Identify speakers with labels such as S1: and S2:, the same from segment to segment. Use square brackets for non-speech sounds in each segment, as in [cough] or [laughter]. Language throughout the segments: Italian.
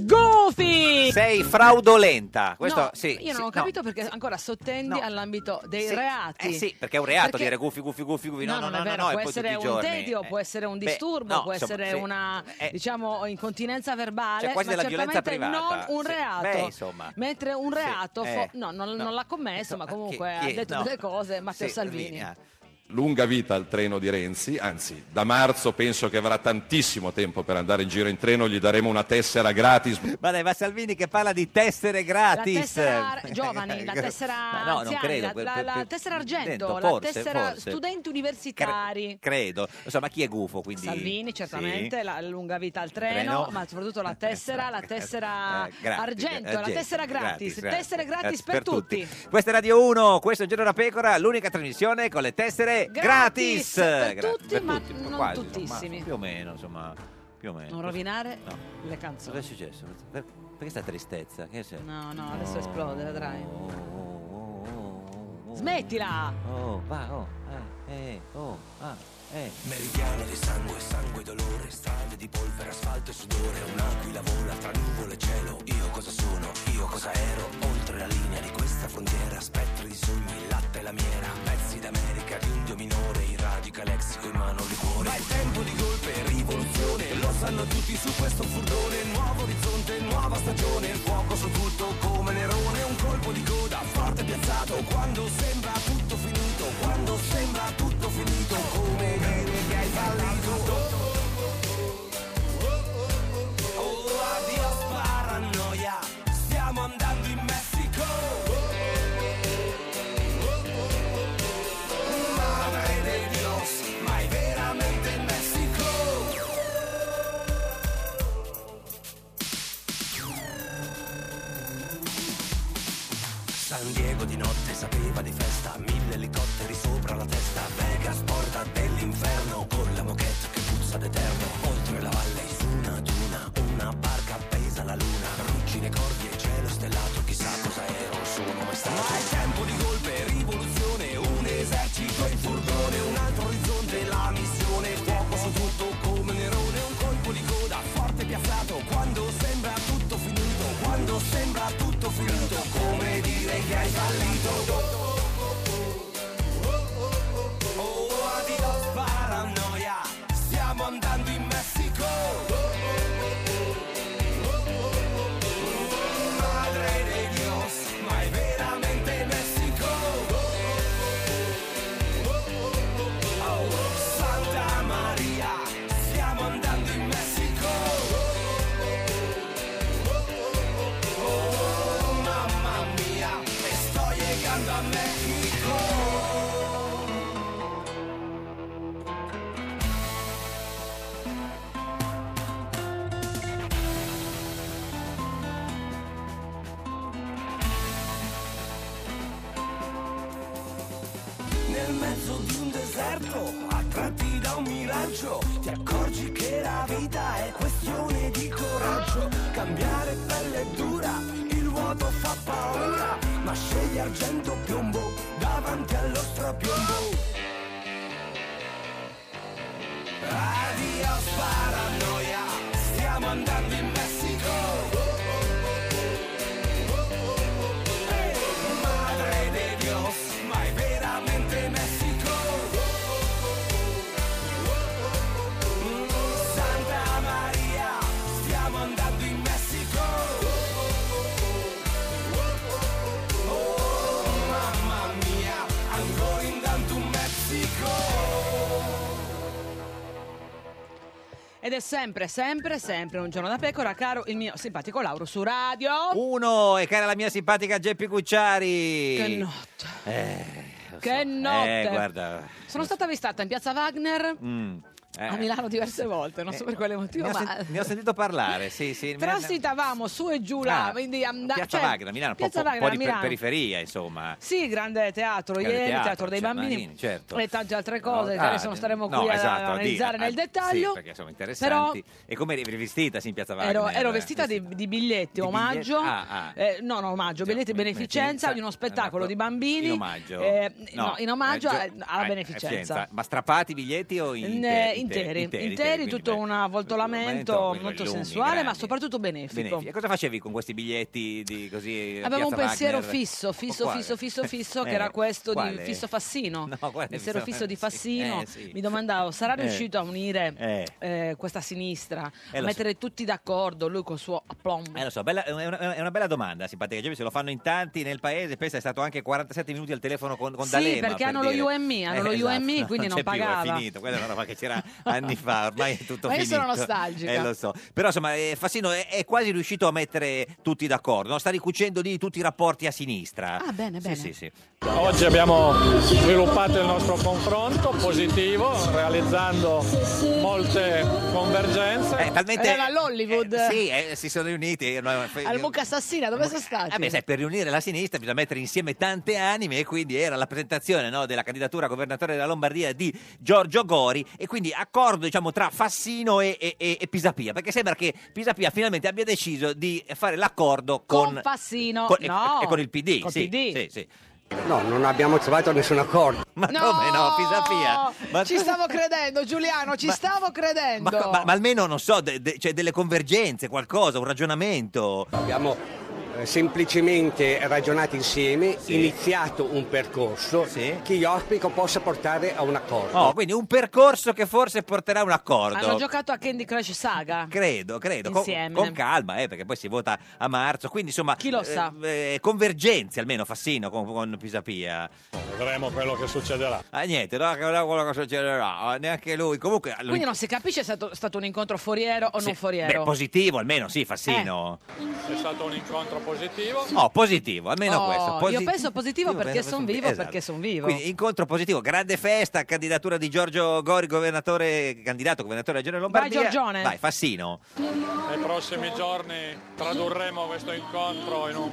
S1: Goofy!
S2: Sei fraudolenta. Questo
S1: No,
S2: sì.
S1: io non
S2: sì,
S1: ho
S2: no.
S1: capito perché ancora sottendi all'ambito dei
S2: Sì,
S1: reati.
S2: Eh sì, perché è un reato
S1: Perché-
S2: dire gufi, gufi, gufi. gufi. No, no,
S1: non
S2: no,
S1: è
S2: no,
S1: vero,
S2: no, e poi
S1: può
S2: tutti
S1: essere
S2: i
S1: un
S2: giorni.
S1: tedio,
S2: Eh,
S1: può essere un
S2: beh,
S1: disturbo,
S2: no,
S1: può
S2: insomma,
S1: essere
S2: sì.
S1: una
S2: Eh,
S1: diciamo incontinenza verbale,
S2: Cioè, quasi
S1: ma
S2: della violenza
S1: certamente
S2: privata.
S1: non un
S2: Sì,
S1: reato.
S2: beh, insomma.
S1: Mentre un
S2: Sì,
S1: reato fo-
S3: eh,
S1: no, non,
S3: no.
S1: non l'ha commesso, ma comunque
S3: chi-
S1: ha detto
S3: no.
S1: delle cose Matteo
S3: Sì,
S1: Salvini.
S3: linea.
S4: Lunga vita al treno di Renzi, anzi da marzo penso che avrà tantissimo tempo per andare in giro in treno, gli daremo una tessera gratis.
S2: Ma dai, ma Salvini che parla di tessere
S1: La
S2: gratis.
S1: tessera
S2: [laughs]
S1: giovani, la tessera
S2: Ma no, non
S1: anziani,
S2: credo,
S1: la-
S2: per-
S1: la,
S2: per-
S1: la
S2: per-
S1: tessera argento,
S2: dentro,
S1: la
S2: forse,
S1: tessera
S2: forse.
S1: studenti universitari.
S2: Credo. Insomma, chi è gufo quindi?
S1: Salvini,
S2: Sì.
S1: certamente, la lunga vita al treno,
S2: Treno.
S1: ma soprattutto la
S2: [laughs]
S1: tessera, la tessera
S2: Eh, gratis,
S1: argento, la
S2: argento,
S1: tessera gratis, tessere gratis,
S2: Eh,
S1: per, tutti.
S2: Questa è Radio 1, questo è un giorno da pecora, l'unica trasmissione con le tessere
S1: Gratis,
S2: gratis.
S1: per
S2: Gra-
S1: tutti, ma non
S2: insomma,
S1: tuttissimi.
S2: più o meno, insomma, più o meno. Eh,
S1: Non rovinare
S2: No.
S1: le
S2: Cosa è
S1: canzoni.
S2: successo? Per- Perché sta tristezza? Che c'è?
S1: No, no, adesso esplode, vedrai. Smettila!
S2: Oh, va, oh, eh, eh, oh, ah, eh.
S5: Meridiano di sangue, sangue, dolore, strade di polvere, asfalto e sudore, un'aquila vola tra nuvole e cielo, io cosa sono, io cosa ero, oltre la linea di questa frontiera, spettri di sogni, latte e lamiera, pezzi d'America di un dio minore, in radica lexico in mano liquore. Ma è tempo di golpe, rivoluzione, lo sanno tutti su questo furgone, nuovo orizzonte, nuova stagione, il fuoco su tutto come Nerone, un colpo di coda forte e piazzato, quando sembra tutto finito, quando sembra tutto finito, come dire che hai fallito. Oh, addio paranoia, stiamo andando in Messico. Madre de Dios, ma è veramente in Messico? San Diego di notte sapeva di festa, mille elicotteri sopra la testa, Vegas porta dell'inferno, con la moquette che puzza d'eterno, oltre la valle su una duna, una barca appesa alla luna, ruggine, corvi e cielo stellato, chissà cosa ero, sono mai stato. Ma è tempo di golpe, rivoluzione, un esercito in furgone, un altro orizzonte, la missione, fuoco su tutto come Nerone, un colpo di coda, forte e piazzato, quando sembra tutto finito, quando sembra tutto finito, come dire che hai fallito. Oh, adios paranoia, stiamo andando in Messico. Madre de Dios, ma è veramente Messico. Oh, Santa Maria, stiamo andando in Messico. Oh, mamma mia, me sto llegando a Messico. Nel mezzo di un deserto, attratti da un miraggio, ti accorgi che la vita è questione di coraggio. Cambiare pelle è dura, il vuoto fa paura, ma scegli argento o piombo davanti allo strapiombo. Adios paranoia, stiamo andando in Messico. Ehi, Madre de Dios, ma è veramente Messico. Mm, Santa Maria, stiamo andando in Messico. Oh, mamma mia, I'm going down to Mexico.
S1: Ed è sempre, sempre, sempre un giorno da pecora, caro il mio simpatico Lauro su radio.
S2: Uh, Uno, e cara la mia simpatica Geppi Cucciari.
S1: Che notte.
S2: Eh, lo
S1: Che notte.
S2: Eh, guarda.
S1: Sono stata avvistata in piazza Wagner
S2: Mm. Eh.
S1: a Milano diverse volte, non so per quale motivo,
S2: Ne ho,
S1: ma...
S2: sen- ne ho sentito parlare, sì,
S1: [laughs]
S2: sì. mi ha-
S1: Transitavamo su e giù là,
S2: Ah,
S1: quindi andavamo...
S2: Piazza Wagner, Milano, un po',
S1: cioè, Piazza
S2: po- po'
S1: Wagner,
S2: di per-
S1: a Milano.
S2: periferia, insomma.
S1: Sì, grande teatro
S2: Grande
S1: ieri, teatro,
S2: teatro,
S1: dei
S2: cioè,
S1: bambini
S2: Marini, certo.
S1: e tante altre cose, che
S2: Ah,
S1: adesso non staremo
S2: no,
S1: qui
S2: esatto,
S1: a analizzare
S2: dire,
S1: nel
S2: a-
S1: dettaglio.
S2: Sì, perché sono interessanti. e come eri rivestita sì, in Piazza Wagner?
S1: Ero, ero vestita di, di biglietti, omaggio,
S2: ah, ah.
S1: eh, no, no, omaggio, biglietti di beneficenza di uno spettacolo di bambini.
S2: in omaggio.
S1: eh, no, in omaggio
S2: eh,
S1: a-
S2: gio-
S1: alla
S2: a-
S1: beneficenza.
S2: Firenza. Ma strappati i biglietti o
S1: In-
S2: inte-
S1: interi,
S2: inte-
S1: interi,
S2: quindi,
S1: tutto
S2: beh,
S1: un avvoltolamento
S2: quindi
S1: molto
S2: lunghi,
S1: sensuale, ma
S2: grandi.
S1: soprattutto benefico.
S2: benefici. E cosa facevi con questi biglietti di così? eh,
S1: Avevo un
S2: Piazza
S1: pensiero
S2: Wagner?
S1: fisso, fisso,
S2: Quale?
S1: fisso, fisso,
S2: [laughs]
S1: fisso, che
S2: Eh,
S1: era questo di
S2: quale?
S1: fisso Fassino.
S2: [laughs] No, quale
S1: pensiero
S2: fisso-
S1: fisso di
S2: sì,
S1: Fassino.
S2: eh, sì.
S1: Mi domandavo, sarà
S2: Eh.
S1: riuscito a unire
S2: Eh.
S1: eh, questa sinistra,
S2: Eh,
S1: a
S2: lo
S1: mettere tutti d'accordo, lui col suo aplomb?
S2: Eh, lo so, bella- è, una, è una bella domanda, simpatica. Giorgio, se lo fanno in tanti nel paese, pensa è stato anche 47 minuti al telefono con, con
S1: Sì,
S2: D'Alema.
S1: perché
S2: per
S1: hanno lo
S2: dire.
S1: UMI, hanno lo
S2: esatto,
S1: UMI, quindi non
S2: c'è più,
S1: pagava.
S2: è finito, quella è una roba che c'era anni fa, ormai è tutto
S1: Ma io
S2: finito.
S1: sono nostalgica.
S2: Eh, lo so. Però insomma, eh, Fassino è, è quasi riuscito a mettere tutti d'accordo, no? sta ricucendo lì tutti i rapporti a sinistra.
S1: Ah, bene, bene.
S2: Sì, sì, sì.
S3: Oggi abbiamo sviluppato il nostro confronto positivo, realizzando molte convergenze.
S2: Eh, talmente...
S1: Era all'Hollywood.
S2: eh, sì, eh, si sono riuniti. eh, no, fe-
S1: Al Mucca Assassina, dove sono stati?
S2: Ah, beh, sai, per riunire la sinistra bisogna mettere insieme tante anime e quindi era la presentazione no, della candidatura a governatore della Lombardia di Giorgio Gori e quindi accordo diciamo, tra Fassino e, e- e- e Pisapia perché sembra che Pisapia finalmente abbia deciso di fare l'accordo
S1: con,
S2: con,
S1: Fassino,
S2: con- e-
S1: no.
S2: e, con il PD.
S1: Col
S2: sì,
S1: PD.
S2: sì, sì.
S6: No, non abbiamo trovato nessun accordo.
S2: Ma come no, Pisapia? Ma-
S1: Ci stavo credendo, Giuliano, ci
S2: Ma-
S1: stavo credendo.
S2: ma, ma- ma almeno, non so, de- de- cioè, delle convergenze, qualcosa, un ragionamento.
S6: Abbiamo eh, semplicemente ragionato insieme,
S2: Sì.
S6: iniziato un percorso
S2: Sì.
S6: che io auspico possa portare a un accordo.
S2: Oh, quindi un percorso che forse porterà a un accordo.
S1: Hanno giocato a Candy Crush Saga?
S2: Credo, credo, con,
S1: Insieme.
S2: con calma, eh, perché poi si vota a marzo, quindi insomma...
S1: Chi lo
S2: eh,
S1: sa?
S2: eh, convergenze almeno Fassino con, con Pisapia.
S3: Vedremo quello che succederà.
S2: Ah niente, no, che- no, quello che succederà, ah, neanche lui. Comunque... lui-
S1: Quindi non si capisce se è stato, stato un incontro foriero o
S2: sì,
S1: non foriero. Eh.
S2: Beh, positivo almeno, sì, Fassino.
S3: È stato un incontro positivo.
S2: Oh, positivo, almeno
S1: Oh,
S2: questo.
S1: io
S2: posi-
S1: penso positivo
S2: Io
S1: perché
S2: penso
S1: son
S2: positivo,
S1: vivo, perché son vivo.
S2: Quindi incontro positivo, grande festa, candidatura di Giorgio Gori, governatore, candidato governatore della Regione
S1: Vai,
S2: Lombardia.
S1: Giorgione.
S2: Vai, Fassino.
S3: Nei prossimi giorni tradurremo questo incontro in un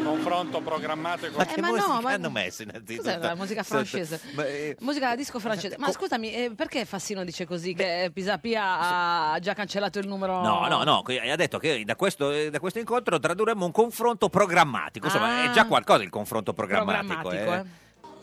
S3: eh, confronto programmatico.
S2: Ma che
S1: Eh, ma no,
S2: musica
S1: ma-
S2: hanno messo innanzitutto?
S1: Cos'è la musica
S2: Sotto-
S1: francese?
S2: Ma, eh,
S1: Musica disco francese. Ma
S2: Co-
S1: scusami, eh, perché Fassino dice così? Che Pisapia ha già cancellato il numero.
S2: No, no, no, que- ha detto che da questo, eh, da questo incontro tradurremo un confronto programmatico, insomma è
S1: Ah.
S2: già qualcosa il confronto programmatico.
S1: Programmatico,
S2: eh.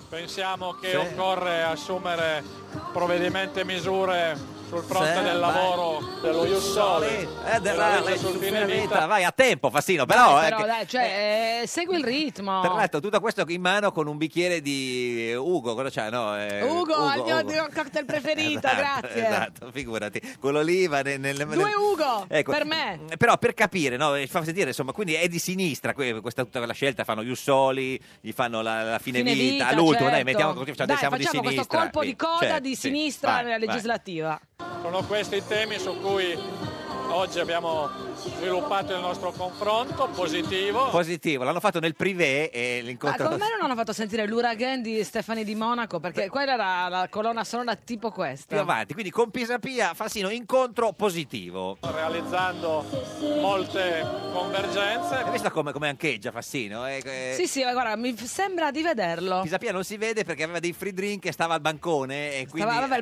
S3: Pensiamo che
S2: Sì.
S3: occorre assumere provvedimenti e misure sul fronte
S2: Sì,
S3: del
S2: vai.
S3: lavoro, dello Ius Soli,
S2: Eh, della-
S3: legge sul fine
S2: fine
S3: vita.
S2: vai a tempo Fassino, però...
S1: Eh,
S2: eh,
S1: però,
S2: che-
S1: dai, cioè, eh, segui il ritmo.
S2: Tra l'altro tutto questo in mano con un bicchiere di eh, Ugo, cosa c'ha? No, eh,
S1: Ugo, il mio-
S2: Ugo.
S1: il mio cocktail preferito,
S2: Esatto,
S1: grazie.
S2: Esatto, figurati, con l'oliva nel, nel-
S1: Due Ugo, per me.
S2: Mm, Però per capire, no, eh, fa sentire, insomma, quindi è di sinistra que- questa tutta la scelta, fanno gli Ussoli, gli fanno la, la fine,
S1: Fine
S2: vita,
S1: vita,
S2: l'ultimo,
S1: certo.
S2: dai, mettiamo così, facciamo,
S1: Dai,
S2: siamo di
S1: facciamo
S2: sinistra.
S1: questo colpo di
S2: Sì,
S1: coda
S2: certo,
S1: di
S2: sì.
S1: sinistra
S2: Vai,
S1: nella
S2: vai.
S1: legislativa.
S3: Sono questi i temi su cui oggi abbiamo sviluppato il nostro confronto positivo.
S2: Positivo, l'hanno fatto nel privé e
S1: Ma
S2: l'incontro...
S1: Ah, come me non hanno fatto sentire l'uragan di Stefani di Monaco? Perché quella era la colonna sonora tipo
S2: più
S1: questa.
S2: avanti, quindi con Pisapia, Fassino, incontro positivo.
S3: realizzando molte
S2: Hai
S3: convergenze.
S2: visto come, come ancheggia Fassino? Eh, eh,
S1: Sì, sì, ma guarda, mi f- sembra di vederlo.
S2: Pisapia non si vede perché aveva dei free drink e stava al bancone e quindi...
S1: aveva il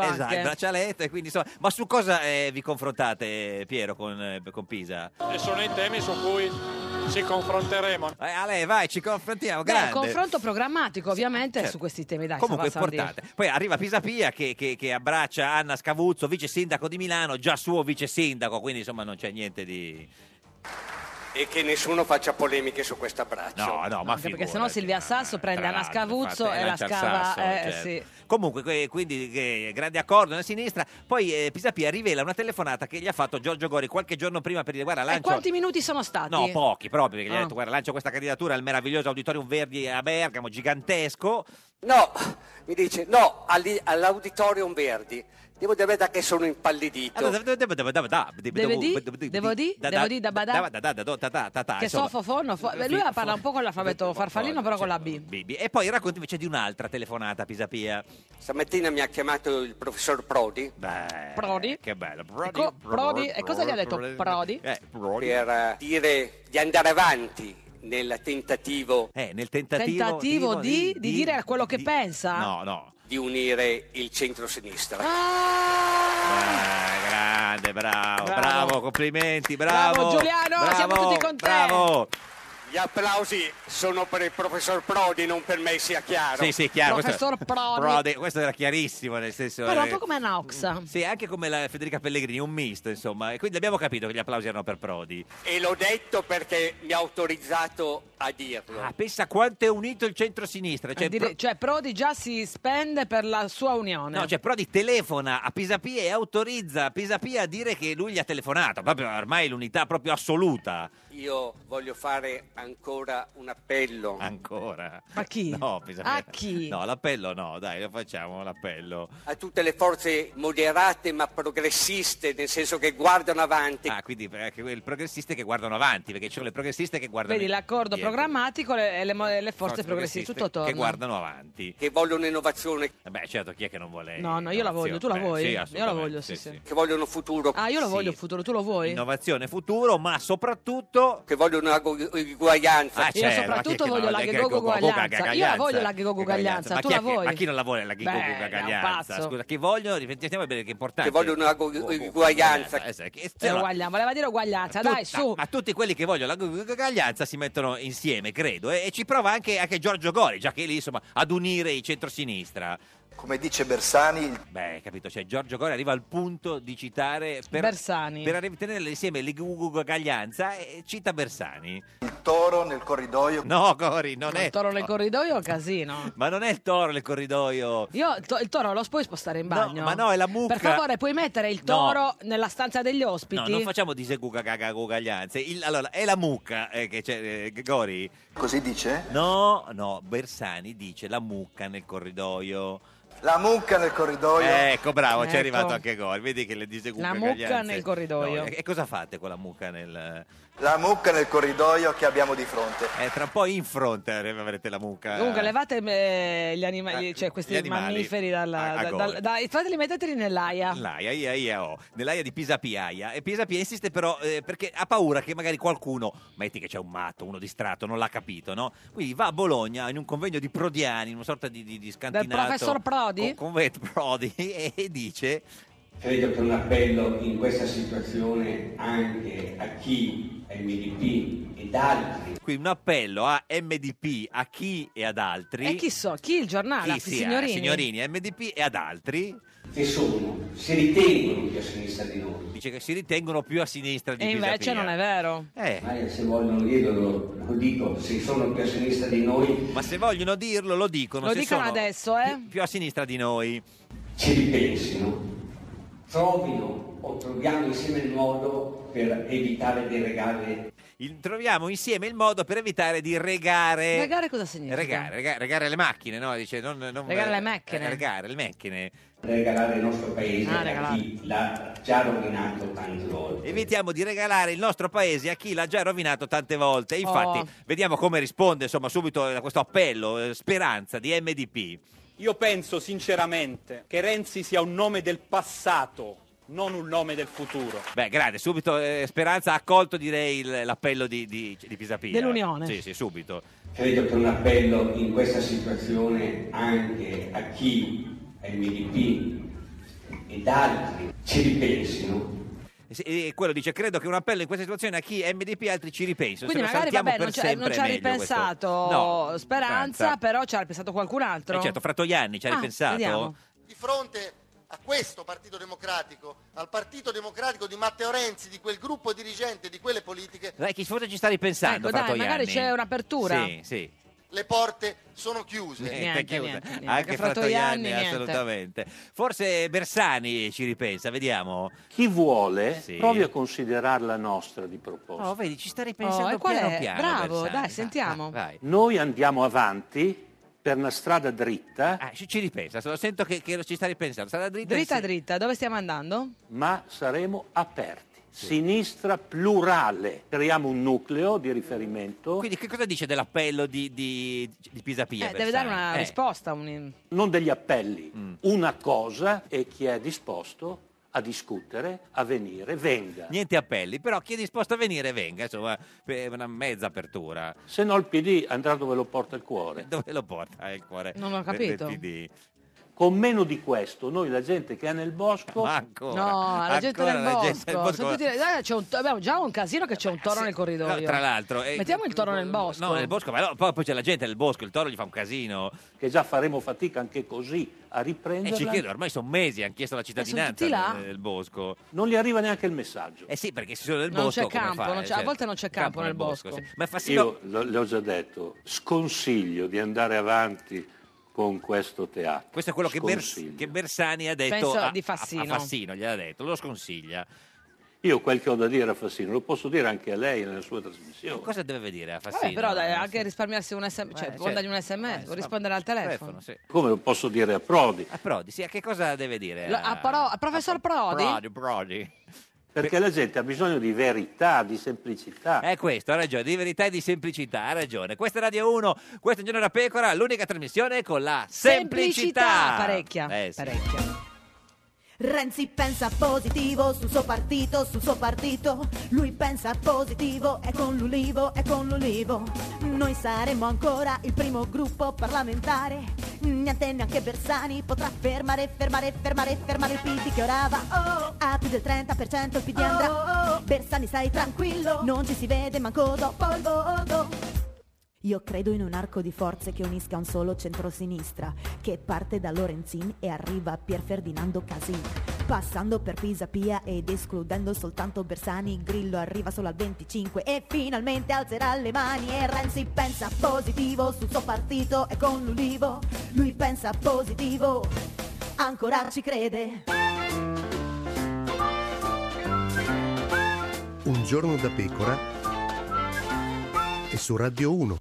S2: [laughs] Esatto,
S1: anche.
S2: il braccialetto e quindi insomma... Ma su cosa eh, vi confrontate, Piero, con, eh, con Pisa?
S3: E sono i temi su cui ci confronteremo.
S2: Eh, Ale, vai, ci confrontiamo,
S1: Beh,
S2: grande.
S1: confronto programmatico, ovviamente,
S2: Certo.
S1: su questi temi. Dai,
S2: Comunque
S1: Salva Sandi.
S2: importante. Poi arriva Pisapia che, che- che abbraccia Anna Scavuzzo, vice sindaco di Milano, già suo vice sindaco, quindi insomma non c'è niente di...
S6: E che nessuno faccia polemiche su questo abbraccio.
S2: No, no, ma
S1: anche perché
S2: figurati,
S1: sennò Silvia
S2: ma-
S1: Sasso prende
S2: tra
S1: Anna
S2: l'altro,
S1: Scavuzzo
S2: infatti,
S1: e la
S2: lancia il
S1: scava, eh,
S2: certo.
S1: sì.
S2: Comunque, que- quindi, che- grande accordo nella sinistra. Poi eh, Pisapia rivela una telefonata che gli ha fatto Giorgio Gori qualche giorno prima per dire: Guarda,
S1: E
S2: lancio.
S1: quanti minuti sono stati?
S2: No, pochi proprio, perché gli ha
S1: Ah.
S2: detto: Guarda, lancio questa candidatura al meraviglioso Auditorium Verdi a Bergamo, gigantesco.
S6: No, mi dice no alli- all'auditorium Verdi. Devo dire la verità che sono impallidito.
S2: Devo
S1: di? Devo di? Devo di da badà? Che so fofonno, fo- beh, lui
S2: Sì,
S1: parla un po' con l'alfabeto farfallino, però con la B.
S2: Bibi. E poi racconti invece di un'altra telefonata a Pisapia.
S6: Stamattina mi ha chiamato il professor Prodi.
S1: Prodi?
S2: Che bello.
S1: Co- Prodi? Ecco, E cosa gli ha detto Prodi?
S6: Per eh, dire di andare avanti nel tentativo
S2: Eh, nel
S1: Tentativo,
S2: tentativo,
S1: di, di dire quello che pensa?
S2: No, Ah, no.
S6: di unire il centro-sinistra.
S1: Ah!
S2: Eh, grande, bravo, bravo,
S6: Bravo.
S2: complimenti, bravo.
S6: Bravo, Giuliano, siamo
S2: bravo,
S6: tutti con te.
S2: Bravo.
S6: Gli applausi sono per il professor Prodi, non per me, sia chiaro.
S2: Sì, sì, chiaro. questo-
S1: Professor Prodi.
S2: questo era chiarissimo, nel senso...
S1: Però un
S2: eh,
S1: po' come Nox.
S2: Sì, anche come la Federica Pellegrini, un misto, insomma. E quindi abbiamo capito che gli applausi erano per Prodi.
S6: E l'ho detto perché mi ha autorizzato a dirlo.
S2: Ah, pensa quanto è unito il centro-sinistra. Cioè,
S1: Dire-
S2: Pro-
S1: cioè, Prodi già si spende per la sua unione.
S2: no, cioè Prodi telefona a Pisapia e autorizza Pisapia a dire che lui gli ha telefonato. Proprio ormai l'unità proprio assoluta.
S6: Io voglio fare ancora un appello.
S2: Ancora?
S1: A chi?
S2: No, Pisapia.
S6: A chi?
S2: No, l'appello no, dai, lo facciamo l'appello.
S6: A tutte le forze moderate ma progressiste, nel senso che guardano avanti.
S2: Ah, quindi eh, che- il progressiste che guardano avanti, perché ci sono le progressiste che guardano
S1: Vedi l'accordo
S2: indietro.
S1: programmatico le, le, mo- le forze progressiste, tutto torna.
S2: che guardano avanti.
S6: Che vogliono innovazione.
S2: Beh, certo, chi è che non vuole?
S1: No, no, io la voglio, tu la
S2: innovazione?
S1: vuoi?
S2: Eh, sì,
S1: io la
S2: assolutamente,
S1: voglio, sì, sì.
S6: Che vogliono futuro.
S1: Ah, io lo voglio il futuro, tu lo vuoi?
S2: Innovazione futuro, ma soprattutto
S6: che vogliono una gu- uguaglianza.
S2: Ah,
S1: Io
S2: certo,
S1: soprattutto
S2: ma chi è che non
S1: voglio la
S2: vuole
S1: Ghegogo
S2: Ghegogo
S1: uguaglianza. Io la voglio la
S2: Gagaglianza?
S1: Ghegogo uguaglianza,
S2: Ma
S1: tu
S2: chi
S1: la
S2: è che-
S1: vuoi?
S2: Ma chi non la vuole la Ghegogo
S1: Beh, è un
S2: Gagaglianza?
S1: pazzo.
S2: Scusa, che voglio, ripetiamo perché è importante.
S6: Che vogliono una gu- uguaglianza.
S2: Eh, sai, che-
S1: Eh,
S2: allora,
S1: uguaglianza, voleva dire uguaglianza, dai,
S2: tutta-
S1: su.
S2: A tutti quelli che vogliono la Ghegogo Gagaglianza si mettono insieme, credo. E, e ci prova anche, anche Giorgio Gori, già che è lì, insomma, ad unire il centrosinistra.
S7: Come dice Bersani,
S2: Beh, capito, cioè Giorgio Gori arriva al punto di citare per,
S1: Bersani.
S2: per arri- tenerle insieme le Ghegogo Gagaglianza e cita Bersani.
S7: il toro nel corridoio.
S2: No, Gori, non è Oh,
S1: Il toro nel corridoio è un casino.
S2: Ma non è il toro nel corridoio.
S1: Io il to- il toro lo puoi spostare in
S2: No,
S1: bagno?
S2: ma no, è la mucca.
S1: Per favore, puoi mettere il toro nella stanza degli
S2: No,
S1: ospiti?
S2: non facciamo diseguaglianze. Il- Allora, è la mucca eh, che c'è, eh, Gori.
S7: Così dice?
S2: No, no, Bersani dice la mucca nel corridoio.
S7: La mucca nel corridoio.
S2: Ecco, bravo, ci
S1: Ecco.
S2: è arrivato anche Gori. Vedi che le
S1: La
S2: diseguaglianze.
S1: mucca nel corridoio.
S2: No, e e cosa fate con la mucca nel...
S7: La mucca nel corridoio che abbiamo di fronte.
S2: Eh, tra un po' in front avrete la mucca.
S1: Comunque, levate eh, gli animali,
S2: Eh,
S1: cioè questi
S2: gli animali
S1: mammiferi dalla.
S2: a- a
S1: da-
S2: gole.
S1: dal- dai, fateli metterli nell'aia.
S2: L'aia, ia, ia, oh, nell'aia di Pisa Piaia. E Pisa Pia insiste però eh, perché ha paura che magari qualcuno, metti che c'è un matto, uno distratto, non l'ha capito, no? Quindi va a Bologna in un convegno di Prodiani, in una sorta di, di, di scantinato.
S1: professor Prodi?
S2: Con, con Prodi [laughs] e, e dice...
S8: Credo che un appello in questa situazione anche a chi è MDP ed altri
S2: Quindi un appello a MDP, a chi e ad altri.
S1: E chi so, chi il giornale?
S2: Chi
S1: Sì,
S2: sia,
S1: signorini.
S2: signorini, MDP e ad altri.
S8: che sono, si ritengono più a sinistra di noi.
S2: Dice che si ritengono più a sinistra di
S1: E
S2: Pisa
S1: invece
S2: Pia.
S1: non è vero.
S2: Eh,
S8: Magari se vogliono dirlo, lo dico, se sono più a sinistra di noi
S2: Ma se vogliono dirlo, lo dicono.
S1: Lo
S2: se
S1: dicono
S2: sono
S1: adesso, eh?
S2: Più, più a sinistra di noi.
S8: ci ripensino, trovino o troviamo insieme il modo per evitare di regare
S2: Il- troviamo insieme il modo per evitare di regare.
S1: Regare cosa significa?
S2: Regare, rega- regare le macchine, no? Dice, non, non-
S1: Regare le
S2: eh,
S1: macchine.
S2: eh, Regare le macchine.
S8: regalare il nostro paese
S1: Ah,
S8: a
S1: regalare.
S8: chi l'ha già rovinato tante volte.
S2: Evitiamo di regalare il nostro paese a chi l'ha già rovinato tante volte. Infatti,
S1: Oh.
S2: vediamo come risponde insomma subito a questo appello, eh, speranza di MDP.
S9: Io penso sinceramente che Renzi sia un nome del passato, non un nome del futuro.
S2: Beh, grande, subito eh, Speranza ha accolto direi il- l'appello di, di, di Pisapia.
S1: Dell'Unione.
S2: Sì, sì, subito.
S8: Credo che un appello in questa situazione anche a chi è MDP ed altri ci ripensino.
S2: E se- E Eh, quello dice, credo che un appello in questa situazione a chi MDP e altri ci ripenso.
S1: Quindi
S2: se lo
S1: magari
S2: saltiamo
S1: vabbè,
S2: per
S1: non, c'è-
S2: sempre
S1: non ci ha
S2: è meglio questo.
S1: ripensato
S2: No,
S1: Speranza, però ci ha ripensato qualcun altro.
S2: Eh certo, Frattoianni ci ha
S1: Ah,
S2: ripensato.
S1: vediamo.
S10: di fronte a questo Partito Democratico, al Partito Democratico di Matteo Renzi, di quel gruppo dirigente, di quelle politiche,
S2: Dai, Eh, chi forse ci sta ripensando.
S1: Ecco, dai,
S2: Frattoianni.
S1: magari c'è un'apertura.
S2: Sì, sì.
S10: le porte sono chiuse.
S2: Niente,
S1: Niente,
S2: chiusa.
S1: niente, niente.
S2: Anche Frattoianni,
S1: Frattoianni, niente.
S2: assolutamente. Forse Bersani ci ripensa, vediamo.
S11: Chi vuole
S2: Sì.
S11: provi a considerarla nostra di proposta.
S2: Oh, vedi, ci sta
S1: Oh,
S2: ripensando
S1: e qual
S2: piano Ah,
S1: è?
S2: piano.
S1: Bravo,
S2: Bersani.
S1: dai, sentiamo.
S2: Vai, vai.
S11: Noi andiamo avanti per una strada dritta.
S2: Ah, ci, ci ripensa, so- sento che, che ci sta ripensando. Sarà dritta,
S1: Dritta,
S2: sì.
S1: dritta, dove stiamo andando?
S11: ma saremo aperti. Sinistra plurale. Creiamo un nucleo di riferimento.
S2: Quindi che cosa dice dell'appello di, di, di Pisapia?
S1: Eh, deve dare una
S11: eh.
S1: risposta. un-
S11: Non degli appelli,
S2: Mm.
S11: una cosa e chi è disposto a discutere, a venire, venga.
S2: Niente appelli, però chi è disposto a venire venga, insomma, per una mezza apertura.
S11: Se no il PD andrà dove lo porta il cuore.
S2: [laughs] Dove lo porta il cuore?
S1: Non ho
S2: del-
S1: capito.
S2: del PD?
S11: Con meno di questo, noi la gente che è nel bosco...
S2: ancora,
S1: No, la gente del bosco. Se tu ti-
S11: È
S1: dai, c'è un to- abbiamo già un casino che c'è un toro nel
S2: no,
S1: corridoio.
S2: tra l'altro, eh,
S1: Mettiamo il toro nel bosco.
S2: No, nel bosco, ma no, poi, poi c'è la gente nel bosco, il toro gli fa un casino.
S11: Che già faremo fatica anche così a
S2: E ci
S11: riprenderla.
S2: chiedo, ormai sono mesi, hanno chiesto la cittadinanza
S1: tutti là?
S2: nel, nel bosco.
S11: Non gli arriva neanche il messaggio.
S2: Eh sì, perché si sono nel
S1: Non
S2: bosco.
S1: c'è
S2: come
S1: campo,
S2: fa,
S1: non c'è-
S2: eh,
S1: a volte non c'è campo nel bosco.
S2: sì. Ma fa sì,
S11: Io lo- le ho già detto, sconsiglio di andare avanti con questo teatro.
S2: Questo è quello che, Bers-
S11: Sconsiglio.
S2: che Bersani ha detto
S1: Penso
S2: a,
S1: di
S2: a- a
S1: Fassino.
S2: Fassino, gliel'ha detto, lo sconsiglia.
S11: Io quel che ho da dire a Fassino lo posso dire anche a lei nella sua trasmissione.
S2: Cosa deve dire a
S1: Vabbè, però dai, anche risparmiarsi un sms, cioè,
S2: certo. Eh,
S1: mandargli un sms, o rispondere al telefono.
S2: sì.
S11: Come lo posso dire a Prodi?
S2: A Prodi, sì, a che cosa deve dire?
S1: Lo- a Pro-
S2: Eh,
S1: a professor Prodi?
S2: Prodi, Prodi.
S11: Perché la gente ha bisogno di verità, di semplicità.
S2: È questo, ha ragione, di verità e di semplicità, ha ragione. Questa è Radio 1, questo è Un Giorno da Pecora, l'unica trasmissione con la semplicità.
S1: Semplicità, parecchia,
S2: Eh, sì.
S12: Renzi pensa positivo sul suo partito, sul suo partito. Lui pensa positivo, è con l'ulivo, è con l'ulivo. Noi saremo ancora il primo gruppo parlamentare. Niente, neanche Bersani potrà fermare, fermare, fermare, fermare il PD che ora va. Oh, a più del 30% il PD andrà. Bersani stai tranquillo, non ci si vede manco dopo il voto.
S13: Io credo in un arco di forze che unisca un solo centrosinistra, che parte da Lorenzin e arriva a Pier Ferdinando Casin. Passando per Pisapia ed escludendo soltanto Bersani, Grillo arriva solo al 25 e finalmente alzerà le mani e Renzi pensa positivo sul suo partito e con l'ulivo. Lui pensa positivo, ancora ci crede.
S14: Un giorno da pecora e su Radio 1.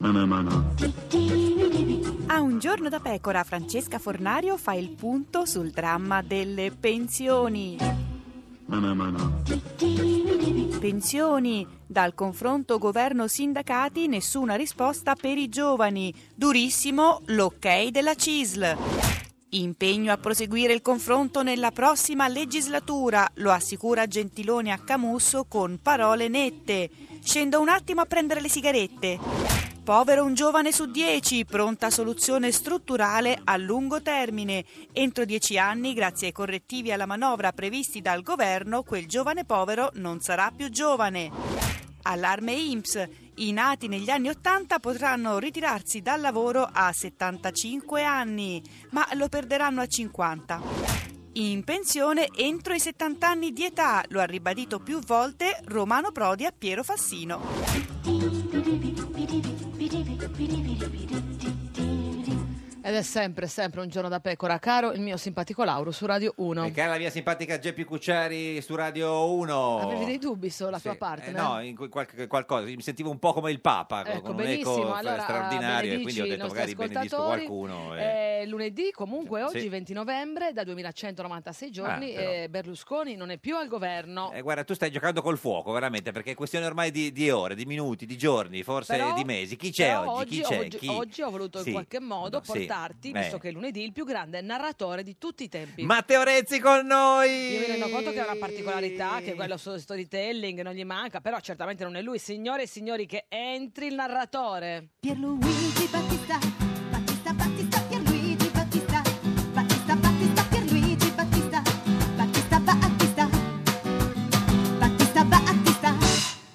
S15: A un giorno da pecora, Francesca Fornario fa il punto sul dramma delle pensioni. Pensioni. Dal confronto governo-sindacati nessuna risposta per i giovani. Durissimo l'ok della CISL. Impegno a proseguire il confronto nella prossima legislatura, lo assicura Gentiloni a Camusso con parole nette. Scendo un attimo a prendere le sigarette. Povero un giovane su dieci, pronta soluzione strutturale a lungo termine. Entro dieci anni, grazie ai correttivi alla manovra previsti dal governo, quel giovane povero non sarà più giovane. Allarme INPS. I nati negli anni 80 potranno ritirarsi dal lavoro a 75 anni, ma lo perderanno a 50. In pensione entro i 70 anni di età, lo ha ribadito più volte Romano Prodi a Piero Fassino.
S1: Ed è sempre, sempre un giorno da pecora, caro il mio simpatico Lauro su Radio 1.
S2: E cara la mia simpatica Geppi Cucciari su Radio 1.
S1: Avevi dei dubbi sulla
S2: Sì.
S1: tua parte?
S2: Eh, no, in quel- qualche- qualcosa, mi sentivo un po' come il Papa, con-
S1: Ecco,
S2: con un
S1: benissimo,
S2: eco eh,
S1: allora,
S2: straordinario, e
S1: benedici
S2: quindi ho
S1: i
S2: detto
S1: nostri
S2: magari benedisco
S1: ascoltatori,
S2: qualcuno. e-
S1: Eh, lunedì,
S2: Sì.
S1: comunque, oggi 20 novembre, da 2196 giorni,
S2: Ah, però.
S1: eh, Berlusconi non è più al governo.
S2: Eh, guarda, tu stai giocando col fuoco, veramente, perché è questione ormai di, di ore, di minuti, di giorni, forse
S1: Però-
S2: di mesi. Chi c'è
S1: però
S2: oggi? Chi
S1: ho-
S2: c'è?
S1: oggi,
S2: Chi?
S1: oggi ho voluto
S2: Sì.
S1: in qualche modo
S2: No, sì.
S1: portarti,
S2: Eh.
S1: visto che è lunedì, il più grande narratore di tutti i tempi.
S2: Matteo Renzi con noi!
S1: Io mi rendo conto che è una particolarità, che quello sullo storytelling non gli manca, però certamente non è lui. Signore e signori, che entri il narratore.
S12: Pierluigi Battista, Battista, Battista, Pierluigi Battista, Battista, Battista, Pierluigi Battista, Battista, Battista, Battista, Battista.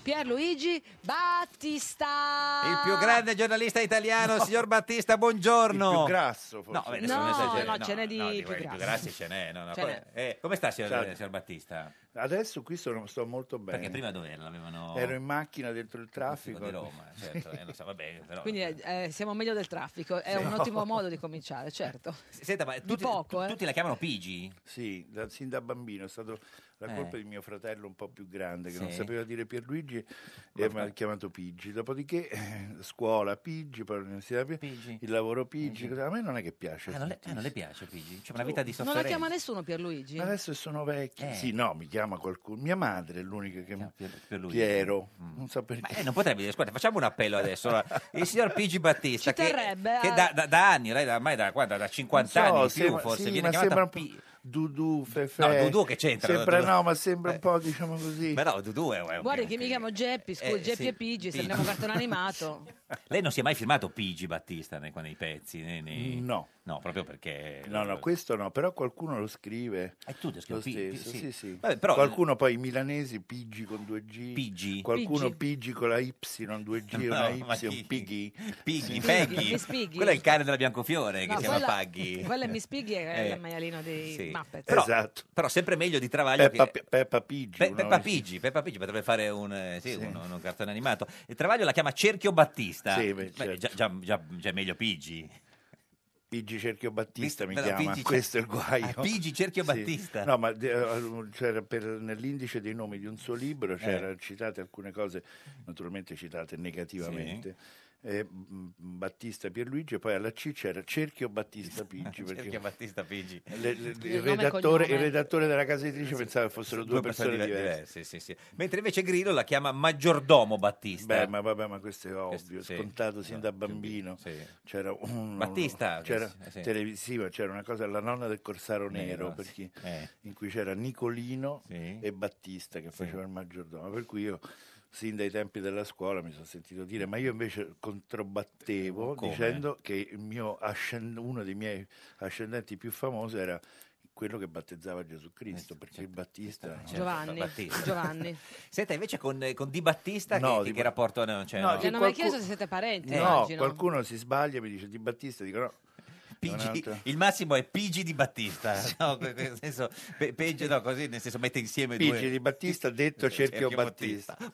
S1: Pierluigi Battista.
S2: Il più grande giornalista italiano, signor Battista, buongiorno.
S16: Il più grasso, forse.
S2: No, vabbè, adesso
S1: No,
S2: non esageriamo,
S1: no, ce n'è di più
S2: quelli
S1: grassi.
S2: ce n'è. no, no.
S1: Ce
S2: Come-
S1: n'è.
S2: eh, come sta, signor,
S16: Salve.
S2: signor Battista?
S16: Adesso qui sono, sto molto bene.
S2: Perché prima dove l'avevano...
S16: Ero in macchina dentro il traffico.
S2: di Roma, certo, eh, lo so, va
S16: [laughs]
S2: bene, però...
S1: Quindi eh, siamo meglio del traffico, è
S16: Sì.
S1: un ottimo modo di cominciare, certo.
S2: Senta, ma
S1: di poco, eh.
S2: tutti la chiamano Pigi?
S16: Sì, da- sin da bambino è stata la
S2: Eh.
S16: colpa di mio fratello un po' più grande che non
S2: Sì.
S16: sapeva dire Pierluigi e mi ha chiamato Pigi. Pigi, dopodiché eh, scuola Pigi, poi l'università Pigi, il lavoro Pigi. cosa- A me non è che piace.
S2: Ah, non le- ah, non le
S16: piace Pigi?
S2: C'è una vita di
S1: Non la chiama nessuno Pierluigi?
S16: Ma adesso sono vecchio.
S2: Eh.
S16: Sì, no, mi chiama qualcuno. Mia madre è l'unica che mi...
S2: lui.
S16: Piero. Non so perché.
S2: Eh, non potrebbe dire, guarda, facciamo un appello adesso.
S16: [laughs]
S2: Allora, Il signor Pigi Battista,
S16: Ci
S2: che,
S16: terrebbe
S1: eh.
S2: che
S16: a-
S2: da, da- da anni, ormai da, ormai da, guarda, da 50
S16: Non so,
S2: anni in più,
S16: sembra-
S2: forse,
S16: sì,
S2: viene
S16: ma
S2: chiamato
S16: sembra un
S2: Pi-
S16: po' Dudu, Fefe.
S2: No, Dudu che c'entra,
S16: Sembra,
S2: Dudu.
S16: no, ma sembra
S2: Eh.
S16: un po', diciamo così.
S2: Ma no, Dudu è... è-
S1: Guardi che mi chiamo Geppi, scusi,
S2: Eh,
S1: Geppi
S2: sì,
S1: e Pigi, se
S2: Pigi.
S1: andiamo a
S2: [laughs]
S1: cartone animato.
S2: Lei non si è mai filmato Pigi Battista nei, nei pezzi? Nei, nei-
S16: No.
S2: No, proprio perché...
S16: No, no, questo no, però qualcuno lo scrive.
S2: E Eh, tu ti scrivi
S16: lo
S2: Pi- Pi-
S16: stesso,
S2: sì.
S16: sì, sì.
S2: Vabbè, però-
S16: qualcuno poi i milanesi Pigi con due G,
S2: Pigi?
S16: qualcuno
S2: Pigi.
S16: Pigi con la Y, due G,
S2: No,
S16: una
S2: ma chi?
S16: Y, Pighi.
S2: Pighi,
S16: Sì.
S2: Peggy.
S1: Miss Piggy.
S2: Quello è il cane della Biancofiore
S1: No,
S2: che si chiama Paghi.
S1: Quello è Miss Piggy, è
S2: Eh,
S1: il maialino dei
S2: Sì.
S1: Muppet.
S2: Però,
S16: Esatto.
S2: però sempre meglio di Travaglio
S16: Peppa,
S2: che...
S16: Pe- Peppa Pigi.
S2: Pe-
S16: no?
S2: Peppa Pigi, Peppa Pigi potrebbe fare un, eh, sì, un- un cartone animato. E Travaglio la chiama Cerchio Battista.
S16: Sì, beh, certo.
S2: Beh, già, già, già- già è meglio Pigi.
S16: Pigi Cerchio Battista mi
S2: No,
S16: chiama,
S2: Pigi Cer-
S16: questo è il guaio.
S2: Ah, Pigi Cerchio
S16: Sì.
S2: Battista.
S16: No, ma eh, c'era per- nell'indice dei nomi di un suo libro c'erano
S2: Eh.
S16: citate alcune cose, naturalmente citate negativamente. eh, m- Battista Pierluigi e poi alla C c'era Cerchio
S2: [laughs]
S16: Battista Pigi perché
S2: Cerchio Battista Pigi.
S16: le- le-
S2: Il
S16: il,
S2: nome e
S16: redattore, il
S2: cognome.
S16: redattore della casa editrice pensava che fossero due, persone,
S2: diver-
S16: diverse.
S2: diverse, sì, sì. Mentre invece Grillo la chiama Maggiordomo Battista.
S16: Beh, ma vabbè, ma questo è ovvio,
S2: sì.
S16: scontato sin da bambino. C'era un
S2: Battista,
S16: c'era
S2: eh, sì.
S16: televisiva, c'era una cosa la nonna del Corsaro Nero,
S2: Nero,
S16: per
S2: sì.
S16: chi-
S2: Eh.
S16: in cui c'era Nicolino
S2: Sì.
S16: e Battista che faceva il maggiordomo, per cui io sin dai tempi della scuola mi sono sentito dire, ma io invece controbattevo
S2: Come?
S16: dicendo che il mio ascend- uno dei miei ascendenti più famosi era quello che battezzava Gesù Cristo, perché il Battista
S1: Giovanni,
S2: certo, Battista.
S1: Giovanni.
S2: Senta, invece con, eh, con Di Battista che-
S16: No,
S2: che,
S16: Di
S2: che rapporto no, c'è? Eh, no?
S16: No, che
S1: E Cioè, non mi ha
S16: qualcu-
S1: chiesto se siete parenti,
S16: No,
S1: immagino.
S16: qualcuno si sbaglia e mi dice Di Battista, dico no. è un
S2: Pigi-
S16: altro-
S2: il massimo è Pigi di Battista, [laughs] no, que- que- nel senso, pe- peggio, no, così nel senso mette insieme
S16: Pigi
S2: due... Eh,
S16: di Battista detto Cerchio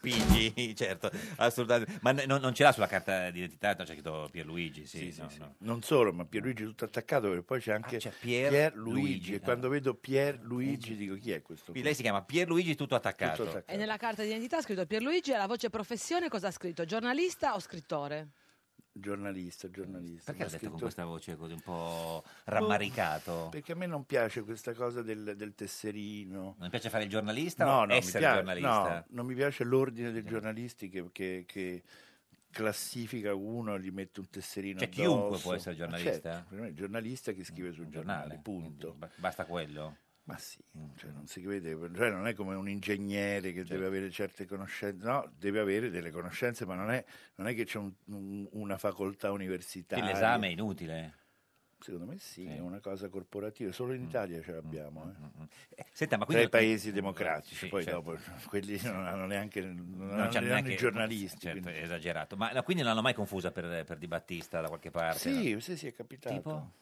S2: Pigi, [laughs] certo, assolutamente. Ma n- non, non ce l'ha sulla carta d'identità, c'è scritto Pierluigi, sì, no, no.
S16: Non solo, ma Pierluigi tutto attaccato, perché poi c'è anche
S2: Ah, Pier
S16: Luigi.
S2: Luigi,
S16: E quando vedo Pier Luigi dico chi è questo?
S2: Quindi lei si chiama Pierluigi tutto attaccato.
S16: Tutto attaccato.
S1: E nella carta d'identità ha scritto Pierluigi e alla voce professione cosa ha scritto? Giornalista o scrittore?
S16: Giornalista, giornalista.
S2: Perché
S16: Ma
S2: l'ha detto con
S16: scritto- Boh.
S2: questa voce così un po' rammaricato?
S16: Perché a me non piace questa cosa del, del tesserino.
S2: Non piace fare il giornalista o
S16: mi
S2: essere
S16: piace-
S2: giornalista?
S16: no, non mi piace l'ordine dei giornalisti che, che- che classifica uno e gli mette un tesserino
S2: Cioè,
S16: addosso.
S2: chiunque può essere
S16: Ma
S2: giornalista? eh. Mm,
S16: certo, per me il giornalista che scrive sul giornale, punto.
S2: Basta quello? Mm.
S16: Ma sì, cioè, non si vede, cioè, non è come un ingegnere che
S2: Certo.
S16: deve avere certe conoscenze, no, deve avere delle conoscenze, ma non è, non è che c'è un- un- una facoltà universitaria.
S2: Quindi l'esame è inutile.
S16: Secondo me sì, è una cosa corporativa, solo
S2: Mm.
S16: in Italia ce l'abbiamo. eh.
S2: Senta, ma
S16: Tra
S2: quindi-
S16: i paesi democratici,
S2: Sì,
S16: poi
S2: certo.
S16: dopo [laughs] quelli non hanno neanche non
S2: Non
S16: hanno
S2: c'è
S16: neanche
S2: neanche-
S16: i giornalisti.
S2: certo,
S16: quindi-
S2: è esagerato. Ma no, quindi non l'hanno mai confusa per, per Di Battista da qualche parte?
S16: Sì,
S2: no?
S16: sì, sì, è capitato.
S2: Tipo?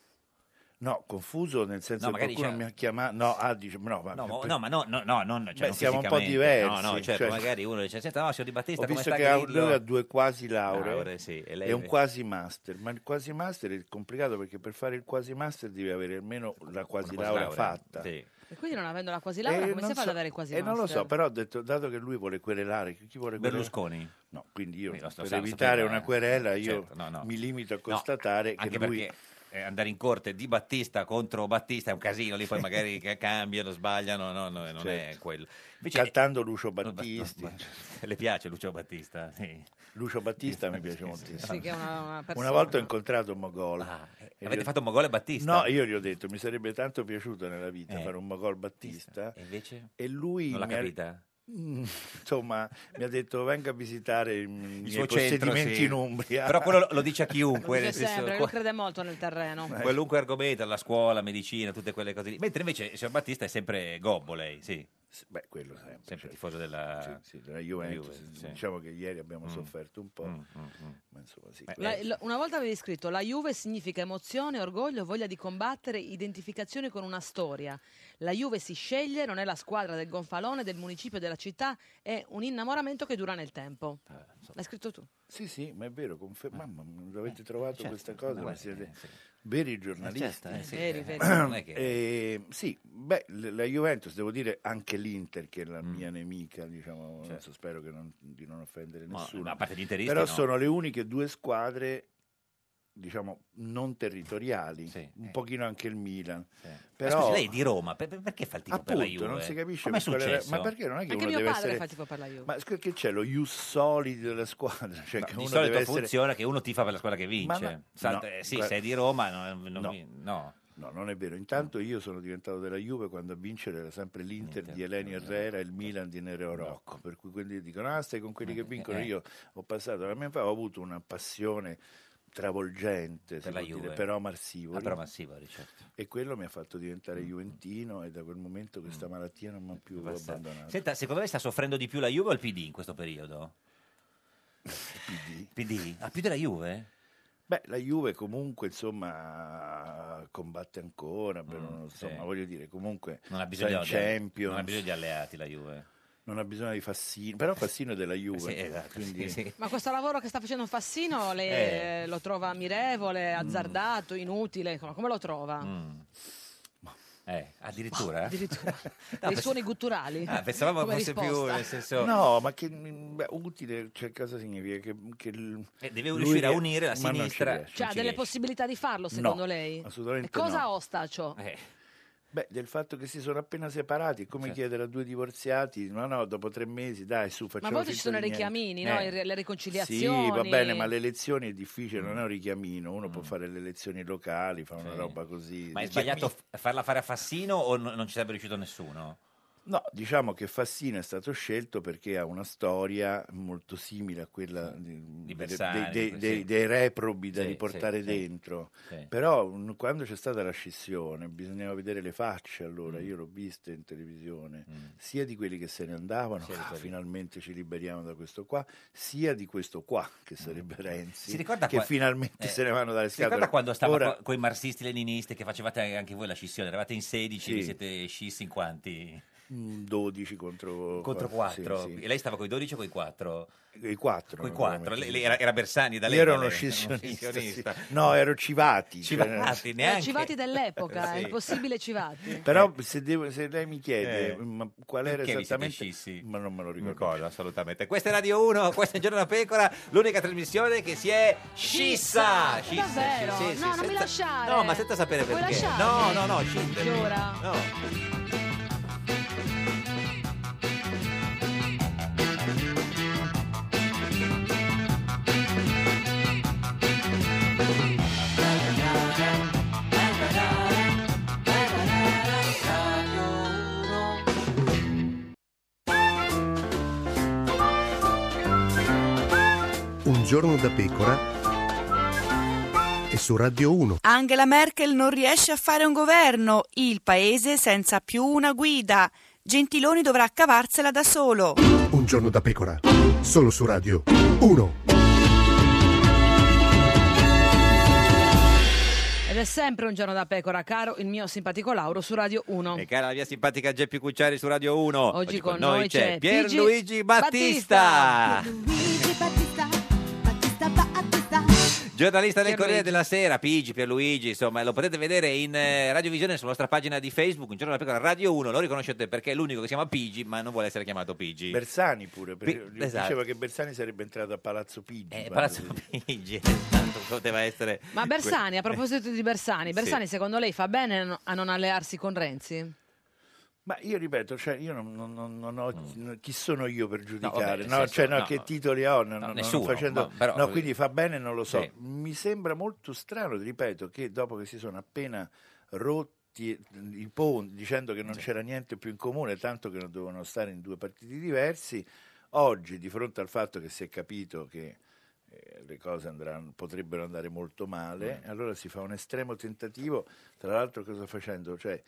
S16: No, confuso nel senso
S2: No,
S16: che
S2: magari
S16: qualcuno
S2: c'è-
S16: mi ha chiamato. No, ah, dice, no, ma,
S2: No, ma- no, ma no, no, no, non- cioè,
S16: Beh,
S2: non
S16: siamo un po'
S2: fisicamente. No, no,
S16: diversi,
S2: certo,
S16: cioè-
S2: magari uno dice, senta, no, signor Di Battista,
S16: Ho
S2: come
S16: visto
S2: sta
S16: che ha-
S2: Grillo?"
S16: lui ha due quasi lauree
S2: Lauree, sì, e
S16: e,
S2: lei-
S16: un quasi master, ma il quasi master è complicato perché per fare il quasi master devi avere almeno la quasi
S2: Una
S16: laurea
S2: laurea,
S16: fatta.
S1: E quindi non avendo la quasi laurea,
S16: Eh,
S1: come si
S16: non
S1: fa ad
S16: so-
S1: avere il quasi
S16: eh, non lo so,
S1: master?
S16: però ho detto, dato che lui vuole querelare, chi vuole querelare?
S2: Berlusconi?
S16: No, quindi io
S2: Quindi lo sto-
S16: per
S2: sa- lo
S16: evitare
S2: sapeva,
S16: una
S2: eh.
S16: querela io
S2: Certo, no, no.
S16: mi limito a
S2: No,
S16: constatare che
S2: anche
S16: lui...
S2: perché eh, andare in corte di Battista contro Battista è un casino, lì poi
S16: [laughs]
S2: magari ca- cambiano, sbagliano, no, no, non è
S16: Certo.
S2: quello.
S16: Cantando Lucio Battisti.
S2: cioè, Le piace Lucio Battista? Sì.
S16: Lucio Battista mi piace moltissimo.
S1: Sì, che è una- una persona.
S16: volta ho incontrato Mogola. E
S2: Ah, avete
S16: gli ho-
S2: fatto Mogola e Battista? Eh.
S16: No, io gli ho detto, mi sarebbe tanto piaciuto nella vita fare un Mogol Battista.
S2: E invece?
S16: E lui...
S2: Non l'ha
S16: mi ha-
S2: capita?
S16: Mm, Insomma, mi ha detto venga a visitare i
S2: Il
S16: miei
S2: suo centro,
S16: possedimenti
S2: sì.
S16: in Umbria.
S2: Però quello lo- lo dice a chiunque.
S1: Dice
S2: nel senso,
S1: sempre,
S2: qua-
S1: lui crede molto nel
S16: Eh,
S1: terreno.
S2: qualunque argomento, la scuola, medicina, tutte quelle cose lì. Mentre invece signor Battista è sempre gobbo lei, sì.
S16: Beh, quello sempre. certo.
S2: tifoso della,
S16: Sì, della Juventus.
S2: sì.
S16: Diciamo che ieri abbiamo
S2: Mm.
S16: sofferto un po', ma insomma sì.
S1: La- l- una volta avevi scritto la Juve significa emozione, orgoglio, voglia di combattere, identificazione con una storia. La Juve si sceglie, non è la squadra del gonfalone, del municipio, della città, è un innamoramento che dura nel tempo.
S16: Eh,
S1: L'hai scritto
S2: Certo.
S1: tu.
S16: Sì, sì, ma è vero, confer- mamma, non avete trovato
S1: certo,
S16: questa cosa,
S1: ma
S16: ma
S1: sì,
S16: siete veri giornalisti.
S2: Eh, certo, eh, sì. Veri, veri. Non è che-
S16: Eh, sì, beh, l- la Juventus, devo dire, anche l'Inter, che è la
S2: Mm.
S16: mia nemica, diciamo, adesso spero che non- di non offendere
S2: Certo. Ma-
S16: nessuno.
S2: ma a parte gli interisti,
S16: Però
S2: no.
S16: sono le uniche due squadre diciamo non territoriali un pochino anche il Milan però
S2: eh. Ma scusi, lei è di Roma, per- per- perché fa il tifo
S16: Appunto,
S2: per la Juve?
S16: non si capisce
S2: Com'è
S16: per quale-
S2: successo?
S16: ma perché non è che
S1: Anche
S16: uno
S1: mio
S16: deve
S1: padre
S16: essere
S1: fa tifo per la Juve.
S16: ma scusa, che c'è lo ius soli della squadra? Cioè, che
S2: Di
S16: uno
S2: solito
S16: deve essere-
S2: funziona che uno tifa per la squadra che vince.
S16: Ma- ma-
S2: Salta-
S16: no,
S2: eh, sì,
S16: guarda-
S2: sei di Roma, no, non
S16: No.
S2: mi- no.
S16: No, non è vero. Intanto io sono diventato della Juve quando a vincere era sempre l'Inter di Eleni
S2: eh,
S16: Herrera e il Milan di Nereo Rocco. Per cui quelli dicono, ah, stai con quelli che vincono.
S2: eh.
S16: Io ho passato la mia fa, ho avuto una passione travolgente
S2: Per la Juve.
S16: però Marsivori.
S2: Ah, però Marsivori, certo. Mm.
S16: E quello mi ha fatto diventare juventino e da quel momento questa malattia non mi ha più abbandonato.
S2: Senta, secondo lei sta soffrendo di più la Juve o il PD in questo periodo?
S16: PD?
S2: PD? Ah, più della Juve?
S16: Beh, la Juve comunque, insomma, combatte ancora, per un- insomma,
S2: Mm, sì.
S16: voglio dire, comunque
S2: Non ha
S16: sta
S2: bisogno,
S16: in
S2: di,
S16: Champions.
S2: non ha bisogno di alleati la Juve.
S16: Non ha bisogno di Fassino, però Fassino è della Juve.
S2: Sì, esatto,
S16: quindi-
S2: sì, sì.
S1: Ma questo lavoro che sta facendo Fassino
S16: Eh.
S1: le- lo trova
S16: Mm.
S1: mirevole, azzardato, inutile? Come come lo trova?
S2: Eh, addirittura?
S16: [laughs]
S1: Addirittura. Dei
S16: pens-
S1: suoni gutturali.
S2: Ah, pensavamo
S1: Come
S2: fosse più,
S1: risposta.
S2: nel senso-
S16: No, ma che beh, utile, cioè cosa significa? Che, che l-
S2: Eh, deve
S16: lui
S2: riuscire a
S16: rie-
S2: unire la
S16: ma non ci
S2: sinistra.
S16: riesce.
S1: Cioè, ha delle possibilità di farlo, secondo
S16: No,
S1: lei?
S16: assolutamente
S1: E cosa
S16: no. Eh,
S1: osta a ciò?
S2: Eh.
S16: Beh, del fatto che si sono appena separati, è come
S1: Certo.
S16: chiedere a due divorziati, no, no, dopo tre mesi, dai, su,
S1: Ma a
S16: facciamo
S1: volte ci
S16: finta
S1: sono i
S16: di niente.
S1: richiamini, no?
S16: Eh.
S1: I re- le riconciliazioni. Eh,
S16: Sì, va bene, ma le elezioni è
S2: Mm.
S16: difficile, non è un richiamino, uno può fare le elezioni locali, fa una roba così.
S2: Ma è
S16: Dice,
S2: sbagliato f- farla fare a Fassino o n- non ci sarebbe riuscito nessuno?
S16: No, diciamo che Fassino è stato scelto perché ha una storia molto simile a quella di- de-
S2: Mm. Bersani,
S16: dei,
S2: sì.
S16: dei- dei reprobi da
S2: Sì,
S16: riportare
S2: sì, sì.
S16: dentro.
S2: Sì.
S16: Però mm, quando c'è stata la scissione bisognava vedere le facce allora,
S2: Mm.
S16: io l'ho vista in televisione, sia di quelli che se ne andavano,
S2: Sia di
S16: "Ah,
S2: quelli-
S16: finalmente ci liberiamo da questo qua, sia di questo qua che sarebbe Renzi,
S2: Mm. Si ricorda
S16: che
S2: qua-
S16: finalmente
S2: eh,
S16: se ne vanno dalle
S2: si ricorda
S16: scatole.
S2: quando stava
S16: Ora-
S2: con i marxisti leninisti che facevate anche voi la scissione? Eravate in 16,
S16: Sì.
S2: vi siete scissi in quanti?
S16: Mm, 12 contro,
S2: Contro
S16: sì,
S2: 4.
S16: sì.
S2: E lei stava con i 12 o con i 4?
S16: I 4.
S2: Con i 4. Lei, lei era, era Bersani da
S16: Io
S2: lei.
S16: ero
S2: da
S16: uno
S2: lei. [laughs]
S16: scissionista,
S2: scissionista.
S16: sì. No, ero Civati. cioè-
S2: Civati,
S1: Era Civati dell'epoca, è
S16: [laughs] Sì.
S1: impossibile Civati.
S16: Però se, devo- se lei mi chiede mm,
S2: Eh.
S16: ma qual era
S2: Perché vi siete
S16: esattamente... Ma non me lo ricordo.
S2: assolutamente. Questa è Radio 1, questa è Giorno da Pecora, l'unica trasmissione che si è scissa. Scissa,
S1: Davvero?
S2: sì, sì, sì,
S1: no, non mi
S2: senza-
S1: lasciare.
S2: No, ma senza sapere
S1: Vuoi
S2: perché. No,
S1: lasciarmi?
S2: no, no, scissa.
S1: Allora.
S2: No.
S14: Un giorno da pecora e su Radio 1.
S15: Angela Merkel non riesce a fare un governo, il paese senza più una guida. Gentiloni dovrà cavarsela da solo.
S14: Un giorno da pecora, solo su Radio 1.
S1: Ed è sempre un giorno da pecora, caro il mio simpatico Lauro su Radio 1.
S2: E cara la mia simpatica Geppi Cucciari su Radio 1. Oggi,
S1: Oh. con noi c'è
S2: Pierluigi
S1: Pigi
S2: Battista, giornalista del
S1: Pierluigi.
S2: Corriere della Sera. Pigi, Pierluigi, insomma, lo potete vedere in eh, radiovisione sulla nostra pagina di Facebook. Un giorno da pecora Radio 1. Lo riconoscete perché è l'unico che si chiama Pigi, ma non vuole essere chiamato
S16: Eh,
S2: Pigi.
S16: Bersani pure, perché
S2: Pi-
S16: lui
S2: esatto.
S16: diceva che Bersani sarebbe entrato a Palazzo Pigi.
S2: Eh,
S16: quando-
S2: Palazzo [laughs] Pigi, tanto Esatto, poteva essere.
S1: Ma Bersani,
S2: [laughs]
S1: a proposito di Bersani,
S16: Sì.
S1: Bersani secondo lei fa bene a no- a non allearsi con Renzi?
S16: Ma io ripeto, cioè, io non, non- non- non ho, chi sono io per giudicare?
S2: Mm. vabbè, nel
S16: no,
S2: senso,
S16: cioè, no,
S2: no,
S16: che
S2: no.
S16: titoli ho? No, no, no,
S2: nessuno,
S16: facendo-
S2: ma- però-
S16: no, quindi fa bene, non lo so.
S2: Sì.
S16: Mi sembra molto strano, ripeto, che dopo che si sono appena rotti mm, i ponti, dicendo che non c'era niente più in comune, tanto che non dovevano stare in due partiti diversi, oggi, di fronte al fatto che si è capito che eh, le cose andranno- potrebbero andare molto
S2: Mm.
S16: male, allora si fa un estremo tentativo, tra l'altro cosa facendo? Cioè,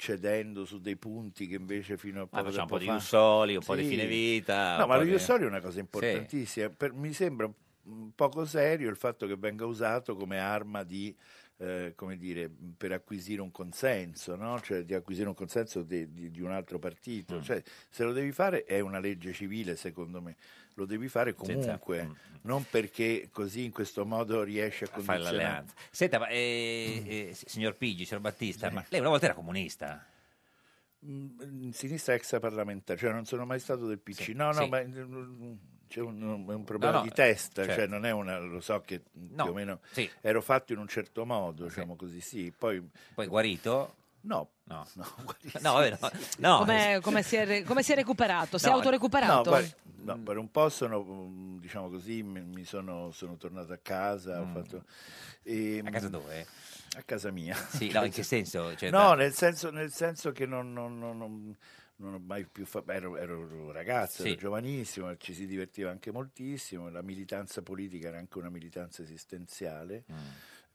S16: cedendo su dei punti che invece fino a poco
S2: Ma facciamo un po'
S16: tempo
S2: di
S16: fa-
S2: Jussoli, un po' di
S16: Sì.
S2: fine vita.
S16: No,
S2: un
S16: ma
S2: po'
S16: lo
S2: di-
S16: Jussoli è una cosa
S2: Sì.
S16: importantissima. Per- mi sembra un poco serio il fatto che venga usato come arma di eh, come dire, per acquisire un consenso, no? cioè di acquisire un consenso de- di, di un altro partito.
S2: Mm.
S16: Cioè, se lo devi fare è una legge civile, secondo me. Lo devi fare comunque, non perché così in questo modo riesci a
S2: a fare
S16: condizionare.
S2: Mm. l'alleanza. Senta, ma, eh, eh, s- signor Pigi, signor
S16: Eh.
S2: Battista, ma lei una volta era comunista.
S16: Mm, in sinistra extraparlamentare, cioè non sono mai stato del PC.
S2: Sì,
S16: no, no,
S2: sì.
S16: ma mm, c'è un, un problema
S2: No, no,
S16: di testa,
S2: certo.
S16: cioè non è una, lo so che mm,
S2: No,
S16: più o meno
S2: sì.
S16: ero fatto in un certo modo, diciamo così, sì. Poi,
S2: Poi guarito?
S16: No.
S2: No,
S16: [laughs] no,
S2: no, vabbè, no. no.
S1: Come, come si è, re- come si è recuperato? si è
S16: Ah, No, No,
S1: autorecuperato?
S16: guarda, no, per un po' sono, mm, diciamo così, mi, mi sono, sono tornato a casa.
S2: Mm.
S16: Ho fatto, e,
S2: A casa
S16: mm,
S2: dove?
S16: A casa mia. [laughs]
S2: Sì, no, in che senso? Cioè,
S16: no,
S2: da-
S16: nel senso, nel senso che non, non- non- non- non ho mai più fatto. Ero, ero ragazzo,
S2: Sì.
S16: ero giovanissimo, ci si divertiva anche moltissimo. La militanza politica era anche una militanza esistenziale.
S2: Mm.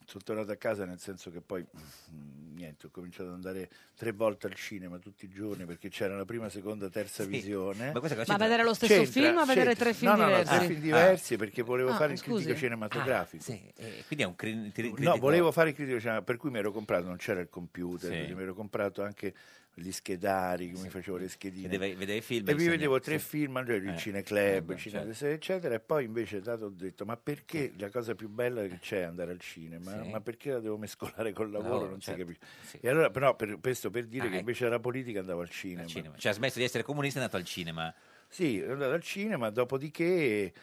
S16: Sono tornato a casa nel senso che poi mm, niente, ho cominciato ad andare tre volte al cinema tutti i giorni perché c'era la prima, seconda, terza visione.
S2: Ma questa cosa
S1: Ma c'entra? vedere lo stesso film o a vedere tre film
S16: No, no, no,
S1: diversi?
S16: tre film
S1: Ah.
S16: diversi perché volevo
S1: Ah,
S16: fare il
S1: scusi.
S16: critico cinematografico.
S2: Eh, quindi è un cri- tri- critico-
S16: No, volevo fare il critico cinematografico, per cui mi ero comprato, non c'era il computer,
S2: Sì.
S16: quindi mi ero comprato anche gli schedari, che mi facevo le schedine.
S2: Vedeva- vedeva i film
S16: e
S2: e
S16: mi vedevo
S2: segna-
S16: tre
S2: sì.
S16: film, al giorno,
S2: Eh,
S16: il Cineclub,
S2: eh,
S16: il Cinema,
S2: certo.
S16: eccetera, e poi invece dato ho detto, ma perché la cosa più bella che c'è è andare al cinema,
S2: Sì.
S16: ma perché la devo mescolare col lavoro,
S2: Lavoro,
S16: non
S2: certo.
S16: si capisce.
S2: Sì.
S16: E allora, però, per, questo per dire
S2: Ah,
S16: che
S2: ecco.
S16: invece della politica andavo al cinema.
S2: cinema. Cioè ha smesso di essere comunista e è andato al cinema.
S16: Sì, è andato al cinema, dopodiché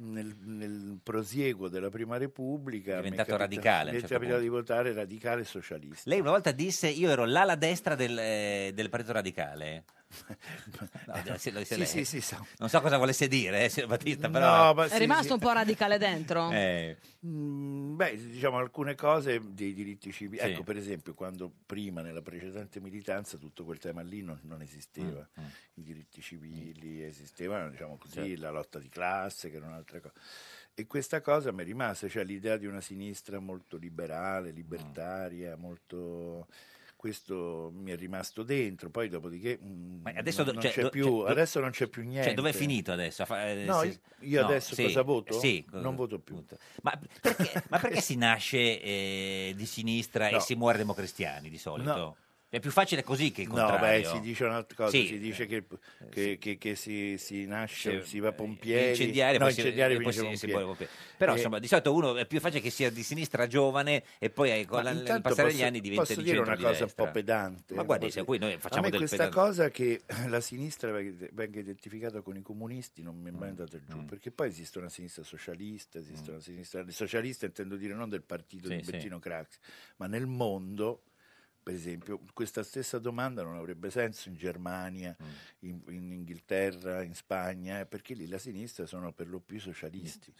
S16: nel, nel prosieguo della Prima Repubblica mi è
S2: Diventato
S16: capita-
S2: radicale, a un
S16: Mi è
S2: certo
S16: capitato di
S2: punto.
S16: votare radicale socialista.
S2: Lei una volta disse io ero l'ala destra del, eh, del Partito
S16: [laughs]
S2: Radicale. No, sì, lo disse
S16: Eh, Sì,
S2: lei.
S16: sì, sì, so.
S2: Non so cosa volesse dire, eh, signor Battista, però...
S16: No, ma
S1: È rimasto un po' radicale dentro?
S2: Eh,
S16: Mm, Beh, diciamo alcune cose dei diritti civili.
S2: Sì.
S16: Ecco, per esempio, quando prima nella precedente militanza tutto quel tema lì non, non esisteva. I diritti civili esistevano, diciamo così,
S2: Mm, Certo.
S16: la lotta di classe, che era un'altra cosa. E questa cosa mi è rimasta, cioè l'idea di una sinistra molto liberale, libertaria,
S2: Mm.
S16: molto. Questo mi è rimasto dentro, poi dopodiché mm,
S2: Ma adesso
S16: non,
S2: do-
S16: non
S2: cioè,
S16: c'è
S2: do-
S16: più,
S2: cioè, do-
S16: adesso non c'è più niente.
S2: Cioè, dov'è finito adesso? Fa- eh,
S16: No,
S2: se-
S16: io
S2: no,
S16: adesso
S2: sì,
S16: cosa voto?
S2: sì, cosa-
S16: non voto più.
S2: Ma perché, ma
S16: [laughs]
S2: perché si nasce eh, di sinistra e
S16: No.
S2: si muore democristiani di solito?
S16: No.
S2: È più facile così che il
S16: No, beh,
S2: contrario.
S16: si dice un'altra cosa,
S2: Sì. eh,
S16: si dice che, che- che- che si, si nasce,
S2: Sì,
S16: Cioè, si va
S2: Di
S16: pompieri,
S2: Cioè, eh, incendiare,
S16: no,
S2: poi si-
S16: incendiare
S2: e poi
S16: finisce
S2: si- si
S16: pompieri.
S2: muore pompieri. però
S16: Eh,
S2: insomma di solito uno è più facile che sia di sinistra giovane e poi eh, con
S16: ma
S2: la- il
S16: intanto
S2: passare degli
S16: posso-
S2: anni diventa
S16: posso
S2: di
S16: dire
S2: centro
S16: una
S2: di
S16: cosa un
S2: destra.
S16: po' pedante. eh,
S2: ma guardi
S16: Posso-
S2: se qui noi facciamo
S16: a me
S2: del
S16: questa
S2: pedante.
S16: cosa che [clears throat] la sinistra venga venga identificata con i comunisti non mi è
S2: Mm.
S16: mai andata giù, perché poi esiste una sinistra socialista, esiste una sinistra socialista intendo dire non del partito
S2: Sì,
S16: di
S2: sì.
S16: Bettino Craxi, ma nel mondo per esempio, questa stessa domanda non avrebbe senso in Germania,
S2: Mm.
S16: in, in Inghilterra, in Spagna, eh, perché lì la sinistra sono per lo più socialisti.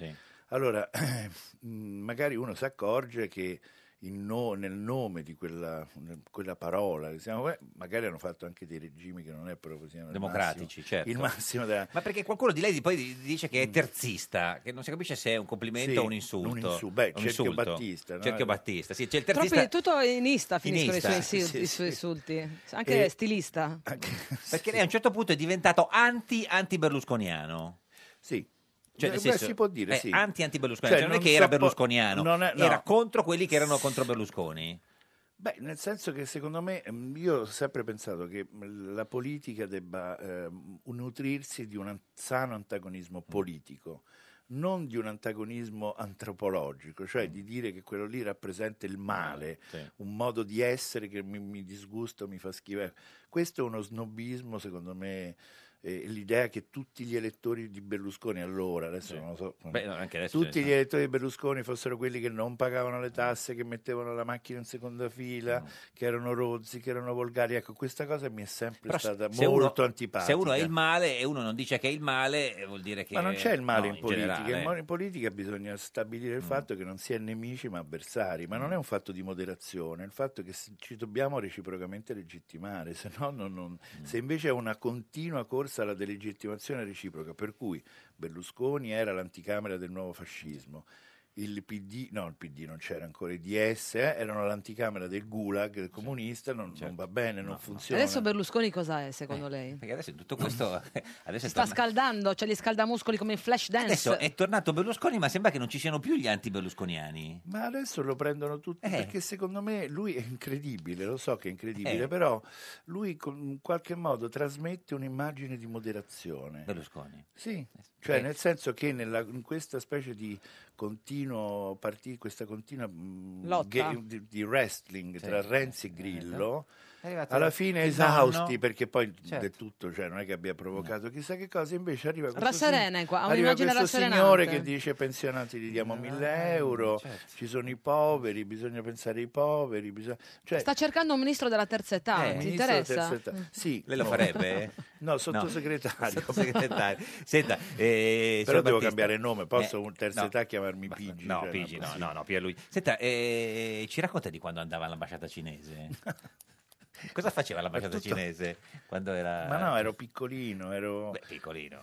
S16: Allora, [clears throat] mm, magari uno si accorge che in no- nel nome di quella, nel- quella parola, che siamo- eh, magari hanno fatto anche dei regimi che non è proprio siano il
S2: democratici,
S16: massimo-
S2: certo.
S16: Il massimo della,
S2: Ma perché qualcuno di lei poi di- dice che è terzista, che non si capisce se è un complimento
S16: Sì,
S2: o un insulto.
S16: un insu- beh,
S2: Un
S16: Cerchio Battista, no?
S2: Cerchio Battista, sì, c'è il
S1: Troppi-
S2: terzista.
S1: tutto inista finiscono i suoi,
S2: Inista.
S1: insi-
S2: Sì,
S1: i
S2: sì.
S1: suoi insulti. Anche
S2: E-
S1: stilista.
S2: Perché lei a un certo punto è diventato anti anti berlusconiano.
S16: Sì.
S2: Cioè, nel
S16: Beh,
S2: senso,
S16: si può dire,
S2: eh,
S16: sì.
S2: anti anti berlusconiano,
S16: Cioè,
S2: non, è
S16: non
S2: che era
S16: soppo-
S2: berlusconiano,
S16: non è- no.
S2: era contro quelli che erano contro Berlusconi.
S16: Beh, nel senso che secondo me mm, io ho sempre pensato che mm, la politica debba ehm, nutrirsi di un an- sano antagonismo
S2: Mm.
S16: politico, non di un antagonismo antropologico,
S2: Mm.
S16: cioè di dire che quello lì rappresenta il male,
S2: Sì.
S16: un modo di essere che mi, mi disgusta, mi fa schifo. Ecco, Questo è uno snobismo, secondo me. eh, l'idea che tutti gli elettori di Berlusconi allora, adesso non lo so,
S2: Beh, no, anche adesso ce
S16: tutti
S2: ne
S16: gli elettori di Berlusconi fossero quelli che non pagavano le tasse, che mettevano la macchina in seconda
S2: Mm.
S16: fila, che erano rozzi, che erano volgari. Ecco, questa cosa mi è sempre
S2: Però se-
S16: stata
S2: se uno-
S16: molto antipatica.
S2: Se uno è il male e uno non dice che è il male, eh, vuol dire che
S16: Ma non c'è il male
S2: no,
S16: in politica,
S2: generale. Mm.
S16: in, mo- in politica bisogna stabilire il fatto che non si è nemici ma avversari, ma non è un fatto di moderazione, è il fatto che si- ci dobbiamo reciprocamente legittimare, se, no non- non-
S2: Mm.
S16: se invece è una continua corsa alla delegittimazione reciproca, per cui Berlusconi era l'anticamera del nuovo fascismo. il PD, no il PD non c'era ancora, i DS, eh, erano l'anticamera del gulag del comunista, non,
S2: certo.
S16: non va bene, non funziona.
S1: Adesso Berlusconi cosa è secondo
S16: Eh,
S1: lei?
S2: Perché adesso tutto questo
S16: [laughs]
S2: adesso è
S1: Sta
S2: torna-
S1: scaldando, c'ha gli scaldamuscoli come in flash dance.
S16: eh,
S2: Adesso è tornato Berlusconi, ma sembra che non ci siano più gli anti-berlusconiani.
S16: Ma adesso lo prendono tutti
S2: Eh.
S16: perché secondo me lui è incredibile, lo so che è incredibile,
S2: Eh.
S16: però lui con- in qualche modo trasmette un'immagine di moderazione.
S2: Berlusconi.
S16: Sì, cioè
S2: Eh.
S16: nel senso che nella- in questa specie di continuo parti- questa continua mm,
S2: Lotta.
S16: di, di wrestling
S2: Sì. esatto.
S16: tra Renzi e Grillo,
S2: È arrivato
S16: alla fine
S2: il
S16: esausti
S2: nonno.
S16: perché poi
S2: Certo.
S16: del tutto cioè, non è che abbia provocato chissà che cosa, invece arriva questo,
S1: Rasserena è qua, ha
S16: arriva
S1: un'immagine
S16: questo
S1: rasserenante.
S16: signore che dice ai pensionati gli diamo 1000 euro,
S2: certo.
S16: ci sono i poveri, bisogna pensare ai poveri, bisogna... cioè,
S1: Sta cercando un ministro della terza età,
S16: eh,
S1: ti
S16: ministro della
S1: interessa?
S16: terza età. Sì,
S2: Lei lo
S16: no.
S2: farebbe? eh?
S16: [laughs] No, sottosegretario.
S2: [laughs] Sottosegretario. Senta, eh,
S16: Però
S2: signor
S16: devo
S2: Battista-
S16: cambiare nome, posso
S2: Eh,
S16: un terza
S2: no.
S16: età chiamarmi Pigi?
S2: No,
S16: cioè,
S2: Pigi,
S16: no,
S2: no,
S16: sì.
S2: no, no, Pierluigi. Senta, eh, ci racconta di quando andava all'ambasciata
S16: [laughs]
S2: cinese? Cosa faceva l'ambasciata
S16: tutto-
S2: cinese quando era...
S16: Ma no, ero piccolino, ero...
S2: piccolino.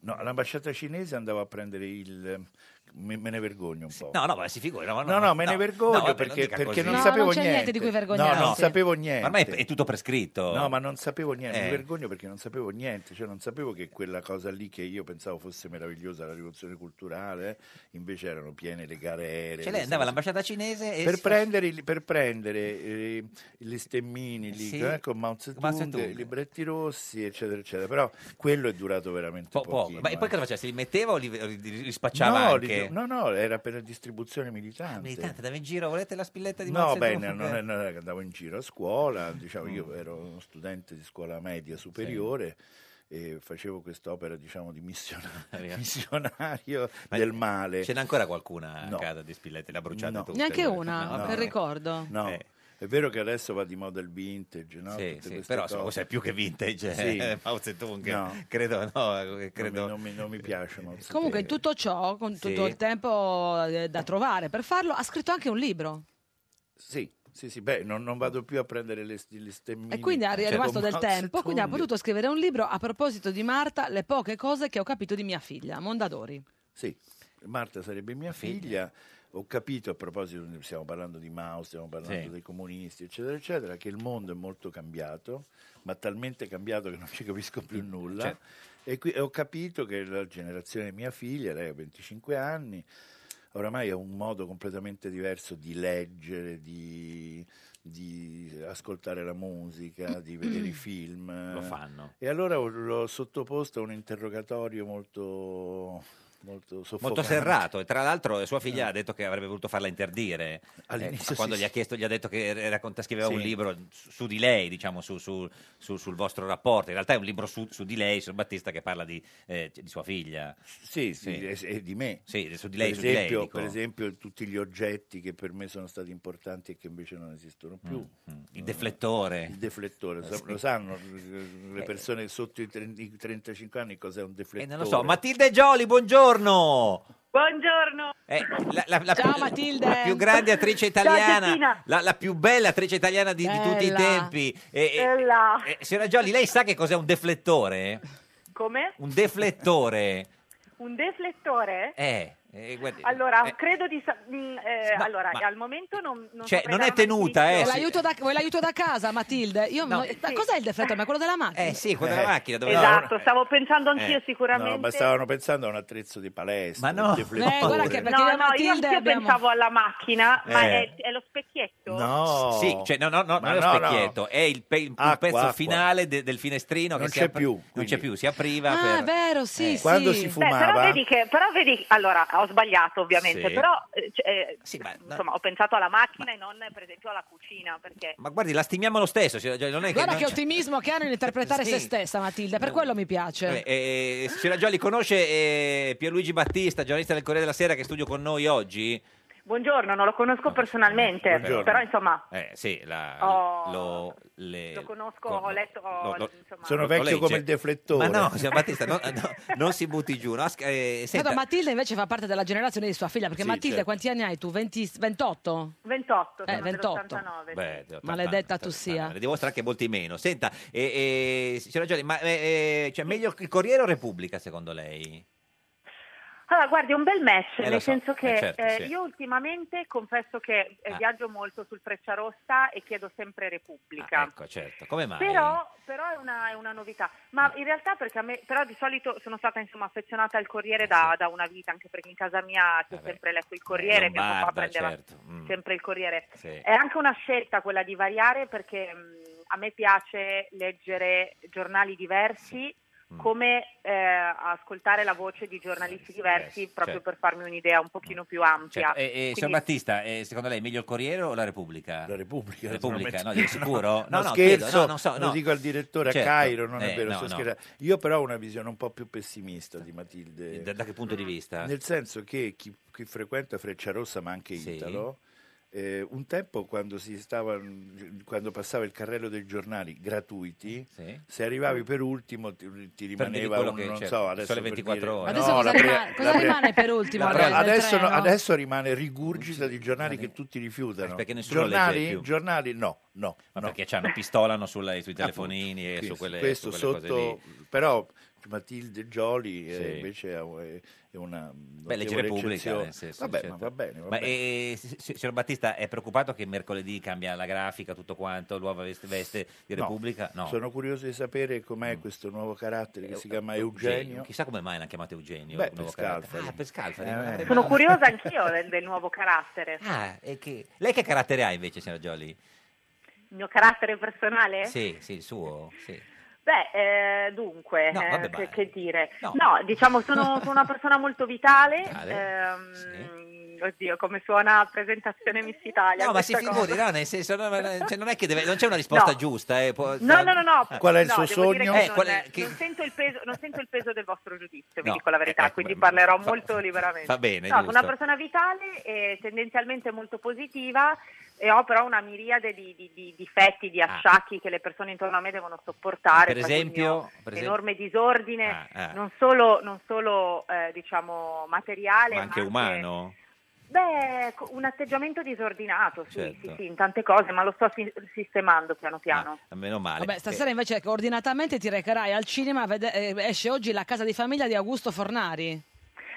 S16: No, all'ambasciata cinese andavo a prendere il... Me, me ne vergogno un po'.
S2: No, no, ma si figuri. No,
S16: No, no, me ne vergogno
S2: vabbè,
S16: perché-
S2: dica
S16: perché
S2: così.
S16: non No, sapevo non c'è niente.
S1: Niente di cui
S16: No,
S1: vergognarsi.
S16: non sapevo niente.
S2: Ormai è, è tutto prescritto.
S16: No, ma non sapevo niente, mi
S2: Eh.
S16: vergogno perché non sapevo niente, cioè non sapevo che quella cosa lì che io pensavo fosse meravigliosa, la rivoluzione culturale, eh, invece erano piene le gare aeree.
S2: Cioè lei andava all'ambasciata cinese e...
S16: per
S2: si-
S16: prendere, il- per prendere eh, gli stemmini lì,
S2: Sì.
S16: eh, con Mao
S2: Mao
S16: Zedong,
S2: Zedong.
S16: i libretti rossi, eccetera, eccetera. Però quello è durato veramente
S2: Po-
S16: poco.
S2: poco. Ma e poi cosa faceva? Si li metteva o li, o li- li rispacciava
S16: No,
S2: anche?
S16: li- no, no, era per la distribuzione militante.
S2: Militante, andava in giro, volete la spilletta di
S16: No,
S2: Mao
S16: beh,
S2: Zedong?
S16: non è- non era che andavo in giro a scuola, diciamo,
S2: Mm.
S16: io ero uno studente di scuola media superiore e facevo quest'opera, diciamo, di missionario, [laughs] missionario del male.
S2: Ce n'è ancora qualcuna a
S16: No.
S2: casa di spillette? La bruciate
S16: No.
S2: tutte?
S1: Neanche una,
S2: No,
S1: per
S2: no. Eh.
S1: ricordo.
S16: No, è vero che adesso va di moda il vintage, no?
S2: Sì,
S16: Tutte
S2: sì,
S16: queste
S2: però
S16: cose.
S2: insomma, cioè, più che vintage eh, [laughs]
S16: Sì.
S2: Mao Zedong
S16: No.
S2: credo no eh, credo
S16: Non, mi, non mi piace Mao Zedong.
S1: Comunque, in tutto ciò, con
S16: Sì.
S1: tutto il tempo eh, da trovare per farlo, ha scritto anche un libro.
S16: Sì, sì, sì, beh, non, non vado più a prendere le, st- le stemmine.
S1: E
S2: Eh,
S1: quindi è
S16: Cioè,
S1: rimasto
S2: certo.
S16: con
S1: del
S16: Mao
S1: tempo, quindi ha
S16: Zedong.
S1: potuto scrivere un libro a proposito di Marta, le poche cose che ho capito di mia figlia, Mondadori.
S16: Sì, Marta sarebbe mia figlia. Ho capito a proposito, stiamo parlando di Mao, stiamo parlando
S2: Sì.
S16: dei comunisti, eccetera, eccetera, che il mondo è molto cambiato, ma talmente cambiato che non ci capisco più nulla.
S2: Certo.
S16: E, qui, e ho capito che la generazione di mia figlia, lei ha 25 anni, oramai ha un modo completamente diverso di leggere, di, di ascoltare la musica, di vedere i film.
S2: Mm. Lo fanno.
S16: E allora l'ho sottoposto a un interrogatorio molto, molto soffocante.
S2: Molto serrato, e tra l'altro sua figlia ha detto che avrebbe voluto farla interdire.
S16: All'inizio
S2: Eh, quando
S16: sì,
S2: gli ha
S16: sì.
S2: chiesto, gli ha detto che r- racconta, scriveva
S16: Sì.
S2: un libro su, su di lei, diciamo, su- su- su- sul vostro rapporto. In realtà è un libro su, su di lei, su Battista, che parla di, eh, di sua figlia.
S16: Sì, sì, e- e di me.
S2: Sì, su di lei,
S16: per
S2: su di lei,
S16: esempio,
S2: dico.
S16: per esempio, tutti gli oggetti che per me sono stati importanti e che invece non esistono più.
S2: Mm, mm. Il deflettore. Eh,
S16: Il deflettore, sa-
S2: Sì.
S16: lo sanno eh, le persone sotto i, tre- i 35 anni cos'è un
S2: E
S16: deflettore?
S2: Eh, non lo so. Matilde Gioli, buongiorno!
S17: Buongiorno.
S2: Eh, la, la- la-
S17: Ciao,
S2: la-
S17: Matilde.
S2: la più grande attrice
S17: Ciao,
S2: italiana,
S17: Giorgina.
S2: la, la più bella attrice italiana di, di tutti i
S17: Bella.
S2: tempi. Eh, eh,
S17: Bella.
S2: eh, signora Gioli, lei sa che cos'è un deflettore?
S17: Come?
S2: Un deflettore.
S17: Un deflettore?
S2: Eh, eh, guardi-
S17: Allora,
S2: eh,
S17: credo di... sa- mm, eh,
S2: No,
S17: allora,
S2: ma-
S17: al momento non... non
S2: Cioè,
S17: saprei
S2: non è
S17: dare una
S2: tenuta,
S17: definizione.
S2: eh,
S1: Vuoi
S2: sì.
S1: l'aiuto da- vuoi l'aiuto da casa, Matilde? Io
S2: No.
S1: no- ma Cos'è il deflettore? Ma quello della macchina?
S2: Eh sì, quello della macchina. Dove
S17: Eh, Esatto, stavo pensando
S16: Eh,
S17: anch'io sicuramente.
S16: No, ma stavano pensando a un attrezzo di palestra,
S2: Ma no.
S16: un deflettore.
S1: Eh, guarda che- perché
S17: No,
S1: io e
S17: no,
S1: Matilde
S17: io anch'io
S1: abbiamo-
S17: pensavo alla macchina, ma
S2: Eh.
S17: è, è lo specchietto?
S16: No.
S2: Sì, cioè, no, no, no,
S16: Ma
S2: non è lo
S16: no,
S2: specchietto,
S16: no.
S2: è il pe- un
S16: Acqua,
S2: pezzo
S16: acqua.
S2: finale de- del finestrino
S16: Non
S2: che si
S16: c'è
S2: apre-
S16: più,
S2: non
S16: quindi.
S2: c'è più, si apriva
S1: Ah,
S2: per... Eh.
S1: è vero, sì, sì.
S16: Quando si
S17: Beh,
S16: fumava-
S17: però vedi che, però vedi, allora ho sbagliato ovviamente,
S2: Sì.
S17: però eh, c- eh, insomma ho pensato alla macchina e non per esempio alla cucina, perché
S2: Ma guardi, la stimiamo lo stesso, signora Gioli, non è che...
S1: Guarda
S2: non
S1: che
S2: c'è-
S1: ottimismo che ha nell'interpretare
S2: Sì.
S1: se stessa, Matilde, per quello mi piace.
S2: Vabbè, eh, signora Gioli, conosce eh, Pierluigi Battista, giornalista del Corriere della Sera, che è in studio con noi oggi?
S17: buongiorno, non lo conosco personalmente,
S2: buongiorno.
S17: però insomma
S2: Eh, sì, la-
S17: Oh,
S2: lo, le-
S17: lo conosco, ho letto, ho-
S2: lo- lo-
S17: insomma,
S16: Sono
S2: lo
S16: vecchio
S2: legge.
S16: come il deflettore.
S2: Ma no, signor Battista, no, no, non si butti giù. no, as- eh, senta,
S1: Guarda, Matilde invece fa parte della generazione di sua figlia, perché
S2: Sì,
S1: Matilde
S2: certo.
S1: quanti anni hai tu? 20 28?
S17: 28,
S1: Eh,
S17: sono
S1: 28.
S17: dell'89.
S2: Beh, d-
S1: Maledetta tu
S2: Ah,
S1: sia.
S2: ne dimostra anche molti meno. Senta, eh, eh, signora Gioli, ma eh, eh, cioè, meglio il Corriere o Repubblica secondo lei?
S17: Allora, guardi, è un bel match,
S18: Eh, lo
S17: Cioè, nel
S18: so.
S17: senso che
S18: Eh, certo,
S17: eh,
S18: sì.
S17: io ultimamente confesso che eh,
S2: Ah.
S17: viaggio molto sul Frecciarossa e chiedo sempre
S18: Ah,
S17: Repubblica.
S2: Ecco, certo. Come mai?
S17: Però, però è, una, è una novità, ma in realtà perché a me, però di solito sono stata insomma affezionata al
S18: Eh,
S17: Corriere da, da una vita, anche perché in casa mia si è sempre letto il Corriere, mio papà
S18: Lombarda,
S17: prendeva
S18: certo. Mm.
S17: sempre il Corriere.
S18: Sì.
S17: È anche una scelta quella di variare perché mh, a me piace leggere giornali diversi.
S2: Mm.
S17: Come eh, ascoltare la voce di giornalisti diversi proprio
S2: certo.
S17: per farmi un'idea un pochino più ampia.
S2: Certo. E, e, signor
S17: Quindi-
S2: Battista, eh, secondo lei è meglio il Corriere o la Repubblica? La
S16: Repubblica.
S2: Repubblica, [laughs] no,
S16: naturalmente.
S2: di
S16: [laughs]
S2: sicuro?
S16: No,
S2: chiedo,
S16: scherzo,
S2: non so,
S16: lo
S2: no.
S16: dico al direttore
S2: Certo.
S16: a Cairo, non
S2: Eh,
S16: è vero,
S2: no,
S16: sto
S2: no.
S16: scherzando. Io però ho una visione un po' più pessimista di Matilde.
S2: Eh, Da, da che punto di vista?
S16: Nel senso che chi, chi frequenta Frecciarossa, ma anche
S2: Sì.
S16: Italo, eh, un tempo quando, si stava, quando passava il carrello dei giornali gratuiti,
S2: Sì.
S16: se arrivavi per ultimo ti, ti
S2: Prendevi
S16: rimaneva
S2: quello
S16: un,
S2: che-
S16: non
S2: certo,
S16: so, adesso
S2: sole
S16: per
S2: 24
S16: dire-
S2: ore.
S16: No,
S2: Adesso cosa
S16: la pre-
S1: rimane- cosa
S16: la pre-
S1: rimane per ultimo
S16: la pre-
S1: adesso del
S16: adesso, no,
S1: treno?
S16: adesso rimane rigurgita di giornali che tutti rifiutano.
S2: Eh, Perché nessuno
S16: giornali,
S2: legge più.
S16: giornali no, no.
S2: Ma
S16: no.
S2: perché c'hanno, pistolano sulla- sui telefonini e
S16: Questo-
S2: Eh, su quelle,
S16: questo
S2: su quelle cose
S16: sotto,
S2: lì.
S16: però Matilde Gioli eh,
S2: Sì.
S16: invece è un- è una
S2: Beh, legge
S16: notevole
S2: Repubblica,
S16: eccezione.
S2: nel senso,
S16: Vabbè,
S2: certo.
S16: ma va bene, va
S2: Ma,
S16: bene.
S2: eh, si- si- signor Battista, è preoccupato che mercoledì cambia la grafica, tutto quanto, l'uova veste, veste di
S16: No,
S2: Repubblica? No. Mm. Eh,
S16: Sono curioso di sapere com'è questo nuovo carattere che si chiama
S2: Eugenio.
S16: Eugenio.
S2: Chissà come mai l'hanno chiamato Eugenio.
S16: Beh,
S2: il nuovo
S16: per
S2: carattere.
S16: Scalfari.
S2: Ah, per Scalfari.
S16: Eh,
S2: Ma- [laughs]
S16: eh.
S17: Sono curiosa anch'io del, del nuovo carattere.
S2: Ah, e che... Lei che carattere ha invece, signora Gioli?
S17: Il mio carattere personale?
S2: Sì, sì, il suo. Sì.
S17: Beh, eh, dunque,
S2: No,
S17: eh,
S2: vabbè,
S17: che,
S2: ma-
S17: che dire?
S2: no.
S17: No,
S2: [laughs]
S17: diciamo sono, sono una persona molto vitale.
S2: Vitale,
S17: ehm, Oddio, come suona presentazione Miss Italia.
S2: No, ma si
S17: questa
S2: figuri,
S17: cosa.
S2: no, nel senso, no, ma- cioè, non è che deve- non c'è una risposta
S17: No.
S2: giusta. Eh, può-
S17: No, no, no, no.
S2: Ah.
S17: no, devo dire che
S2: Eh,
S17: non,
S2: qual è- che-
S17: non sento il peso, non sento il peso del vostro giudizio, vi
S2: No,
S17: dico la verità,
S2: eh,
S17: quindi
S2: beh,
S17: parlerò
S2: fa-
S17: molto liberamente.
S2: fa bene,
S17: No, sono
S2: giusto.
S17: una persona vitale e tendenzialmente molto positiva e ho però una miriade di, di- di difetti, di acciacchi che le persone intorno a me devono sopportare.
S2: Ah. Per
S17: tra cui il
S2: esempio-
S17: mio
S2: per esempio-
S17: cioè, enorme disordine,
S2: Ah, ah.
S17: non solo, non solo, eh, diciamo materiale,
S2: ma anche umano?
S17: Beh, co- un atteggiamento disordinato, sì,
S2: Certo. Ah.
S17: sì, sì, in tante cose, ma lo sto si- sistemando piano piano.
S2: Meno male.
S1: Vabbè, stasera invece coordinatamente ti recherai al cinema, a vede- eh, esce oggi La casa di famiglia di Augusto Fornari.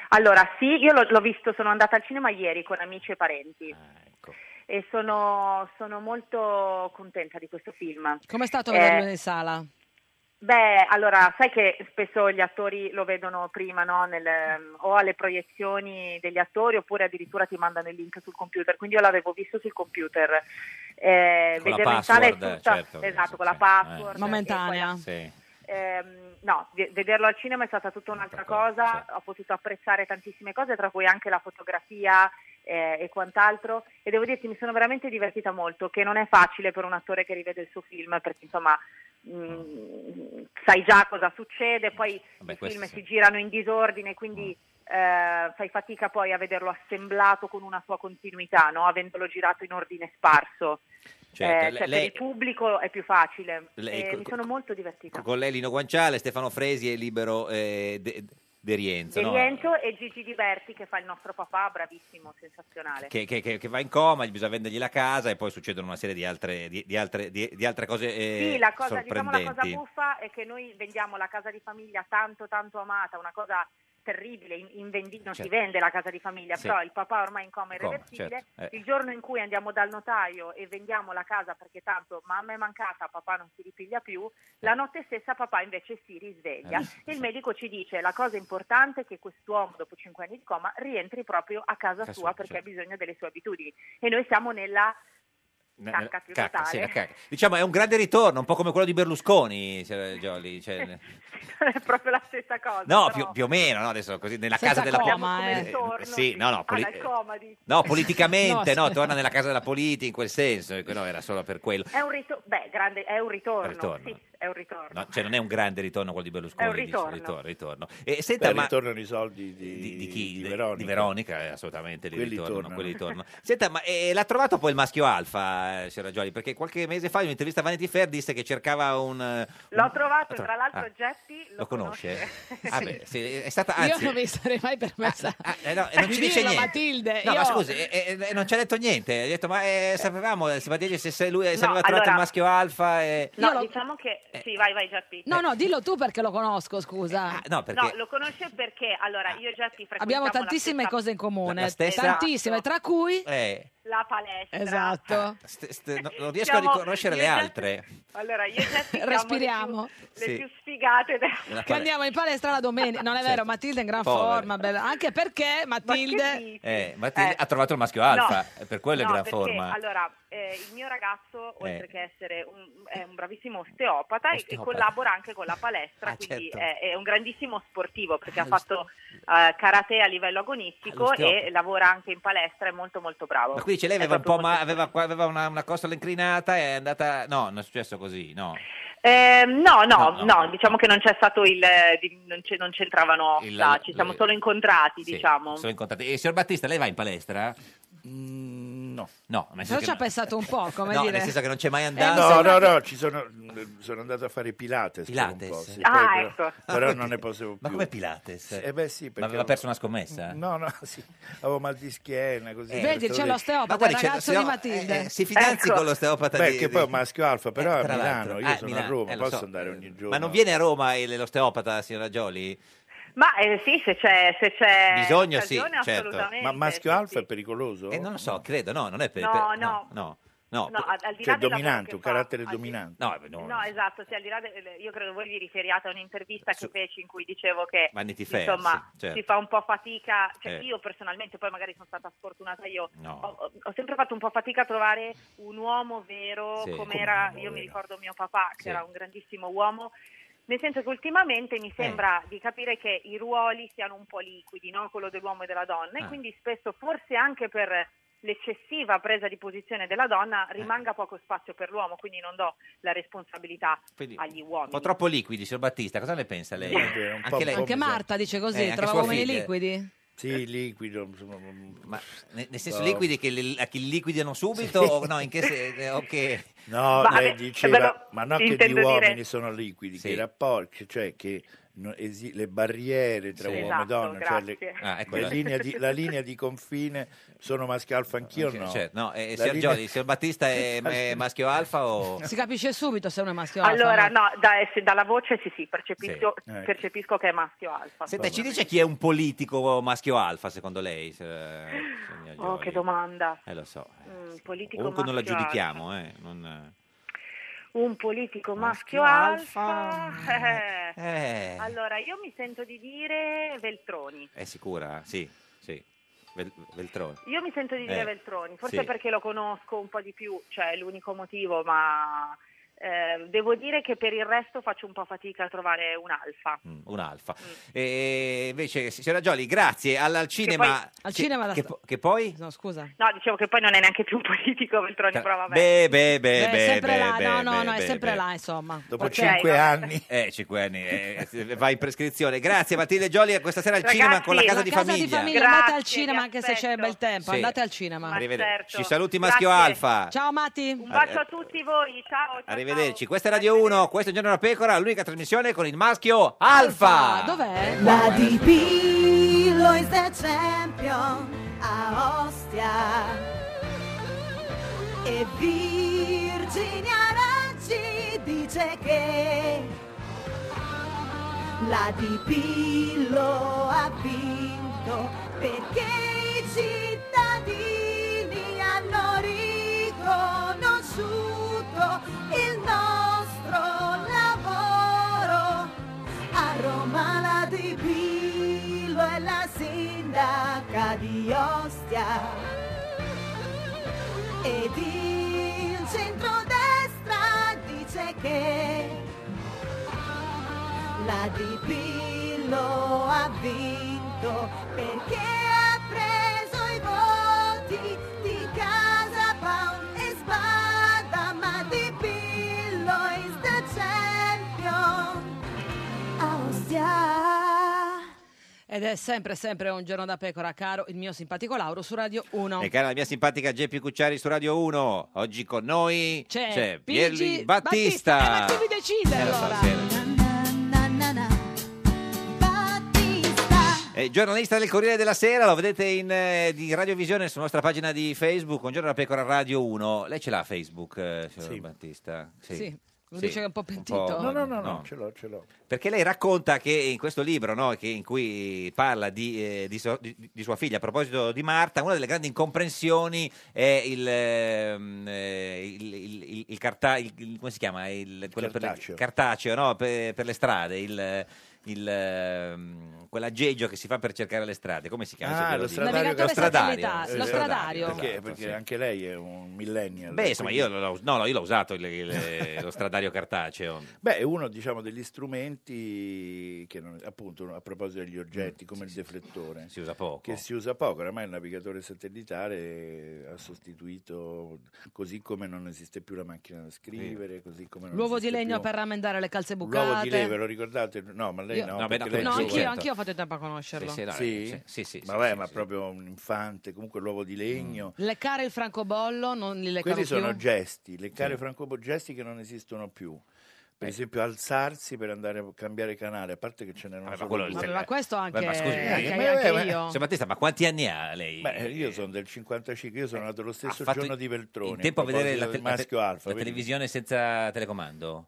S17: Allora, sì, io l'ho, l'ho visto, sono andata al cinema ieri con amici e parenti.
S2: Eh.
S17: E sono, sono molto contenta di questo film.
S1: Com'è stato
S17: Eh,
S1: vederlo in sala?
S17: Beh, allora, sai che spesso gli attori lo vedono prima, no? Nel, ehm, o alle proiezioni degli attori oppure addirittura ti mandano il link sul computer, quindi io l'avevo visto sul computer. Eh,
S1: Con la
S17: vederlo in sala è
S1: password,
S17: tutta-
S1: certo,
S17: esatto, con la password. e
S1: Momentanea.
S17: poi- Ehm, no, ve- vederlo al cinema è stata tutta un'altra cosa, ho potuto apprezzare tantissime cose, tra cui anche la fotografia eh, e quant'altro e devo dirti mi sono veramente divertita molto, che non è facile per un attore che rivede il suo film perché insomma mh, sai già cosa succede, poi
S2: Mm. Vabbè,
S17: i
S2: questo
S17: film
S2: sì. Mm.
S17: si girano in disordine, quindi eh, fai fatica poi a vederlo assemblato con una sua continuità, no? avendolo girato in ordine sparso.
S2: Certo, le-
S17: Eh, cioè, per
S2: lei-
S17: il pubblico è più facile.
S2: Lei
S17: e
S2: co-
S17: mi
S2: co-
S17: sono molto divertita.
S2: Con lei Lino Guanciale, Stefano Fresi e Libero eh, De, De Rienzo.
S17: De
S2: no?
S17: Rienzo e Gigi Di Berti che fa il nostro papà, bravissimo, sensazionale.
S2: Che, che- che- che va in coma, gli bisogna vendergli la casa e poi succedono una serie di altre, di, di altre, di, di altre cose eh,
S17: sì, la cosa, diciamo, la cosa
S2: sorprendenti.
S17: buffa è che noi vendiamo la casa di famiglia tanto tanto amata, una cosa terribile, in- invendi- non
S2: Certo.
S17: si vende la casa di famiglia,
S2: Sì.
S17: però il papà ormai è in coma
S2: In coma,
S17: irreversibile,
S2: certo, eh.
S17: il giorno in cui andiamo dal notaio e vendiamo la casa perché tanto mamma è mancata, papà non si ripiglia più, la notte stessa papà invece si risveglia
S2: Eh, sì,
S17: e il medico ci dice la cosa importante è che quest'uomo dopo 5 anni di coma rientri proprio a casa
S2: Casa sua,
S17: sua perché
S2: certo.
S17: ha bisogno delle sue abitudini e noi siamo nella
S2: Ne-
S17: cacca più
S2: cacca, sì, la
S17: totale.
S2: cacca. Diciamo è un grande ritorno, un po' come quello di Berlusconi, signora Gioli. cioè-
S17: è [laughs] proprio la stessa cosa.
S2: no,
S17: però.
S2: più, più o meno, no, adesso così, nella
S17: Senza
S2: casa della
S17: coma,
S2: poli-
S17: eh.
S2: eh,
S17: Ritorno,
S2: sì, no, no,
S17: Ah,
S2: poli- Eh,
S17: dal coma, dici.
S2: no,
S17: [laughs]
S2: politicamente,
S17: No,
S2: no,
S17: sì.
S2: torna nella casa della politica in quel senso, ecco, no, era solo per quello.
S17: È un ritorno, beh, grande, è un ritorno.
S2: Ritorno.
S17: Sì, è un ritorno.
S2: No, cioè non è un grande ritorno quello di Berlusconi,
S17: È un
S2: dice,
S17: ritorno.
S2: ritorno, ritorno. E senta,
S16: Beh,
S2: ma
S16: ritornano i soldi di,
S2: di chi?
S16: di
S2: De-
S16: Veronica.
S2: Di Veronica, eh, assolutamente, li
S16: Quelli
S2: ritornano,
S16: tornano. [laughs]
S2: quelli tornano. Senta, ma eh, l'ha trovato poi il maschio alfa, eh, signora Gioli? Perché qualche mese fa in un'intervista a Vanity Fair disse che cercava un... eh,
S17: L'ho
S2: un-
S17: trovato,
S2: tro-
S17: tra l'altro,
S2: ah,
S17: Geppi lo,
S2: lo conosce?
S17: conosce. [laughs]
S2: Ah, beh, sì, è stata...
S1: Io
S2: Anzi,
S1: non mi sarei mai permessa.
S2: eh, no, eh, non
S17: [laughs]
S1: di
S2: ci dice
S1: dirlo,
S2: niente.
S1: Matilde,
S2: No,
S1: io-
S2: ma scusi, eh, eh, eh, non ci ha detto niente. Ha detto, ma eh, sapevamo, eh, si va a dire se se lui se
S17: No,
S2: aveva trovato il
S17: allora-
S2: maschio alfa... eh.
S17: No, diciamo che Sì, vai, vai Giappi.
S1: No, no, dillo tu perché lo conosco, scusa.
S2: Ah, no,
S17: No, lo conosce perché allora io e Giappi frequentiamo
S1: Abbiamo
S17: la
S1: tantissime
S17: stessa-
S1: cose in comune,
S2: La stessa-
S1: tantissime, tra cui...
S2: Eh,
S17: la palestra.
S1: Esatto.
S2: st- st- no- non riesco
S17: Siamo-
S2: a riconoscere le
S17: io e Giappi-
S2: altre.
S17: Allora, io e Giappi siamo
S1: Respiriamo.
S17: le
S2: Sì.
S17: più sfigate della
S2: Nella
S1: Che andiamo in palestra la domenica. Non è vero, Matilde è in gran
S2: Povere.
S1: forma, bella. Anche perché Matilde.
S2: Eh, ma ti- ha trovato il maschio alfa, eh,
S17: No,
S2: per quello è in
S17: no,
S2: gran
S17: perché,
S2: forma.
S17: Allora, eh, il mio ragazzo, oltre
S2: Eh.
S17: che essere un, è un bravissimo osteopata, e-
S2: Osteopata.
S17: e collabora anche con la palestra,
S2: Ah,
S17: quindi
S2: certo.
S17: è, è un grandissimo sportivo perché
S2: Ah,
S17: ha fatto eh, karate a livello agonistico
S2: All'osteopata.
S17: e lavora anche in palestra, è molto molto bravo.
S2: Ah, Ma qui ce lei
S17: È
S2: aveva un
S17: proprio
S2: po' ma- aveva, qua- aveva una, una costola incrinata e è andata... No, non è successo così, no.
S17: Eh, no, no,
S2: No,
S17: no,
S2: no.
S17: diciamo che non c'è stato il... eh, di- non, c'è- non c'entravano
S2: Il-
S17: ossa, ci siamo
S2: eh,
S17: solo incontrati,
S2: Sì,
S17: diciamo.
S2: sono incontrati. E signor Battista, lei va in palestra?
S16: no.
S2: No, nel
S1: Però
S2: senso
S1: ci ha
S2: che,
S1: pensato un po', come
S2: no,
S1: dire.
S2: nel senso che non c'è mai andato.
S16: No, no, no, ci sono, sono andato a fare Pilates. per un
S2: Pilates?
S16: po', sì,
S2: Ah,
S16: poi però-
S2: ecco.
S16: Però non ne potevo più.
S2: Ma come Pilates?
S16: Eh beh sì, perché...
S2: Ma aveva perso una scommessa?
S16: No, no, [laughs] sì. Avevo mal di schiena, così.
S1: Vedi, c'è
S16: questo-
S1: l'osteopata,
S2: Eh, Ma guardi,
S1: il
S2: c'è
S1: ragazzo di
S2: l'osteopata-
S1: Matilde.
S2: eh, eh, si fidanzi
S17: Ecco.
S2: con l'osteopata
S16: Beh,
S2: di-
S16: che
S2: di-
S16: poi è un maschio alfa, però
S2: Eh,
S16: è
S2: tra
S16: a Milano,
S2: l'altro.
S16: io
S2: Ah,
S16: sono
S2: Milano,
S16: a Roma,
S2: eh, lo
S16: posso
S2: so.
S16: andare ogni giorno.
S2: Ma non viene a Roma il- l'osteopata, signora Gioli?
S17: Ma eh, sì, se c'è, se c'è
S2: Bisogno sì,
S17: occasione,
S2: certo.
S17: assolutamente.
S2: alfa è pericoloso? Eh, non lo so, credo, no, non è per,
S17: No,
S2: per-
S17: no.
S2: no, no.
S17: No, al- al di
S16: Cioè,
S17: là del lavoro che fa,
S2: carattere dominante. No, eh, no,
S17: No, esatto, sì, al di là del- io credo voi vi riferiate a un'intervista che feci in cui dicevo che
S2: Vanity Fair,
S17: insomma
S2: sì, certo.
S17: si fa un po' fatica, cioè
S2: Eh.
S17: io personalmente poi magari sono stata sfortunata io,
S2: No.
S17: ho, ho sempre fatto un po' fatica a trovare un uomo vero
S2: Sì.
S17: come
S2: Come
S17: era,
S2: un uomo
S17: io mi
S2: vero.
S17: ricordo mio papà che
S2: Sì.
S17: era un grandissimo uomo, nel senso che ultimamente
S2: Eh.
S17: mi sembra di capire che i ruoli siano un po' liquidi, no? quello dell'uomo e della donna,
S2: Ah.
S17: e quindi spesso forse anche per l'eccessiva presa di posizione della donna
S2: Eh.
S17: rimanga poco spazio per l'uomo, quindi non do la responsabilità
S2: Quindi,
S17: agli
S2: Un
S17: uomini.
S2: po' troppo liquidi, signor Battista, cosa ne pensa lei?
S1: Anche,
S2: lei?
S1: Marta dice
S2: Eh,
S1: così,
S2: anche
S1: trova
S2: sua
S1: uomini
S2: figlia.
S1: liquidi.
S16: Sì, liquido. insomma,
S2: Ma ne- nel senso
S16: No.
S2: liquidi che li, a chi li liquidano subito o no, in che se- eh, o che-
S16: No,
S2: Ma-
S16: lei
S2: beh,
S16: diceva,
S2: però,
S16: ma no che gli
S2: intendo dire-
S16: uomini sono liquidi,
S2: Sì.
S16: che i rapporti, cioè che no- esi- le barriere tra
S2: Sì.
S16: uomo
S2: Esatto,
S16: e donna, cioè le-
S2: grazie. Ah, ecco,
S16: le
S2: la-
S16: linee di-
S2: [laughs]
S16: la linea di confine sono maschio alfa anch'io o no?
S2: Certo, no, eh,
S16: La
S2: signor
S16: linea-
S2: Gioli, signor Battista è,
S16: [laughs]
S2: è maschio alfa o...
S1: Si capisce subito se uno è maschio o alfa,
S17: Allora,
S1: no?
S17: no, da- eh, se- dalla voce sì, sì, percepisco,
S2: Sì, ecco.
S17: percepisco che è maschio alfa.
S2: Senta, ci dice chi è un politico maschio alfa secondo lei? se- signor
S17: [laughs] Oh,
S2: Gioli?
S17: che domanda.
S2: Eh, lo so.
S17: Mm, politico
S2: Comunque non la
S17: maschio alfa.
S2: giudichiamo, eh. non-
S17: Un politico maschio,
S2: Maschio [laughs]
S17: alfa. [laughs]
S2: Eh.
S17: Allora, io mi sento di dire Veltroni.
S2: È sicura? Sì, sì. Vel- Veltroni.
S17: Io mi sento di dire
S2: Eh,
S17: Veltroni, forse
S2: sì.
S17: perché lo conosco un po' di più, cioè è l'unico motivo, ma eh, devo dire che per il resto faccio un po' fatica a trovare un alfa.
S2: mm, un alfa.
S17: Mm.
S2: E invece, signora Gioli, grazie al, al cinema.
S17: poi- Al
S2: Sì,
S17: cinema la-
S2: che, po- che poi?
S1: No, scusa.
S17: No, dicevo che poi non è neanche più un politico Veltroni, però vabbè.
S2: Beh, beh, beh,
S1: Beh,
S2: beh,
S1: è sempre
S2: beh,
S1: là,
S2: beh,
S1: no, no,
S2: beh,
S1: no, è
S2: beh,
S1: sempre
S2: beh.
S1: là, insomma.
S2: Dopo
S17: Ok,
S2: cinque
S17: vabbè.
S2: anni. [laughs] Eh, cinque anni, eh, eh, va in prescrizione. Grazie Matilde Gioli, questa sera al
S1: Ragazzi,
S2: cinema con la casa, di, famiglia.
S1: andate al cinema anche se c'è bel tempo,
S2: Sì.
S1: andate al cinema.
S2: Arrivederci. Ci saluti Maschio Alfa.
S1: Ciao Mati.
S2: Un bacio a
S17: tutti voi, ciao.
S2: Arrivederci. Questa è Radio 1, questo è Giorno da Pecora, l'unica trasmissione con il maschio Alfa.
S1: Dov'è?
S12: La DP lo is the champion a Ostia e Virginia Raggi dice che la DP lo ha vinto perché i cittadini hanno riconosciuto il nostro lavoro a Roma la Di Pillo è la sindaca di Ostia ed il centrodestra dice che la Di Pillo ha vinto perché ha preso i voti di Casa Pound e Spada ma Di Pillo is the champion
S1: Ed è sempre, sempre un giorno da pecora, caro il mio simpatico Lauro su Radio 1.
S2: E cara la mia simpatica Geppi Cucciari su Radio 1. Oggi con noi
S1: C'è
S2: Pierli
S1: Pigi Battista.
S2: Battista.
S1: Eh, ma devi decidere
S2: Eh, lo so,
S1: allora.
S2: sì. Eh, giornalista del Corriere della Sera, lo vedete in eh, di radiovisione sulla nostra pagina di Facebook, un giorno da pecora Radio 1. Lei ce l'ha Facebook, eh, signor
S16: Sì.
S2: Battista?
S16: Sì.
S1: Lo
S2: Sì,
S1: dice che è un po' pentito.
S2: po'-
S16: No, no, no, no,
S2: no.
S16: ce l'ho, ce l'ho.
S2: Perché lei racconta che in questo libro, no, che- in cui parla di, eh, di so- di- di sua figlia, a proposito di Marta, una delle grandi incomprensioni è il, ehm, eh, il, il- il- il carta- il- il- come si chiama? Il, quello per le-
S16: cartaceo.
S2: cartaceo, no, per, per le strade, il, il, ehm, quell'aggeggio che si fa per cercare le strade, come si chiama?
S16: Ah,
S2: Se ve
S16: lo
S2: dico.
S16: stradario
S2: Lo stradario.
S1: satellitare, lo
S2: Esatto,
S1: stradario.
S16: Perché,
S2: esatto,
S16: perché
S2: sì.
S16: anche lei è un millennial. eh,
S2: Beh, insomma,
S16: quindi-
S2: io l'ho, no, no, io l'ho usato il- il- lo stradario
S16: [laughs]
S2: cartaceo.
S16: Beh, è uno diciamo, degli strumenti che, non- appunto, a proposito degli oggetti, come il deflettore,
S2: Si usa poco.
S16: che Mm, si usa poco. Oramai il navigatore satellitare ha sostituito, così come non esiste più la macchina da scrivere, così come non
S1: L'uovo di
S16: esiste
S1: legno
S16: più-
S1: per rammendare le calze bucate.
S16: L'uovo di lei, ve lo ricordate? No, ma lei
S1: Io-
S16: no.
S2: No, beh, no,
S16: perché lei
S1: no,
S16: è
S1: anch'io,
S16: giovane.
S1: anch'io ho fatto in tempo a conoscerlo.
S16: Sì? Mm. Vabbè, ma proprio un infante, comunque l'uovo di legno.
S1: Leccare il francobollo, non li leccano
S16: Quelli sono
S1: più.
S16: gesti, leccare
S1: Sì.
S16: francobollo, gesti che non esistono più. Per esempio, alzarsi per andare a cambiare canale, a parte che ce n'erano
S2: Vabbè, Ah, ma
S16: solo
S2: quello è il
S16: due.
S2: Vabbè,
S1: ma questo anche-
S2: Beh, ma scusi,
S1: anche-
S2: eh,
S1: anche
S2: beh,
S1: io.
S2: Signor Battista, ma quanti anni ha lei?
S16: Beh, io sono del 55, io sono nato lo stesso
S2: Eh, fatto
S16: giorno
S2: in-
S16: di Veltroni.
S2: In tempo a vedere la, te-
S16: del maschio
S2: la te-
S16: alfa.
S2: la
S16: quindi-
S2: televisione senza telecomando?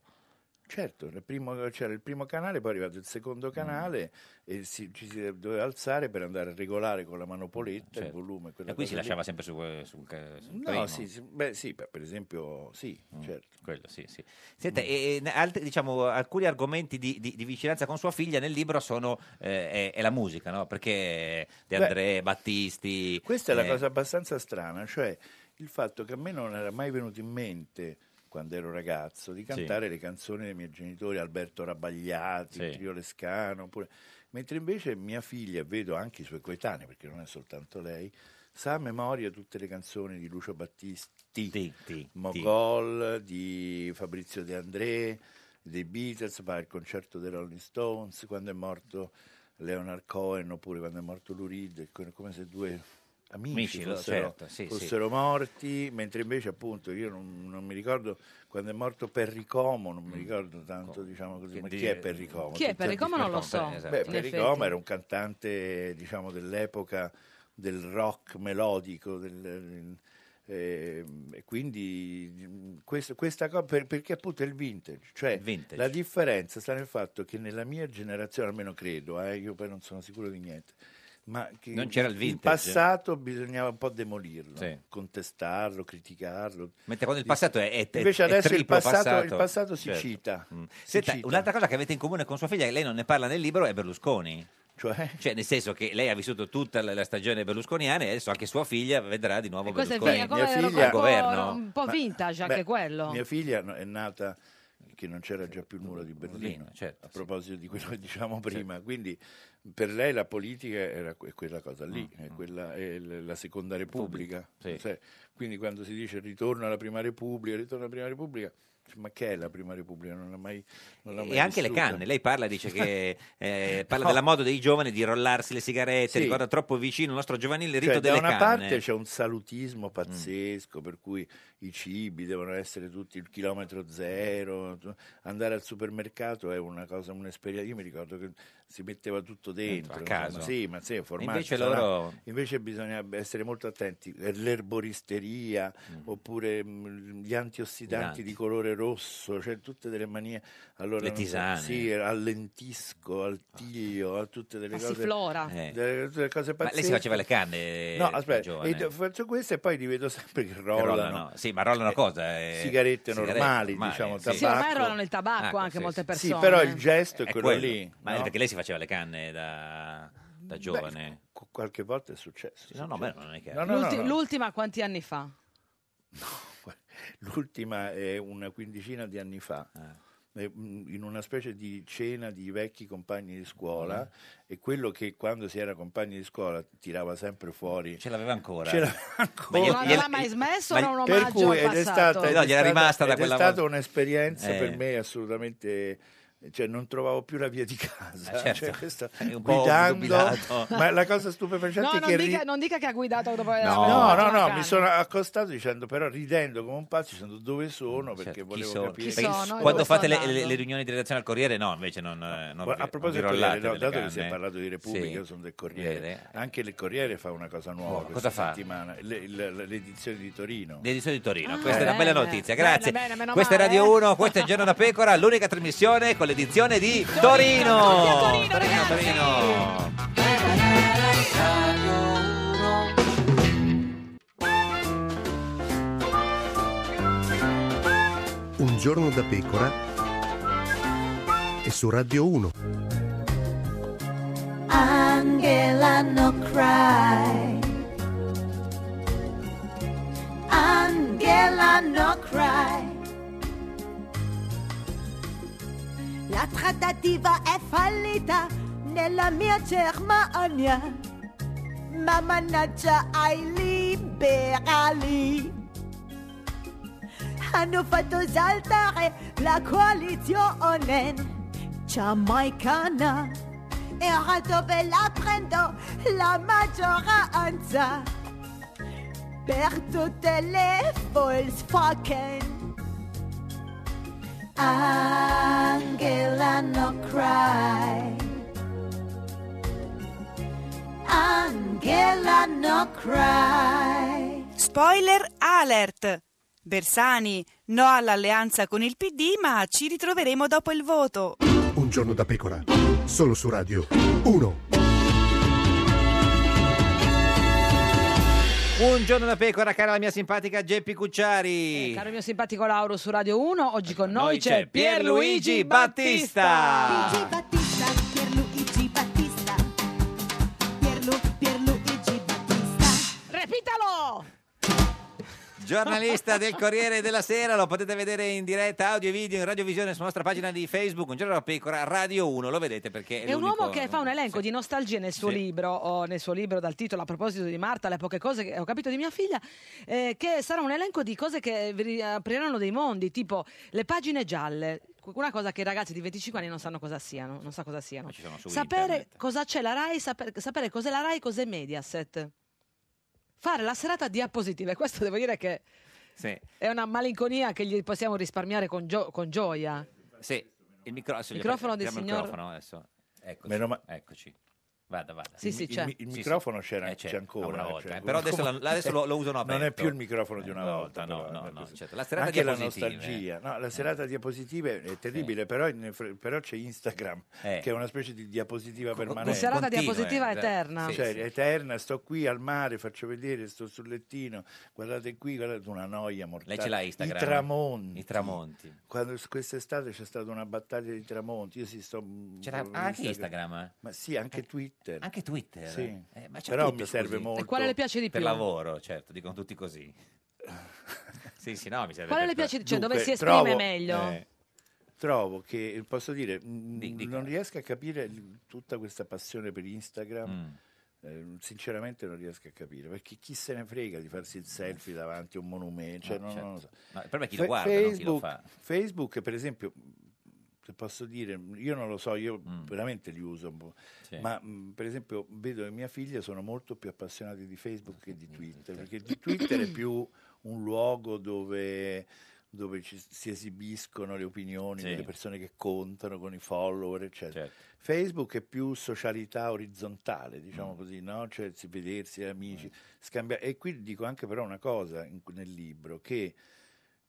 S16: Certo, il primo- c'era il primo canale, poi è arrivato il
S2: Mm.
S16: secondo canale e si- ci si doveva alzare per andare a regolare con la manopoletta Cioè, il
S2: Certo.
S16: volume. quella
S2: E qui si
S16: cosa lì.
S2: lasciava sempre su, eh, sul, ca- sul primo.
S16: No, sì, sì, beh, sì, per per esempio, sì, certo.
S2: Quello, sì, sì. Senta, e- e altri, diciamo, alcuni argomenti di, di- di vicinanza con sua figlia nel libro sono eh, è, è la musica, no? Perché De
S16: Beh,
S2: André, Battisti...
S16: Questa è la
S2: eh,
S16: cosa abbastanza strana, cioè il fatto che a me non era mai venuto in mente quando ero ragazzo di cantare le canzoni dei miei genitori, Alberto Rabagliati,
S2: Sì.
S16: Trio Lescano, oppure- mentre invece mia figlia, e vedo anche i suoi coetanei, perché non è soltanto lei, sa a memoria tutte le canzoni di Lucio Battisti, Mogol, di Fabrizio De André, dei Beatles, va al concerto dei Rolling Stones, quando è morto Leonard Cohen oppure quando è morto Lou Reed, è co- come se due amici,
S2: Amici, lo-
S16: fossero,
S2: certo, sì,
S16: fossero morti, mentre invece appunto io non, non mi ricordo quando è morto Perry Como, non
S2: Mm.
S16: mi ricordo tanto diciamo così, ma
S2: di-
S16: chi è Perry Como?
S1: Chi è
S16: Tutti
S1: Perry Como non lo so,
S16: Beh,
S1: esatto. in
S16: Perry
S1: effetti.
S16: Como era un cantante diciamo dell'epoca del rock melodico, del... Eh, e quindi mh, questo- questa cosa per- perché appunto è il vintage, cioè la differenza sta nel fatto che nella mia generazione, almeno credo, eh, io poi non sono sicuro di niente, ma che
S2: Non c'era il vintage.
S16: passato bisognava un po' demolirlo,
S2: Sì.
S16: contestarlo, criticarlo.
S2: Mentre quando il passato è, è- è-
S16: Invece
S2: è
S16: adesso il
S2: triplo
S16: passato, il passato si
S2: Certo.
S16: cita.
S2: Mm.
S16: si
S2: Senta,
S16: cita.
S2: un'altra cosa che avete in comune con sua figlia, che lei non ne parla nel libro, è Berlusconi.
S16: Cioè?
S2: nel senso che lei ha vissuto tutta la, la stagione berlusconiana e adesso anche sua figlia vedrà di nuovo
S1: Questo è
S2: Berlusconi
S1: via- come era un
S2: al
S1: po'-
S2: governo.
S1: Un po'
S16: Ma-
S1: vintage
S16: beh,
S1: anche quello.
S16: Mia figlia no- è nata che non c'era già più il muro di Berlino,
S2: certo,
S16: a proposito di quello che diciamo prima. Quindi per lei la politica era que- quella cosa lì,
S2: Mm,
S16: è quella- è l- la seconda repubblica. Cioè, quindi quando si dice ritorno alla prima repubblica, ritorno alla prima repubblica, dice, ma che è la prima repubblica? Non l'ha mai, non l'ha mai
S2: E anche le
S16: vissuta.
S2: canne, lei parla, dice
S16: [laughs]
S2: che eh, parla
S16: No.
S2: della moda dei giovani di rollarsi le sigarette,
S16: Sì.
S2: ricorda troppo vicino il nostro giovanile rito
S16: Cioè,
S2: delle
S16: da una
S2: canne.
S16: parte c'è un salutismo pazzesco per cui i cibi devono essere tutti il chilometro zero tu- andare al supermercato è una cosa un'esperienza io mi ricordo che si metteva tutto dentro
S2: a
S16: insomma.
S2: caso.
S16: sì ma sì, formaggio,
S2: Invece
S16: sarà-
S2: loro-
S16: invece bisogna essere molto attenti Eh, l'erboristeria
S2: Mm.
S16: oppure mh, gli antiossidanti
S2: Antiossidanti.
S16: di colore rosso cioè tutte delle manie allora
S2: Le
S16: non so-
S2: tisane. Ah.
S16: sì al lentisco al tiglio a tutte delle cose
S1: Passiflora.
S2: Eh.
S16: delle- delle cose
S2: Ma lei si
S16: pazzesche.
S2: faceva le canne
S16: No,
S2: da
S16: aspetta,
S2: giovane.
S16: e do- faccio questo e poi li vedo sempre che
S2: Che
S16: rollano.
S2: Sì, ma rollano cosa? Eh,
S16: sigarette normali, diciamo,
S2: sì.
S1: Sì, ormai erano nel tabacco
S2: Ah,
S1: anche
S2: sì,
S1: molte
S2: sì. Ecco,
S1: persone.
S16: gesto
S1: è quello
S16: lì,
S2: Ma
S16: no?
S2: è perché lei si faceva le canne da, da giovane.
S16: Qu- Qualche volta è successo.
S2: no, no,
S16: successo.
S2: beh, non è che-
S16: No, no, no,
S1: L'ulti-
S16: no.
S1: L'ultima quanti anni fa?
S16: L'ultima è una quindicina di anni fa. eh, mh, In una specie di cena di vecchi compagni di scuola,
S2: Mm.
S16: e quello che quando si era compagni di scuola tirava sempre fuori
S2: Ce l'aveva ancora.
S16: Ce l'aveva
S2: Ma gliel-
S16: ancora.
S1: Non aveva mai smesso, era un omaggio
S16: per cui
S1: al
S16: ed è
S1: passato.
S2: No,
S16: stata, ed è
S2: gliel'era
S16: stata-
S2: rimasta da
S16: ed
S2: quella
S16: è stata
S2: volta.
S16: un'esperienza
S2: Eh.
S16: per me assolutamente cioè, non trovavo più la via di casa.
S2: Eh, certo.
S16: Cioè, questo
S2: È un po'
S16: guidando,
S2: obnubilato.
S16: ma la cosa stupefacente
S1: No,
S16: è
S1: non
S16: che ri-
S1: dica, non dica che ha guidato dopo la-
S16: No,
S1: la- la-
S16: no,
S1: la-
S16: no,
S1: la-
S16: mi sono accostato dicendo però ridendo come un pazzo dicendo dove sono perché
S2: Certo, chi
S16: volevo
S2: sono?
S16: capire
S2: Perché quando fate le, le- le riunioni di redazione al Corriere, no, invece non. eh, non
S16: Ah, a
S2: vi-
S16: proposito
S2: non
S16: del
S2: vi
S16: Corriere,
S2: rollate
S16: no,
S2: delle
S16: dato che si è
S2: canne.
S16: parlato di Repubblica,
S2: Sì.
S16: io sono del Corriere.
S2: Corriere.
S16: Anche il Corriere fa una cosa nuova
S2: Buono,
S16: questa
S2: cosa fa?
S16: settimana, le- il- l'edizione di Torino.
S2: L'edizione di Torino,
S16: Ah,
S2: questa è una bella
S16: bene.
S2: notizia,
S16: Bene,
S2: grazie.
S16: bene, meno
S2: questa è
S16: male,
S2: Radio
S16: eh.
S2: 1, questa è Il Giorno da Pecora, l'unica trasmissione con l'edizione di Torino. Torino, Torino,
S14: Un giorno da pecora e su Radio 1.
S12: Angela, no cry. Angela, no cry. La trattativa è fallita nella mia Germania. Ma mannaggia ai liberali. Hanno fatto saltare la coalizione giamaicana. E ora dove la prendo la maggioranza? Per tutte le Volkswagen. Angela, no cry. Angela, no cry.
S15: Spoiler alert! Bersani, no all'alleanza con il PD, ma ci ritroveremo dopo il voto.
S14: Un giorno da pecora, solo su Radio 1.
S2: Un giorno da pecora, cara la mia simpatica Geppi Cucciari.
S1: Caro mio simpatico Lauro su Radio 1, oggi con noi,
S2: Noi
S1: c'è
S2: c'è Pierluigi Battista.
S1: Luigi
S12: Battista, Pierluigi Battista. Pierlu, Pierluigi Battista.
S1: Repitalo!
S2: Giornalista del Corriere della Sera, lo potete vedere in diretta audio e video in radiovisione sulla nostra pagina di Facebook, un giorno da pecora, Radio 1, lo vedete perché è,
S1: È un
S2: l'unico-
S1: uomo che fa un elenco di nostalgie nel suo
S2: Sì.
S1: libro, o nel suo libro dal titolo a proposito di Marta, le poche cose che ho capito di mia figlia, eh, che sarà un elenco di cose che vi apriranno dei mondi, tipo le pagine gialle, una cosa che i ragazzi di 25 anni non sanno cosa siano, non sa cosa siano.
S2: sono su
S1: Sapere
S2: internet.
S1: cosa c'è la RAI, saper- sapere cos'è la RAI, cos'è Mediaset. Fare la serata a diapositive, questo devo dire che
S2: Sì,
S1: è una malinconia che gli possiamo risparmiare con, gio- con gioia.
S2: sì, il micro- adesso gli
S1: Microfono
S2: apriamo
S1: del
S2: il
S1: signor-
S2: microfono adesso. Eccoci.
S16: Meno ma-
S2: Eccoci. Vada, vada.
S1: Sì, certo. sì,
S16: il,
S1: c'è.
S16: mi- il
S2: Sì, sì.
S16: microfono c'era
S2: Eh, c'è,
S16: c'è ancora.
S2: una volta,
S16: cioè,
S2: eh, però adesso,
S16: come-
S2: la- adesso lo,
S16: [laughs]
S2: lo usano aperto.
S16: Non è più il microfono di una
S2: No,
S16: volta.
S2: No,
S16: però,
S2: ecco. no,
S16: per
S2: no,
S16: così.
S2: certo. La serata
S16: Anche la
S2: diapositive. Eh.
S16: nostalgia. No, la serata diapositive è terribile, però, in- però c'è Instagram,
S2: Eh.
S16: che è una specie di diapositiva
S2: con-
S16: permanente.
S1: serata Continua, diapositiva eh, eterna. sì,
S16: Cioè,
S1: sì.
S16: eterna, sto qui al mare, faccio vedere, sto sul lettino, guardate qui, guardate una noia mortale.
S2: Lei ce l'ha Instagram?
S16: I tramonti.
S2: I tramonti.
S16: Quando s- quest'estate c'è stata una battaglia di tramonti, io si sto...
S2: C'era
S16: mh,
S2: anche Instagram, eh?
S16: Ma sì, anche Twitter.
S2: Anche Twitter?
S16: Sì.
S2: Eh, ma c'è
S16: Però
S2: tutto,
S16: mi
S2: scusi.
S16: serve molto.
S1: E quale le piace di
S2: per
S1: più?
S2: lavoro, certo, dicono tutti così.
S16: [laughs]
S2: sì, sì, no, mi serve
S1: Quale
S2: per-
S1: le piace di- cioè,
S16: Dunque,
S1: dove si esprime
S16: trovo-
S1: meglio?
S16: eh, trovo che, posso dire, mh, non riesco a capire l- tutta questa passione per Instagram.
S2: Mm.
S16: eh, sinceramente non riesco a capire perché chi se ne frega di farsi il selfie davanti a un monumento cioè,
S2: No,
S16: non-
S2: certo.
S16: non lo so.
S2: No, il problema è chi lo
S16: Fe-
S2: guarda, non chi lo fa.
S16: Facebook per esempio se posso dire io non lo so io veramente li uso un po',
S2: Mm. Sì.
S16: ma mh, per esempio vedo che mia figlia sono molto più appassionati di Facebook che di Twitter perché di Twitter è più un luogo dove dove ci- si esibiscono le opinioni
S2: Sì.
S16: delle persone che contano con i follower, eccetera. Facebook è più socialità orizzontale, diciamo così, no? Cioè si- vedersi, amici, scambiare. E qui dico anche però una cosa in- nel libro, che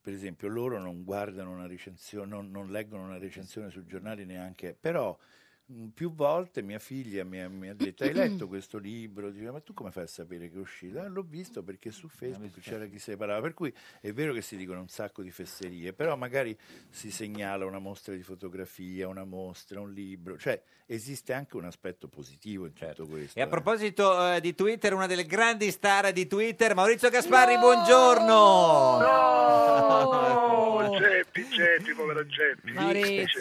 S16: per esempio loro non guardano una recensione, non, non leggono una recensione sui giornali neanche, però mh, Mm, più volte mia figlia mi ha, mi ha
S2: [clears throat]
S16: detto hai letto questo libro Dice, ma tu come fai a sapere che è uscito "Ah, l'ho visto perché su Facebook c'era chi se ne parlava per cui è vero che si dicono un sacco di fesserie però magari si segnala una mostra di fotografia una mostra un libro cioè esiste anche un aspetto positivo in tutto questo
S2: E a
S16: eh.
S2: proposito eh, di Twitter, una delle grandi star di Twitter, Maurizio Gasparri, buongiorno!
S18: Oh, Geppi, Geppi, povero Geppi.
S1: Maurizio,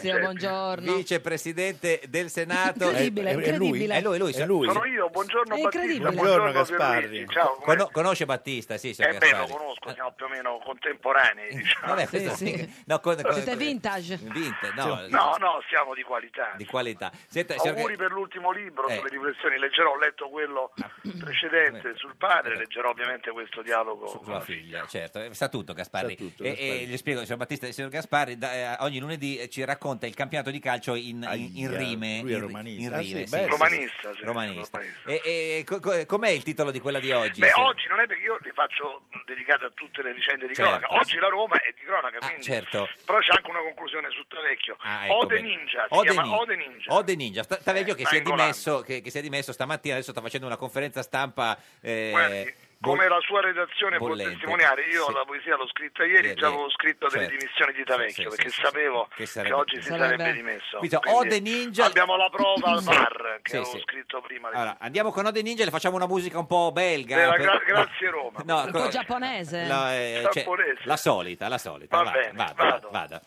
S2: [laughs] Vice-
S1: buongiorno.
S2: Vicepresidente del Senato.
S16: Incredibile, È- è- è lui? incredibile.
S2: È lui, lui,
S16: È lui. Sono
S18: io, buongiorno
S16: È
S18: Battista.
S16: incredibile. Buongiorno, Gasparri.
S18: Ciao, come-
S2: Cono- conosce Battista, sì, signor
S18: Eh beh, lo
S2: Gasparri. Eh,
S18: conosco, siamo più o meno contemporanei, diciamo.
S1: Ah,
S2: Vabbè, questo- no, con- con-
S1: Siete vintage.
S2: Vinte, [laughs] no, eh,
S18: No, no, siamo di qualità.
S2: di qualità. Senta, signor-
S18: Auguri per l'ultimo libro
S2: Eh. Ah.
S18: sulle riflessioni, leggerò, ho letto quello precedente sul padre, leggerò ovviamente questo dialogo.
S2: sua figlia, certo, eh, sa tutto Gasparri.
S18: Sa tutto,
S2: E- E,
S18: Gasparri.
S2: gli spiego, signor Battista, signor Gasparri da- eh, ogni lunedì eh, ci racconta il campionato di calcio in, in, in
S16: Aia,
S2: rime.
S16: lui è
S2: in-
S16: romanista.
S2: in
S16: Ah,
S2: rime,
S16: sì,
S2: sì,
S16: bello.
S2: sì, sì.
S16: Romanista, sì,
S2: Romanista. E, e co- co- com'è il titolo di quella di oggi?
S18: Beh,
S2: Sì.
S18: oggi non è perché io li faccio dedicate a tutte le vicende di
S2: Certo.
S18: cronaca. Oggi la Roma è di cronaca,
S2: Ah,
S18: quindi...
S2: certo.
S18: Però c'è anche una conclusione su Tavecchio.
S2: Ah, ecco,
S18: Ode
S2: bene.
S18: Ninja, si
S2: Ode
S18: chiama
S2: Ninja.
S18: Ode Ninja. Eh,
S2: Ode Ninja, sta, sta vecchio che,
S18: sta
S2: si è
S18: in Olanda.
S2: dimesso, che, che si è dimesso stamattina, adesso sta facendo una conferenza stampa. eh,
S18: Guardi,
S2: vol-
S18: come la sua redazione
S2: bollente.
S18: può testimoniare, io
S2: Sì.
S18: la poesia l'ho scritta ieri,
S2: Ieri,
S18: già avevo
S2: ieri.
S18: scritto delle
S2: Certo.
S18: dimissioni di Tavecchio,
S2: Sì,
S18: perché
S2: sì, sì,
S18: sapevo
S2: sì. Che
S18: che,
S2: sarebbe-
S18: oggi si
S2: Sarebbe-
S18: sarebbe, dimesso.
S2: Quindi,
S18: Quindi
S2: Ode Ninja-
S18: Abbiamo la prova al
S2: Sì.
S18: VAR, che
S2: Sì,
S18: avevo
S2: sì.
S18: scritto prima.
S2: Allora, andiamo con Ode Ninja e le facciamo una musica un po' belga.
S18: Beh, Eh, la
S2: per-
S18: gra- grazie Roma.
S2: No,
S1: Un
S2: co-
S1: po' giapponese.
S2: la, eh, cioè,
S18: Giapponese.
S2: la solita, la solita.
S18: Va
S2: vada,
S18: bene,
S2: vada,
S18: vado.
S2: vada.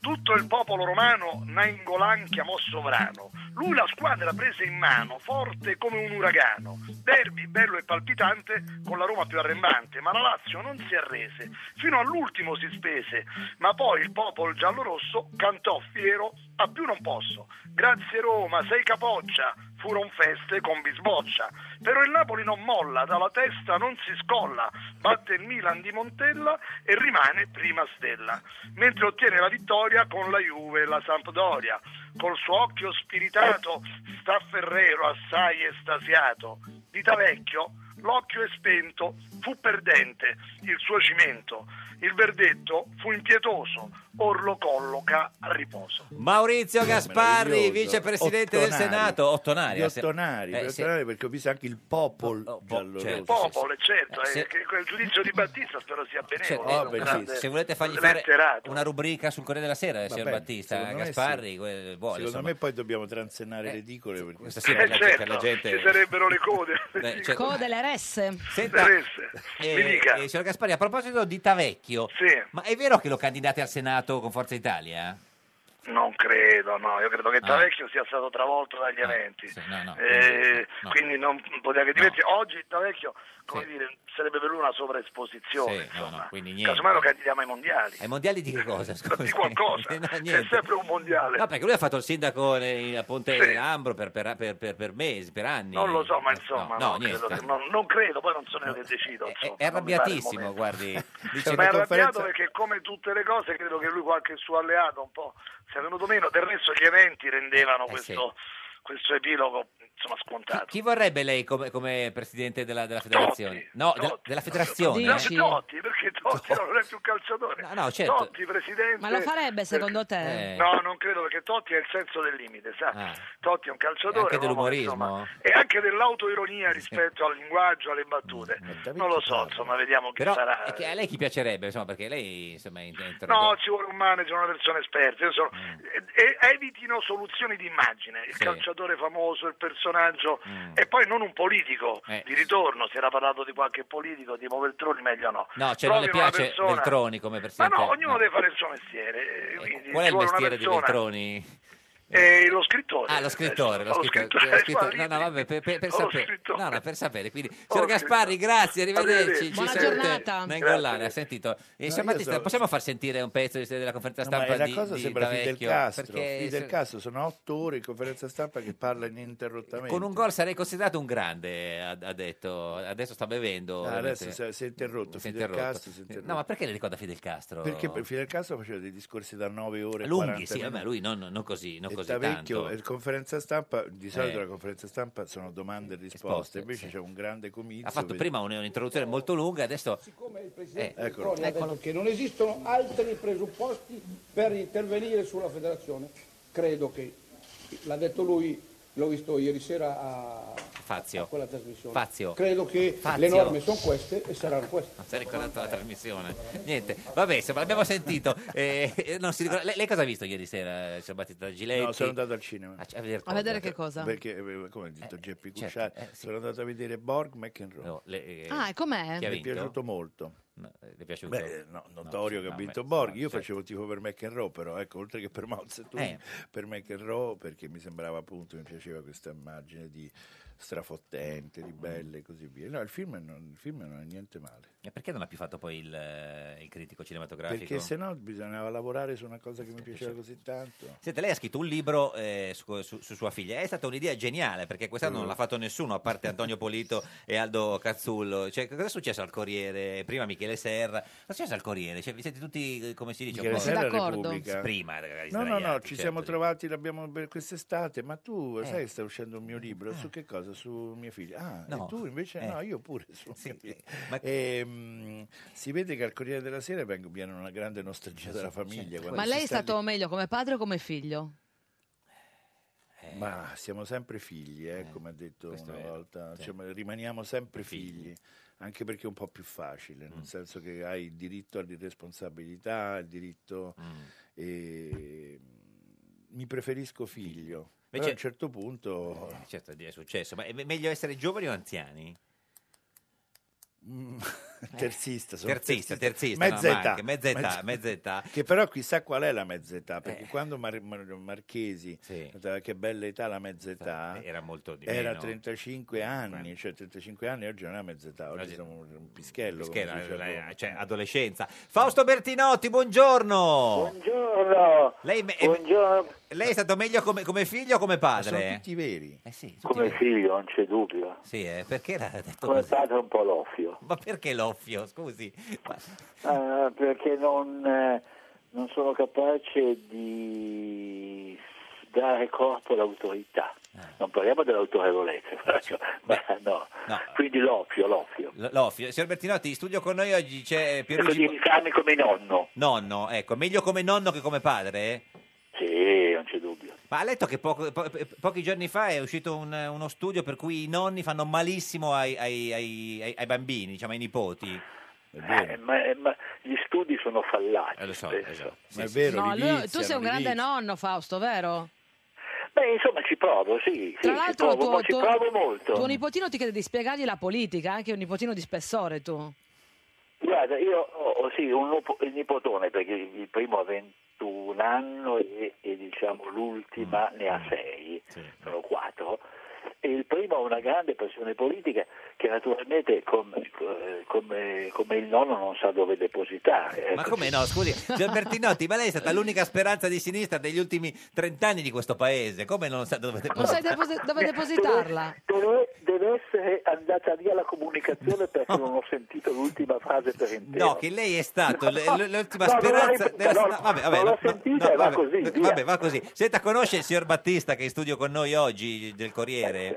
S18: Tutto il popolo romano Nainggolan chiamò sovrano. Lui la squadra prese in mano, forte come un uragano. Derby bello e palpitante, con la Roma più arrembante, ma la Lazio non si arrese. Fino all'ultimo si spese, ma poi il popolo giallorosso cantò fiero a più non posso. Grazie Roma, sei capoccia. Furon feste con bisboccia. Però il Napoli non molla, dalla testa non si scolla. Batte il Milan di Montella e rimane prima stella mentre ottiene la vittoria con la Juve e la Sampdoria. Col suo occhio spiritato sta Ferrero assai estasiato. Di Tavecchio l'occhio è spento, fu perdente il suo cimento. Il verdetto fu impietoso, or lo colloca a riposo.
S2: Maurizio Gasparri,
S16: Meraviglioso.
S2: Eh, vicepresidente del
S16: Ottonari.
S2: Senato. Ottonari.
S16: Gli
S2: eh, se-
S16: ottonari,
S2: eh,
S16: gli
S2: se- Oh,
S16: ottonari, perché ho visto anche il popolo giallorosso.
S18: Il popolo, certo,
S2: Eh,
S18: eh,
S2: se-
S18: che quel giudizio di Battista spero sia
S2: cioè,
S18: benevolo.
S2: eh,
S18: è un grande
S2: se volete fargli fare
S18: letterato.
S2: una rubrica sul Corriere della Sera, eh, signor
S16: Vabbè,
S2: Battista,
S16: secondo me
S2: Gasparri,
S16: sì.
S2: quel- eh, vuole,
S16: secondo
S2: insomma. Eh,
S16: me poi dobbiamo transenare le edicole perché-
S2: questa sì, per la-
S18: Certo,
S2: per la gente-
S18: ci sarebbero le code. [laughs]
S2: Eh, cioè-
S1: Code le resse.
S2: Senta,
S18: mi
S2: eh,
S18: dica.
S2: eh, signor Gasparri, a proposito di Tavecchio, ma è vero che lo candidate al Senato con Forza Italia?
S18: Non credo, no, io credo che
S2: Ah.
S18: Tavecchio sia stato travolto dagli eventi. Eh, Quindi non poteva che divertirsi. Oggi Tavecchio, come dire, sarebbe per lui una sovraesposizione.
S2: Sì, no, no, quindi niente.
S18: Casomai lo candidiamo ai mondiali.
S2: Ai mondiali di che cosa? Scusi.
S18: Di [laughs] qualcosa.
S2: [laughs] No,
S18: C'è
S2: niente.
S18: sempre un mondiale.
S2: No, perché lui ha fatto il sindaco nei- a Ponte
S18: Sì.
S2: Ambro per, per- per- per- per mesi, per anni.
S18: [laughs] Non lo so, ma insomma,
S2: no, no,
S18: no, credo
S2: niente.
S18: che- non, non credo, poi non sono io che decido.
S2: È, è
S18: insomma, non mi pare il
S2: arrabbiatissimo,
S18: momento.
S2: guardi.
S18: [laughs]
S2: Dice-
S18: ma è arrabbiato perché come tutte le cose credo che lui qualche suo alleato un po' sia venuto meno, del resto gli eventi rendevano
S2: Eh, sì.
S18: questo, questo epilogo insomma scontato.
S2: Chi vorrebbe lei come, come presidente della, della federazione? No, della, della federazione.
S18: No, Totti, perché Totti non è più calciatore.
S2: No, no, certo.
S18: Totti, presidente.
S1: Ma lo farebbe secondo te?
S2: Eh.
S18: No, non credo perché Totti è il senso del limite, sa?
S2: Ah.
S18: Totti è un
S2: E anche
S18: calciatore un uomo che,
S2: dell'umorismo.
S18: insomma, e anche dell'autoironia rispetto al linguaggio, alle battute. Non lo so, insomma, vediamo chi
S2: Eh, certo. Però
S18: sarà.
S2: eh, che a lei chi piacerebbe? Insomma, perché lei insomma, è in- è in-
S18: No, ci vuole un manager, una persona esperta. Io sono- e- e- evitino soluzioni di immagine, il
S2: Mm. Sì. Mm.
S18: calciatore famoso, il personaggio, e poi non un politico
S2: Eh.
S18: di ritorno. Si era parlato di qualche politico, di Veltroni, meglio no.
S2: No, cioè non le
S18: Trovino una
S2: piace
S18: persona-
S2: Veltroni come
S18: Ma
S2: presidente.
S18: no, ognuno deve fare il suo mestiere. eh, quindi
S2: Ecco, Qual è
S18: ci
S2: il
S18: vuole una
S2: mestiere di
S18: persona-
S2: Veltroni?
S18: Eh, lo scrittore.
S2: Ah, lo scrittore, lo
S18: Lo
S2: scrittore. Eh, lo
S18: scrittore, [laughs]
S2: scrittore. No,
S18: guardi.
S2: no, vabbè, per, per- per
S18: Lo
S2: sapere.
S18: scrittore.
S2: No, no, per sapere. Quindi,
S18: Lo
S2: signor Gasparri,
S18: scrittore.
S2: grazie, arrivederci.
S18: Arrivederci.
S2: Ci
S18: Buona
S2: sente.
S18: giornata.
S2: Nainggolan,
S18: Grazie.
S2: ha sentito. E
S16: No,
S2: signor
S16: io
S2: Battista,
S16: so-
S2: possiamo far sentire un pezzo di- della conferenza
S16: No, ma
S2: stampa
S16: è la
S2: di,
S16: cosa
S2: di
S16: sembra Fidel
S2: Tavecchio?
S16: Castro.
S2: Perché
S16: Fidel
S2: se-
S16: Castro sono otto ore in conferenza stampa che parla ininterrottamente.
S2: con un gol sarei considerato un grande, ha, ha detto. Adesso sta bevendo.
S16: Ah,
S2: ovviamente.
S16: adesso si è- si è interrotto,
S2: Si è
S16: Fidel
S2: interrotto.
S16: Castro si è interrotto.
S2: No, ma perché le ricorda Fidel Castro?
S16: Perché per Fidel Castro faceva dei discorsi da 9 ore e
S2: Lunghi,
S16: 40
S2: sì, vabbè,
S16: minuti.
S2: lui non, non così, non
S16: E
S2: così
S16: Tavecchio,
S2: tanto.
S16: e eh, conferenza stampa, di solito
S2: Eh.
S16: la conferenza stampa sono domande e risposte,
S2: Risposte,
S16: invece
S2: sì.
S16: c'è un grande comizio.
S2: Ha fatto
S16: per-
S2: prima un- un'introduzione molto lunga, adesso...
S19: Come il Presidente
S2: Eh,
S19: Veltroni ha detto
S2: eccolo.
S19: Ecco, che non esistono altri presupposti per intervenire sulla federazione, credo che, l'ha detto lui, l'ho visto ieri sera a,
S2: Fazio.
S19: a quella trasmissione,
S2: Fazio.
S19: credo che
S2: Fazio.
S19: le norme sono queste e saranno queste.
S2: Non si è ricordato la trasmissione. Niente, vabbè, insomma, l'abbiamo
S16: [laughs]
S2: sentito. Eh, non si ricorda- lei, lei cosa ha visto ieri sera, signor Battista Giletti?
S16: No, sono andato al cinema.
S2: A, vedere,
S1: A vedere che cosa?
S16: Perché, eh, come ha detto Geppi
S2: certo,
S16: Cucciari, sono andato a vedere Borg McEnroe.
S2: le, eh,
S1: Ah, e com'è?
S16: Mi è piaciuto molto.
S2: No, eh, le è piaciuto?
S16: Beh, no, notorio
S2: sì,
S16: che ha
S2: no,
S16: vinto
S2: beh,
S16: Borghi.
S2: no,
S16: Io
S2: certo.
S16: facevo il tifo per McEnroe, però, ecco, oltre che per Mao Zedong,
S2: Eh.
S16: per McEnroe, perché mi sembrava appunto, mi piaceva questa immagine di strafottente, ribelle e così via. No, il film non, il film non è niente male.
S2: E perché non ha più fatto poi il, eh, il critico cinematografico?
S16: Perché se no bisognava lavorare su una cosa che mi piaceva
S2: piaceva.
S16: così tanto.
S2: Senta, lei ha scritto un libro eh, su, su- su sua figlia. È stata un'idea geniale perché quest'anno non l'ha fatto nessuno, a parte Antonio Polito e Aldo Cazzullo. Cioè, cosa è successo al Corriere? Prima Michele Serra. Cosa è successo al Corriere? Cioè, vi siete tutti, eh, come si dice, un
S16: Michele
S2: po'
S16: Serra, D'accordo. Repubblica.
S2: Prima, ragazzi,
S16: No, no, no,
S2: sdraiati,
S16: ci
S2: certo.
S16: siamo trovati, l'abbiamo per quest'estate, ma tu
S2: Eh.
S16: sai che sta uscendo un mio libro, su che cosa? Su mia figlia. Ah,
S2: No.
S16: e tu invece?
S2: Eh.
S16: No, io pure su mia figlia. Ehm, si vede che al Corriere della Sera vengo- viene una grande nostalgia della famiglia. quando
S1: Ma
S16: si
S1: lei è
S16: sta
S1: stato meglio come padre o come figlio?
S16: lì- Ma siamo sempre figli, eh, come ha detto
S2: Eh. questo
S16: una
S2: è vero,
S16: volta,
S2: sì.
S16: Cioè, ma rimaniamo sempre figli. Anche perché è un po' più facile,
S2: Mm.
S16: nel senso che hai il diritto all'irresponsabilità, il diritto...
S2: Mm.
S16: e- Mi preferisco figlio. Però
S2: Invece-
S16: a un certo punto
S2: Eh, certo, è successo. Ma è me- meglio essere giovani o anziani?
S16: Mm, terzista, sono
S2: Eh. Terzista, terzista,
S16: mezza
S2: no, ma
S16: età,
S2: anche mezza età, mezza età. Eh.
S16: Che però chissà qual è la mezza età, perché quando Mar- Mar- Marchesi, notava che bella età la mezza età,
S2: Era molto di
S16: era
S2: meno.
S16: 35 anni, cioè 35 anni oggi non è mezza età, oggi siamo un pischello. come
S2: Scherzo,
S16: si dice a
S2: eh,
S16: Roma.
S2: cioè, adolescenza. Fausto Bertinotti, buongiorno.
S20: Buongiorno.
S2: Lei, me- eh, lei è stato meglio come, come figlio o come padre?
S20: Sono
S16: tutti veri.
S2: Eh sì, tutti
S20: Come
S2: veri.
S20: figlio, non c'è dubbio.
S2: Sì, eh, perché l'ha detto
S20: Come
S2: così?
S20: padre un po' l'offio.
S2: Ma perché l'offio? Scusi. Ma-
S20: Eh, perché non, eh, non sono capace di dare corpo all'autorità.
S2: Eh.
S20: Non parliamo dell'autorevolezza, però, [laughs] ma no. Quindi l'offio, l'offio.
S2: L- L'offio. Signor Bertinotti, in studio con noi oggi c'è
S20: Cerco Ecco, di
S2: Pierluigi...
S20: imitarmi come nonno.
S2: Nonno, ecco, meglio come nonno che come padre?
S20: Sì, non c'è dubbio.
S2: Ma ha letto che poco- po- eh, pochi giorni fa è uscito un- uno studio per cui i nonni fanno malissimo ai, ai- ai- ai- ai bambini, diciamo ai nipoti?
S20: Eh, ma, ma gli studi sono fallati.
S2: Eh,
S20: spesso.
S2: Ma
S16: è vero,
S1: No, lui- tu sei un grande nonno, Fausto, vero?
S20: Beh, insomma, ci provo, sì.
S1: Tra
S20: sì, ci
S1: l'altro,
S20: provo,
S1: tuo,
S20: mo- ci
S1: tuo-
S20: provo molto.
S1: tuo nipotino ti chiede di spiegargli la politica, anche un nipotino di spessore tu.
S20: Guarda, io ho ho sì, un nupo- il nipotone perché il primo ha 21 anni e, e, diciamo l'ultima ne ha 6, sono 4. E il primo ha una grande passione politica che naturalmente come, come- come il nonno non sa dove depositare.
S2: Ma
S20: ecco.
S2: come no, scusi, signor Bertinotti, ma lei è
S20: [laughs]
S2: stata l'unica speranza di sinistra degli ultimi 30 anni di questo paese, come non sa dove...
S1: Non sai depos- dove depositarla?
S20: Eh, Deve, deve essere andata via la comunicazione perché non ho sentito l'ultima frase per intero.
S2: No, che lei è stato l- l- l'ultima
S20: No, non la
S2: speranza
S20: ripeto,
S2: della
S20: no,
S2: no, vabbè, vabbè,
S20: non
S2: no,
S20: l'ho
S2: no,
S20: sentita
S2: no,
S20: e va
S2: vabbè, eh,
S20: così,
S2: vabbè,
S20: via.
S2: va così. Senta, conosce il signor Battista che è in studio con noi oggi del Corriere?
S20: Eh,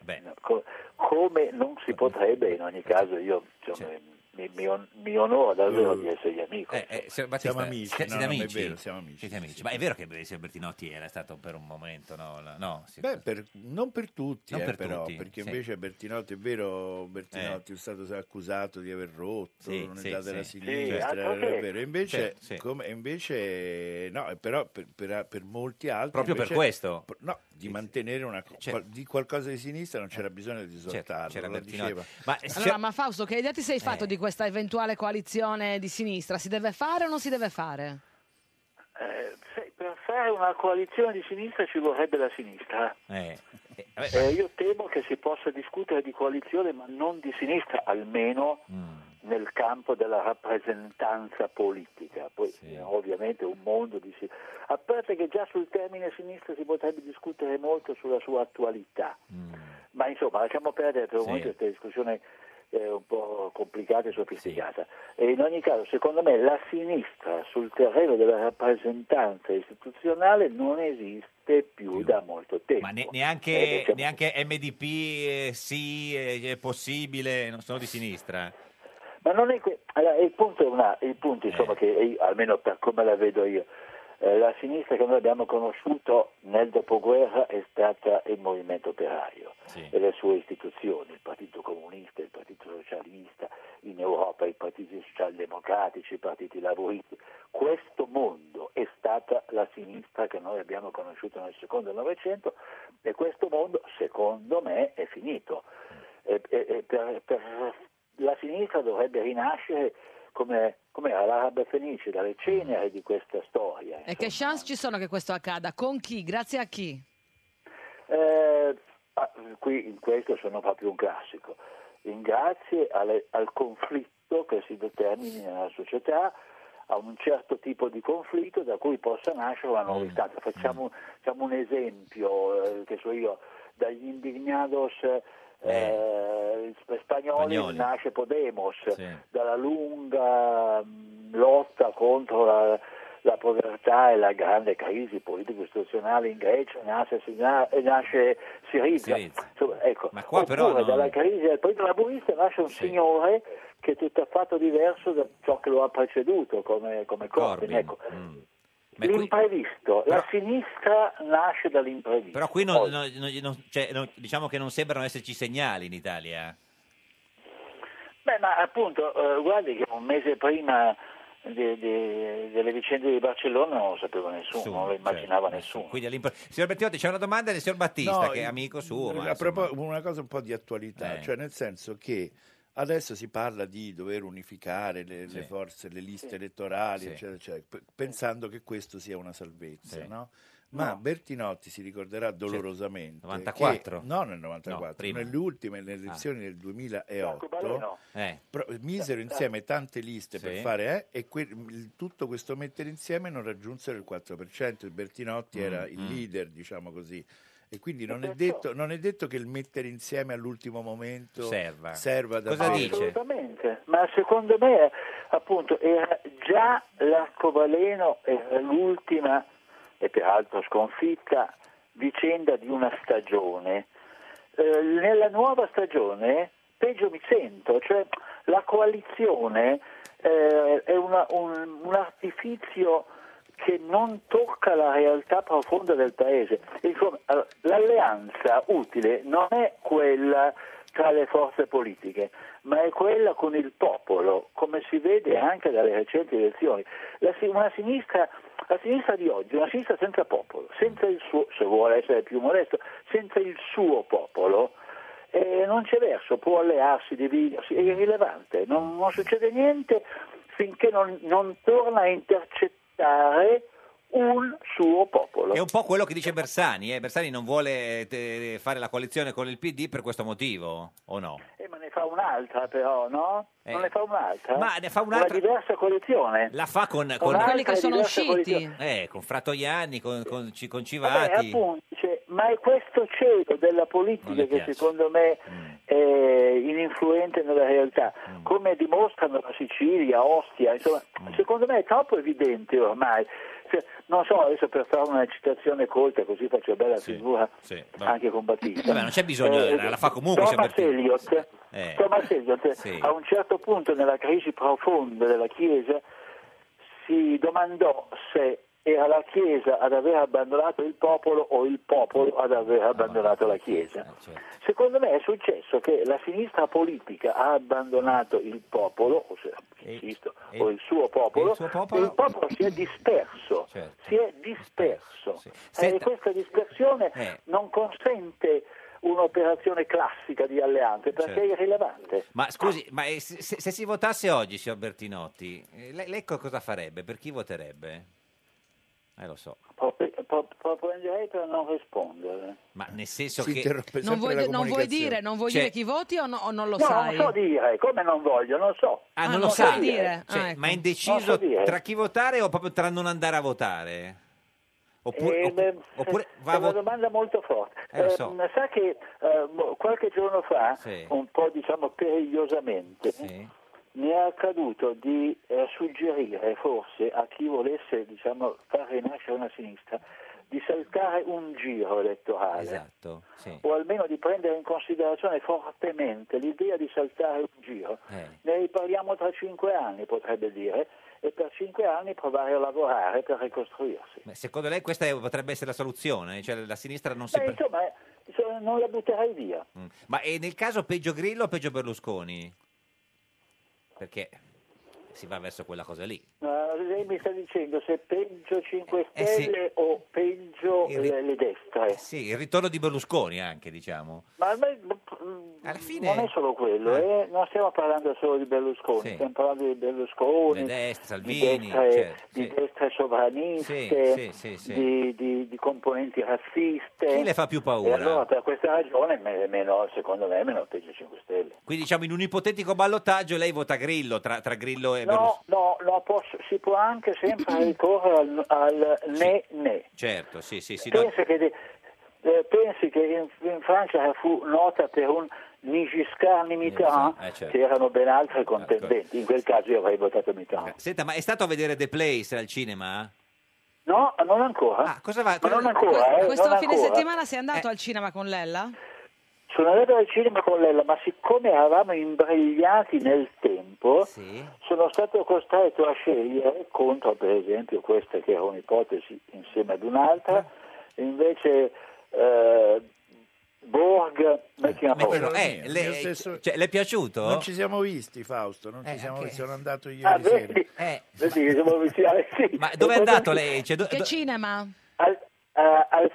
S2: Beh,
S20: Co- come non si potrebbe in ogni caso io insomma, mi, mi on- mi onoro davvero di essere amico
S2: eh, eh, signor Battista,
S16: Siamo amici,
S2: siete
S16: no, no, ma è
S2: amici?
S16: vero, siamo amici,
S2: Siete amici. Ma è vero che il signor Bertinotti era stato per un momento, no? la- no sì.
S16: Beh, per- non per tutti,
S2: Non
S16: eh,
S2: per
S16: però,
S2: tutti,
S16: perché
S2: sì. Eh.
S16: invece Bertinotti, è vero, Bertinotti è stato accusato di aver rotto
S2: Sì,
S16: l'unità
S2: sì,
S16: della
S2: sì.
S16: sinistra,
S2: Sì,
S16: è
S2: altro che.
S16: vero. Invece,
S2: Sì, sì.
S16: come- invece no, però per, per- per molti altri...
S2: Proprio per
S16: invece-
S2: questo. Cioè
S16: pr- No, di mantenere una, co- qual- di qualcosa di sinistra non c'era bisogno di esortarlo,
S2: Eh, certo, c'era
S16: lo
S2: Bertinotti.
S16: diceva.
S2: Ma
S1: Allora, ma Fausto, che idea ti sei
S2: Eh.
S1: fatto di questa eventuale coalizione di sinistra? Si deve fare o non si deve fare?
S20: Eh, sai, per fare una coalizione di sinistra ci vorrebbe la sinistra
S2: Eh, eh, vabbè,
S20: Eh, io temo che si possa discutere di coalizione ma non di sinistra almeno
S2: Mm.
S20: nel campo della rappresentanza politica poi eh, ovviamente un mondo di sinistra a parte che già sul termine sinistra si potrebbe discutere molto sulla sua attualità
S2: Mm.
S20: ma insomma lasciamo perdere per un
S21: Sì.
S20: momento questa discussione eh, un po' complicata e sofisticata. E in ogni caso, secondo me, la sinistra sul terreno della rappresentanza istituzionale non esiste più, da molto tempo.
S2: ma ne-
S20: Eh,
S2: neanche,
S20: diciamo-
S2: neanche MDP, eh, sì, eh, è possibile, non sono di sinistra.
S20: Ma non è que- allora, il punto, è una- il punto, insomma, che io- almeno per come la vedo io, eh, la sinistra che noi abbiamo conosciuto nel dopoguerra è stata il movimento operaio e le sue istituzioni, il Partito Comunista, il Partito Socialista, in Europa i partiti socialdemocratici, i partiti laburisti. Questo mondo è stata la sinistra che noi abbiamo conosciuto nel secondo Novecento e questo mondo, secondo me, è finito. E- e- e per- per la sinistra dovrebbe rinascere come, come era l'Araba Fenice, dalle ceneri di questa storia.
S1: E che chance ci sono che questo accada? Con chi? Grazie a chi?
S20: Eh, ah, qui in questo sono proprio un classico. In grazie alle- al conflitto che si determini nella società, a un certo tipo di conflitto da cui possa nascere una nuova istanza. Facciamo, facciamo un esempio, eh, che so io, dagli indignados eh, sp- spagnoli,
S2: Spagnoli.
S20: nasce Podemos, dalla lunga mh, lotta contro la, la povertà e la grande crisi politico-istituzionale in Grecia nasce, Sina- eh, nasce Siriza. Insomma, ecco.
S2: qua però
S20: Oppure
S2: no.
S20: dalla crisi del partito laburista nasce un signore che è tutto affatto diverso da ciò che lo ha preceduto come, come Corbyn. Ecco.
S2: mm.
S20: L'imprevisto, la sinistra nasce dall'imprevisto.
S2: Però qui non, non- non- non- cioè, non- diciamo che non sembrano esserci segnali in Italia.
S20: Beh, ma appunto, eh, guardi che un mese prima de- de- delle vicende di Barcellona non lo sapeva nessuno, non lo
S2: Cioè,
S20: immaginava nessuno.
S2: Quindi all'impro- Signor Bertiotti, c'è una domanda del signor Battista,
S16: No,
S2: che è
S16: il-
S2: amico suo. ma
S16: a
S2: insomma.
S16: propos- una cosa un po' di attualità,
S2: Eh.
S16: cioè nel senso che adesso si parla di dover unificare le, le forze, le liste
S11: Sì.
S16: elettorali,
S11: Sì.
S16: eccetera, eccetera, p- pensando che questo sia una salvezza,
S11: Sì.
S16: no? Ma
S11: No.
S16: Bertinotti si ricorderà dolorosamente
S2: 94?
S16: che- no nel 94,
S2: prima. Ah.
S16: nelle ultime nelle elezioni del 2008
S2: Eh.
S16: pro- misero insieme tante liste
S2: Sì.
S16: per fare eh, e que- il- tutto questo mettere insieme non raggiunsero il 4%, il Bertinotti
S11: Mm,
S16: era il
S11: mm.
S16: leader, diciamo così. E quindi non è,
S20: perciò-
S16: detto, non è detto che il mettere insieme all'ultimo momento
S2: Serva.
S16: davvero.
S20: Assolutamente, ma secondo me appunto era già l'arcobaleno, era l'ultima e peraltro sconfitta vicenda di una stagione. Eh, nella nuova stagione peggio mi sento, cioè la coalizione eh, è una- un, un artifizio che non tocca la realtà profonda del paese. Insomma, allora, l'alleanza utile non è quella tra le forze politiche, ma è quella con il popolo, come si vede anche dalle recenti elezioni. La, si- una sinistra, la sinistra di oggi, è una sinistra senza popolo, senza il suo, se vuole essere più modesto, senza il suo popolo, eh, non c'è verso, può allearsi, dividersi, è irrilevante, non, non succede niente finché non, non torna a intercettare un suo popolo.
S2: È un po' quello che dice Bersani. eh. Bersani non vuole eh, te- fare la coalizione con il PD per questo motivo, o no?
S20: Eh, ma ne fa un'altra però, no? Non
S2: Eh.
S20: ne fa un'altra? Eh,
S2: Ma ne fa un'altra-
S20: Esatto. Una diversa coalizione.
S2: La fa con, con-
S20: Un'altra Quelli che sono diversa usciti. coalizione.
S2: Eh, con Frattoianni, con, con, Ci- con
S20: Vabbè,
S2: Civati.
S20: appunto, cioè, ma è questo cielo della
S2: Non
S20: politica
S2: le
S20: che
S2: piace. Mm.
S20: secondo me è ininfluente nella realtà, come dimostrano la Sicilia, Ostia, insomma,
S2: Mm.
S20: secondo me è troppo evidente ormai. Cioè, non so, adesso per fare una citazione colta, così faccio bella figura anche con Battista.
S2: Vabbè, non c'è bisogno, la- la fa comunque,
S20: Thomas
S2: signor
S20: Eliot,
S2: Eh.
S20: Thomas Eliot,
S2: Sì.
S20: a un certo punto nella crisi profonda della Chiesa si domandò se era la Chiesa ad aver abbandonato il popolo o il popolo ad aver abbandonato la Chiesa. Secondo me è successo che la sinistra politica ha abbandonato il popolo, o, se- insisto, o il suo popolo, e il, popolo si è disperso,
S11: certo.
S20: si è disperso. eh. E questa dispersione non consente un'operazione classica di alleanze perché
S2: Certo.
S20: è irrilevante.
S2: Ma scusi, ma eh, se, se- se si votasse oggi, signor Bertinotti, eh, lei, lei co- cosa farebbe? Per chi voterebbe? Eh, lo so.
S20: Proprio- pro- Proponderei per non rispondere.
S2: Ma nel senso
S20: Si
S2: che...
S20: interrompe
S1: Non vuoi, non vuoi dire, non vuoi
S2: Cioè,
S1: dire chi voti o no- o non lo
S20: no,
S1: sai?
S20: non so dire, come non voglio, non so.
S2: Ah, non
S1: Ah,
S2: lo
S1: non
S2: sa.
S1: sa dire.
S2: Cioè,
S1: Ah, ecco.
S2: Ma è
S20: Non
S2: indeciso
S20: sa dire.
S2: tra chi votare o proprio tra non andare a votare? Oppure,
S20: Eh,
S2: opp-
S20: beh, [laughs]
S2: oppure va
S20: è
S2: a
S20: una
S2: votare...
S20: domanda molto forte.
S2: Eh, lo
S20: Eh,
S2: so.
S20: sa che eh, mo- qualche giorno fa,
S2: Sì.
S20: un po' diciamo perigliosamente, mi è accaduto di eh, suggerire forse a chi volesse diciamo, far rinascere una sinistra di saltare un giro elettorale.
S2: Esatto, sì.
S20: o almeno di prendere in considerazione fortemente l'idea di saltare un giro.
S2: Eh.
S20: Ne riparliamo tra cinque anni, potrebbe dire, e per cinque anni provare a lavorare per ricostruirsi.
S2: Ma secondo lei questa è- potrebbe essere la soluzione? Cioè la sinistra non si...
S20: Beh,
S2: pre-
S20: insomma, eh, insomma, non la butterei via.
S2: Mm. Ma e nel caso peggio Grillo o peggio Berlusconi? Perché si va verso quella cosa lì.
S20: Ma lei mi sta dicendo se peggio 5
S2: Eh, sì.
S20: Stelle o peggio
S2: Il ri-
S20: le, le destre.
S2: Sì, il ritorno di Berlusconi anche, diciamo.
S20: Ma a me, mm, Non è solo quello, eh, non stiamo parlando solo di Berlusconi,
S2: Sì.
S20: stiamo parlando di Berlusconi,
S2: Di destra,
S20: di
S2: Salvini,
S20: destre,
S2: certo,
S20: di
S2: sì.
S20: destre sovraniste,
S2: Sì, sì, sì, sì.
S20: Di, di- di componenti razziste.
S2: Chi le fa più paura?
S20: E allora per questa ragione, me- meno- secondo me, meno peggio i 5 Stelle.
S2: Quindi diciamo in un ipotetico ballottaggio lei vota Grillo tra, tra Grillo e Berlusconi.
S20: No, no, no, posso- si può anche
S2: [clears throat]
S20: sempre ricorrere al, al né né.
S2: Certo, sì, sì, sì. no,
S20: Pensi che, di- eh, pensi che in, in Francia fu nota per un Nigiscard ni Mitterrand,
S2: Eh, certo.
S20: che erano ben altri contendenti. In quel caso io avrei votato Mitterrand.
S2: Senta, ma è stato a vedere The Place al cinema?
S20: No, non ancora.
S2: Ah,
S20: Ma non ancora, eh,
S1: Questo
S20: non
S1: fine
S20: ancora.
S1: settimana sei
S2: Eh.
S1: andato al cinema con Lella?
S20: Sono andato al cinema con Lella, ma siccome eravamo imbrigliati nel tempo, sono stato costretto a scegliere contro, per esempio, questa che era un'ipotesi insieme ad un'altra, invece eh, Borg,
S16: Però,
S20: McEnroe.
S16: Eh, mio, mio stesso-
S2: Eh, Cioè, le è piaciuto? Eh,
S16: Non ci siamo visti, Fausto, non ci siamo visti, sono andato ieri
S20: Ah,
S16: sera.
S20: vedi? Vedi che siamo vicini alle- sì.
S2: Ma dove è andato lei? Cioè, do-
S1: Che
S2: do-
S1: cinema?
S20: Al,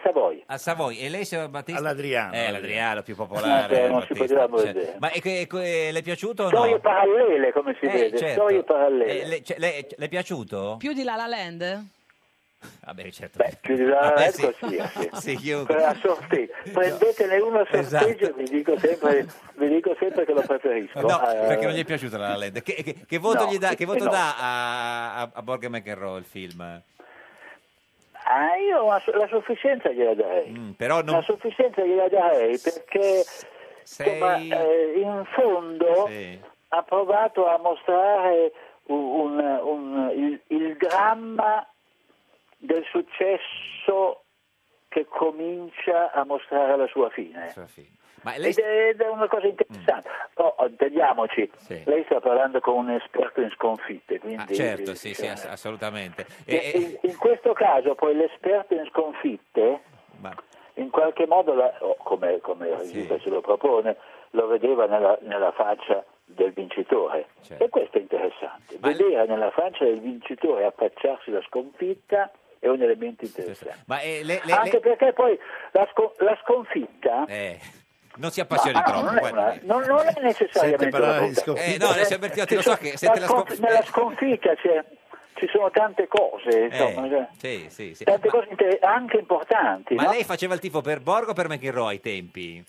S20: Savoy.
S2: A Savoy. E lei, signor Battista?
S16: All'Adriano.
S2: Eh, l'Adriano, più
S20: Eh,
S2: popolare.
S20: non si
S2: Battista.
S20: poteva
S2: Cioè,
S20: vedere.
S2: ma è che- è che- le è piaciuto o no?
S20: Storie parallele, come si
S2: Eh,
S20: vede,
S2: certo.
S20: storie parallele.
S2: Eh, le, cioè, le- le è piaciuto?
S1: Più di La La Land?
S2: Vabbè, certo.
S20: più di ecco, là
S2: Vabbè,
S20: è
S2: sì. [laughs]
S20: qualsiasi.
S2: Sì, io-
S20: Per la
S2: [laughs]
S20: sorte- prendetene uno a sorteggio e vi dico sempre vi dico sempre che lo preferisco
S2: Esatto. No,
S20: Eh,
S2: perché non gli è piaciuta la La Land. Che, che- che voto,
S20: No,
S2: gli dà, che
S20: eh,
S2: voto
S20: no.
S2: dà a, a, a Borg McEnroe il film?
S20: ah, io la, la sufficienza gliela darei
S2: Mm, Però non...
S20: la sufficienza gliela darei perché insomma, eh, in fondo ha provato a mostrare un- un- un- il, il dramma del successo che comincia a mostrare la sua fine.
S2: Ma lei- Mm.
S20: Ed, è, ed è una cosa interessante. Però, intendiamoci, lei sta parlando con un esperto in sconfitte, quindi
S2: Ah, certo, sì, sì, ass- assolutamente. E- e-
S20: in, in questo caso poi l'esperto in sconfitte
S2: Ma-
S20: in qualche modo, la- o come, come il regista se lo propone, lo vedeva nella, nella faccia del vincitore.
S2: Certo.
S20: E questo è interessante. Vedere nella faccia del vincitore affacciarsi la sconfitta è un elemento interessante.
S2: ma eh, le- le-
S20: Anche
S2: le-
S20: perché poi la, sco- la sconfitta...
S2: Eh, non si appassioni
S20: Ma, ah,
S2: troppo.
S20: non, è
S2: guarda.
S20: una- non- non è necessariamente
S2: Sente parlare
S20: una
S2: di
S20: brutta.
S2: sconfitta. Eh, no, adesso, Bertiotti, lo so che se
S20: La
S2: te la
S20: sconf- nella sconfitta c'è- ci sono tante cose, insomma, cioè,
S2: Eh, sì, sì, sì.
S20: tante cose inter- anche importanti.
S2: Ma
S20: no?
S2: lei faceva il tifo per Borgo o per McEnroe ai tempi?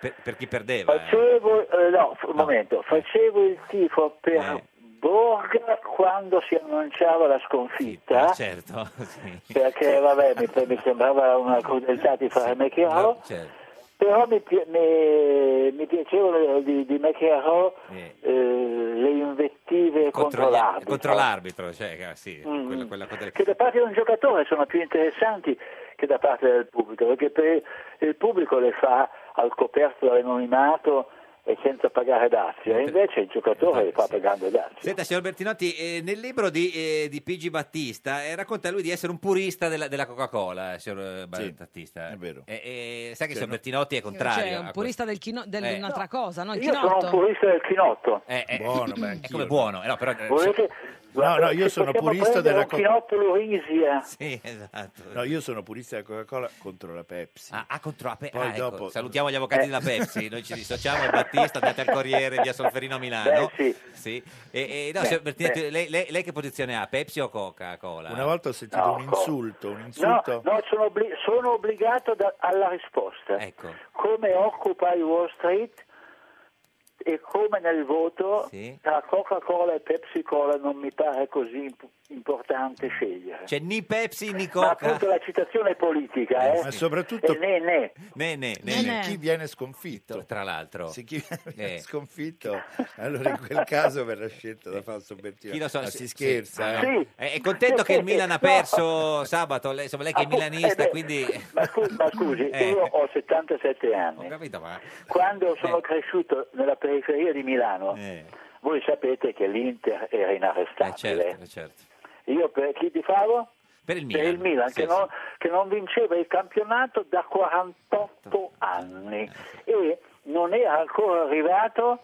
S2: Per, per chi perdeva? eh?
S20: Facevo, eh, no, f- un momento, facevo il tifo per
S2: Eh.
S20: Borg quando si annunciava la sconfitta.
S2: Ah, certo, sì.
S20: Perché vabbè, mi, mi sembrava una crudeltà di fare McEnroe,
S2: certo.
S20: però mi, pi- mi, mi piacevano di, di McEnroe eh, le invettive contro,
S2: Contro, gli-
S20: l'arbitro.
S2: contro l'arbitro, cioè, che- sì,
S20: diciamo. Mm.
S2: quella, quella cosa lì.
S20: che da parte di un giocatore sono più interessanti che da parte del pubblico, perché per- il pubblico le fa al coperto dall'anonimato e senza pagare dazio, e invece il giocatore le fa pagando dazio.
S2: Senta, signor Bertinotti, eh, nel libro di, eh, di P.G. Battista eh, racconta lui di essere un purista della, della Coca-Cola, eh, signor eh,
S1: Sì,
S2: Battista. È vero. sai che il signor
S1: no-
S2: Bertinotti è contrario. a
S1: Cioè, un
S2: Eh, ah, questo.
S1: purista del chino- del-
S2: Eh.
S1: di un'altra cosa, no? Il
S20: Io sono un
S1: chinotto?
S20: purista del chinotto.
S2: Eh, eh,
S20: Buono,
S2: è come buono. eh, no, però, eh,
S20: Volete-
S16: No, no, io
S20: se
S16: sono
S20: possiamo
S16: purista
S20: prendere
S16: della
S20: un chinotto Lurisia.
S2: Sì, esatto.
S16: No, io sono purista della Coca-Cola contro la Pepsi.
S2: Ah, contro la Pepsi.
S16: Poi
S2: ah, ecco,
S16: dopo-
S2: Salutiamo gli avvocati
S16: Eh.
S2: della Pepsi, noi ci dissociamo al Battista, andate al Corriere, via Solferino a Milano. Sì. E, e, no,
S16: Beh,
S2: signor Bertinetti,
S16: beh.
S2: lei, lei- lei che posizione ha? Pepsi o Coca-Cola?
S16: Una volta ho sentito
S20: Eh, No,
S16: un insulto, un
S20: No,
S16: insulto.
S20: no, sono, obbli- sono obbligato da- alla risposta.
S16: Eh.
S2: Ecco.
S20: Come Occupy Wall Street e come nel voto tra Coca-Cola e Pepsi-Cola non mi pare così imp- importante scegliere.
S2: Cioè, ni Pepsi ni
S20: Ma
S2: Coca.
S20: appunto la citazione è politica,
S2: Ah. Eh,
S20: eh?
S2: sì. Ma
S16: soprattutto-
S20: E né, né.
S2: Né, né, né,
S16: Eh, Chi-
S2: né.
S16: Chi viene sconfitto?
S2: Tra l'altro.
S16: Se chi viene
S2: Eh.
S16: [laughs] sconfitto, allora in quel caso verrà scelto da Fausto Bertino.
S2: Chi lo so,
S16: Ma
S2: sì,
S16: si
S2: sì.
S16: scherza,
S2: Ah,
S16: eh?
S2: È, è contento
S20: [laughs]
S2: che il Milan ha perso sabato, lei, insomma lei che è milanista, quindi...
S20: Eh, Ma, scu- ma
S2: [laughs]
S20: scusi,
S2: Eh.
S20: io ho 77 anni. Quando sono cresciuto nella periferia di Milano,
S2: Eh.
S20: voi sapete che l'Inter era
S2: Eh,
S20: inarrestabile. Io per chi tifavo?
S2: certo, Per il
S20: Milan, che, non, che non vinceva il campionato da 48
S2: Eh,
S20: anni e non era ancora arrivato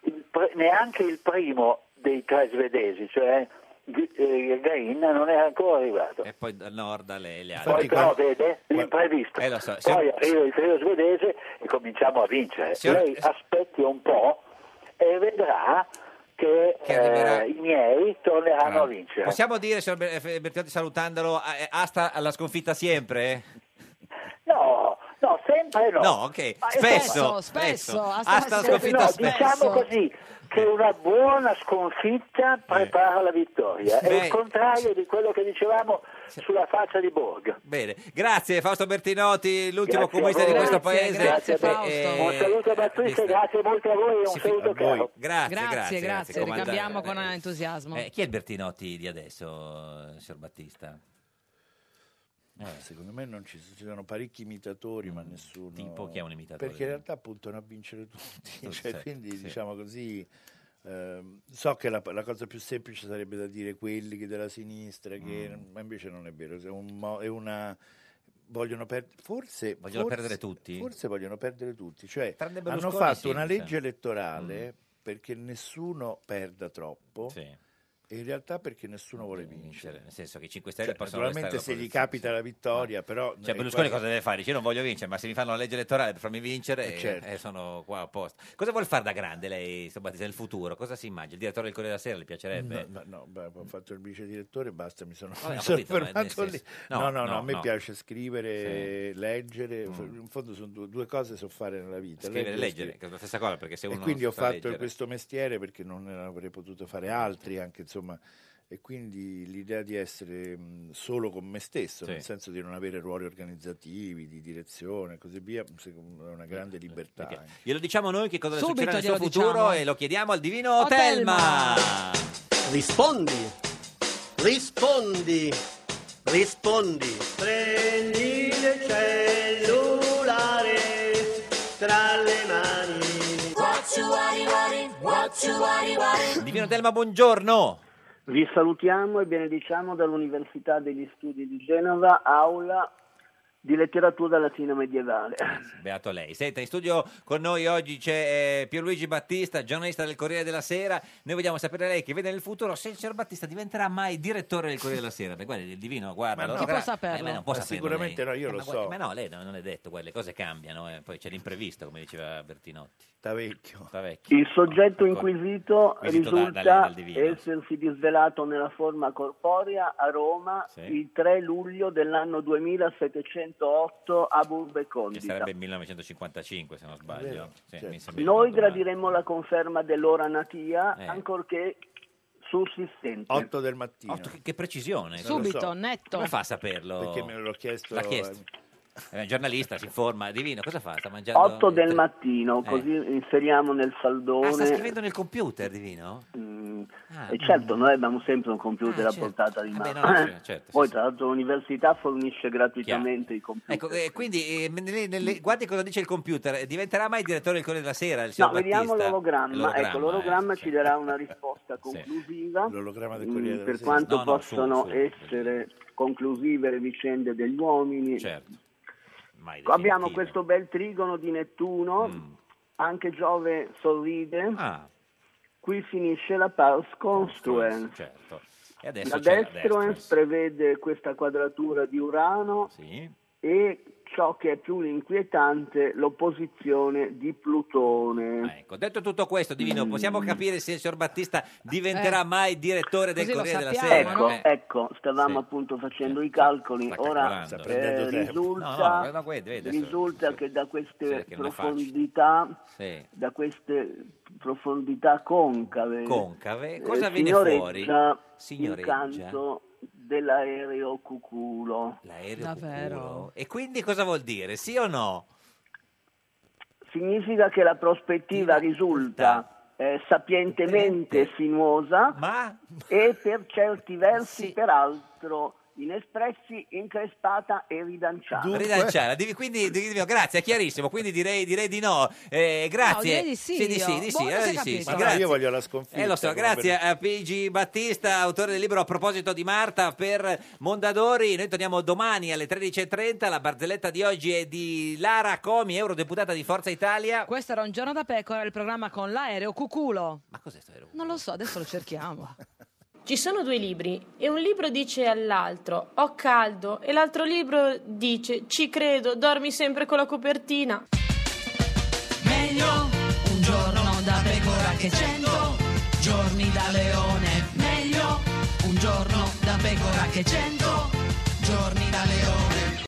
S20: il pre- neanche il primo dei tre svedesi, cioè G- eh, Gain non era ancora arrivato.
S2: E poi dal nord a lei le
S20: Poi
S2: altre.
S20: però vede l'imprevisto.
S2: Eh, lo so, siamo-
S20: Poi arriva il trio svedese e cominciamo a vincere.
S2: Signor-
S20: Lei aspetti un po' e vedrà che, eh, i miei torneranno a vincere.
S2: Ah. Possiamo dire, signor Ber- eh, Bertiotti, salutandolo, a- eh, asta alla sconfitta sempre?
S20: No, no, sempre no.
S2: No, ok.
S20: Ma,
S2: Spesso,
S20: insomma,
S2: spesso. spesso. Asta Asta la sconfitta
S20: No,
S2: spesso.
S20: Diciamo così, che una buona sconfitta prepara la vittoria. È
S2: Eh. Beh.
S20: il contrario di quello che dicevamo sulla faccia di Borg.
S2: Bene, grazie Fausto Bertinotti, l'ultimo
S20: Grazie a
S2: comunista di
S20: voi.
S2: questo
S20: Grazie,
S2: paese.
S20: grazie,
S2: Eh,
S20: Fausto.
S2: eh,
S20: Un saluto a Battista, grazie molto a voi e un saluto caro.
S2: Grazie, grazie,
S1: grazie,
S2: grazie, comandante.
S1: ricambiamo con entusiasmo.
S2: Eh, chi è il Bertinotti di adesso, eh, signor Battista?
S16: Eh,
S2: Eh.
S16: Ah, Secondo me non ci sono, ci sono parecchi imitatori, ma nessuno.
S2: Mm. Tipo chi è un imitatore?
S16: Perché in realtà puntano a
S2: [laughs]
S16: vincere tutti.
S2: Tutti,
S16: cioè,
S2: sì,
S16: quindi,
S2: sì.
S16: diciamo così. ehm, so che la, la cosa più semplice sarebbe da dire quelli che della sinistra, che,
S2: Mm.
S16: ma invece non è vero. È, un mo- è una. Vogliono, per- forse,
S2: Vogliono
S16: forse-
S2: perdere tutti?
S16: Forse vogliono perdere tutti. Cioè,
S2: Tranne
S16: hanno
S2: Berlusconi,
S16: fatto
S2: sì, mi
S16: una
S2: Mm.
S16: legge
S2: sa.
S16: elettorale perché nessuno perda troppo. E in realtà perché nessuno vuole vincere.
S2: Nel senso che i 5 Stelle
S16: Cioè,
S2: possono
S16: naturalmente se
S2: restare
S16: gli
S2: la
S16: capita la vittoria, però...
S2: Cioè,
S16: eh,
S2: Berlusconi
S16: guarda-
S2: cosa deve fare? Dice, io non voglio vincere, ma se mi fanno la legge elettorale per farmi vincere,
S16: Eh,
S2: eh,
S16: certo.
S2: eh, sono qua apposta. Cosa vuol fare da grande lei, signor Battista, nel futuro? Cosa si immagina? Il direttore del Corriere della Sera le piacerebbe?
S16: No, no, no, beh, ho fatto il vice direttore e basta, mi sono,
S2: Vabbè,
S16: mi
S2: Ah, ho
S16: sono
S2: capito, ma nel
S16: fermato lì.
S2: senso-
S16: No no, no,
S2: no,
S16: a me
S2: no. Mm.
S16: piace scrivere, leggere, f- in fondo sono due, due cose so fare nella vita.
S2: Scrivere e leggere,
S16: scrivere.
S2: che è la stessa cosa, perché se uno
S16: E
S2: non
S16: quindi
S2: sa
S16: ho fatto
S2: leggere- Certo.
S16: questo mestiere perché non ne avrei potuto fare altri, anche insomma... E quindi l'idea di essere mh, solo con me stesso,
S2: Sì.
S16: nel senso di non avere ruoli organizzativi, di direzione e così via, secondo me è una grande libertà. eh. anche.
S2: Glielo diciamo noi che cosa le
S16: Subito
S2: succederà nel suo
S16: glielo
S2: futuro
S16: diciamo.
S2: e lo chiediamo al divino
S16: Oh,
S2: Telma.
S22: Rispondi, rispondi, rispondi. Prendi il cellulare tra le mani.
S2: Divino Telma, buongiorno.
S22: Vi salutiamo e benediciamo dall'Università degli Studi di Genova, aula di letteratura latina medievale.
S2: Beato lei. Senta, in studio con noi oggi c'è eh, Pierluigi Battista, giornalista del Corriere della Sera. Noi vogliamo sapere lei che vede nel futuro se il signor Battista diventerà mai direttore del Corriere della Sera. Perché guarda, il divino, guarda,
S16: Ma
S2: lo
S16: no.
S2: saprà.
S16: Chi può saperlo?
S2: Eh, ma non può
S16: Ma
S2: saperlo
S16: sicuramente
S2: lei.
S16: no, io
S2: Eh,
S16: lo
S2: ma guarda-
S16: so.
S2: Ma no, lei non non è detto, guarda, le cose cambiano, eh. poi c'è l'imprevisto, come diceva Bertinotti.
S16: Da vecchio.
S2: Da vecchio.
S22: Il soggetto inquisito
S2: Inquisito Ecco. da-
S22: risulta
S2: dalle- dal divino.
S22: essersi disvelato nella forma corporea a Roma
S2: Sì.
S22: il 3 luglio dell'anno 2708 a Burbe
S2: Che
S22: Condita.
S2: sarebbe il 1955, se non sbaglio.
S22: Vero?
S2: Sì, mi sembra
S22: Noi
S2: molto
S22: gradiremmo la conferma dell'ora natia,
S2: Eh.
S22: ancorché sussistente.
S16: 8 del mattino.
S2: Otto, che, che precisione.
S22: Subito,
S2: Lo
S22: netto.
S2: Come fa a saperlo?
S16: Perché me l'ho chiesto- eh.
S2: L'ha chiesto. È un giornalista, si informa. Divino, cosa fa? Sta mangiando...
S22: 8 del
S2: Eh,
S22: mattino, così inseriamo nel saldone.
S2: Ah, sta scrivendo nel computer, Divino? Ah.
S22: E certo, noi abbiamo sempre un computer
S2: Ah,
S22: a
S2: certo.
S22: portata di
S2: Ah, beh,
S22: mano.
S2: no,
S22: [laughs]
S2: certo, certo,
S22: Poi, tra l'altro, l'università fornisce gratuitamente i computer.
S2: Ecco, eh, quindi eh, nelle- nelle- guardi cosa dice il computer. Eh, Diventerà mai direttore del Corriere della Sera? Il
S22: No,
S2: signor
S22: vediamo
S2: Battista?
S22: l'orogramma.
S2: L'orogramma,
S22: Ecco,
S2: eh.
S22: l'orogramma ci darà
S2: [laughs]
S22: una risposta conclusiva.
S16: del
S22: mm,
S16: Corriere della
S22: Per
S16: Sera.
S22: quanto
S16: No, no,
S22: possono
S16: su, su.
S22: essere conclusive le vicende degli uomini.
S2: Certo. Mai
S22: Abbiamo
S2: definitive. Mm.
S22: questo bel trigono di Nettuno, anche Giove sorride.
S2: Ah.
S22: Qui finisce la pars construens.
S2: Certo. E adesso
S22: la
S2: c'è la
S22: destruens
S2: destruens.
S22: prevede questa quadratura di Urano
S2: Sì.
S22: e ciò che è più inquietante, l'opposizione di Plutone.
S2: Ecco, detto tutto questo, Divino, possiamo
S22: Mm.
S2: capire se il signor Battista diventerà
S22: Eh.
S2: mai direttore del Corriere della Sera?
S22: Ecco,
S2: Eh,
S22: ecco, stavamo appunto facendo i calcoli, ora
S2: calcolando. Sta
S22: eh,
S2: prendendo tempo.
S22: risulta,
S2: Esatto. No, no, no, guardi, vedi, adesso-
S22: risulta che da queste
S2: sì, che non è facile.
S22: profondità,
S2: sì.
S22: da queste profondità concave,
S2: Concave,
S22: eh,
S2: cosa viene
S22: signoreggia
S2: fuori?
S22: il
S2: Signoreggia.
S22: canto dell'aereo cuculo.
S2: L'aereo cuculo. E quindi cosa vuol dire? Sì o no?
S22: Significa che la prospettiva risulta eh, sapientemente sinuosa e per certi versi, peraltro, inespressi, increspata e ridanciata.
S2: Rilanciare. Divi- Quindi, di- di- grazie, è chiarissimo. Quindi direi, direi di no. Eh, grazie.
S22: No, direi di sì
S2: di
S22: io.
S2: sì, di sì,
S22: Boh, non
S2: allora
S22: si è
S2: di sì.
S22: capito.
S16: Ma no,
S2: Grazie.
S16: io voglio la sconfitta.
S2: Eh, lo so,
S16: come
S2: grazie
S16: per-
S2: a PG Battista, autore del libro A proposito di Marta per Mondadori. Noi torniamo domani alle 13.30. La barzelletta di oggi è di Lara Comi, eurodeputata di Forza Italia.
S1: Questo era un giorno da pecora, il programma con l'aereo Cuculo.
S2: Ma cos'è questo aereo?
S1: Non lo so, adesso lo cerchiamo.
S22: [laughs] Ci sono due libri e un libro dice all'altro ho caldo e l'altro libro dice ci credo, dormi sempre con la copertina.
S1: Meglio un giorno da pecora che cento giorni da leone. Meglio un giorno da pecora che cento giorni da leone.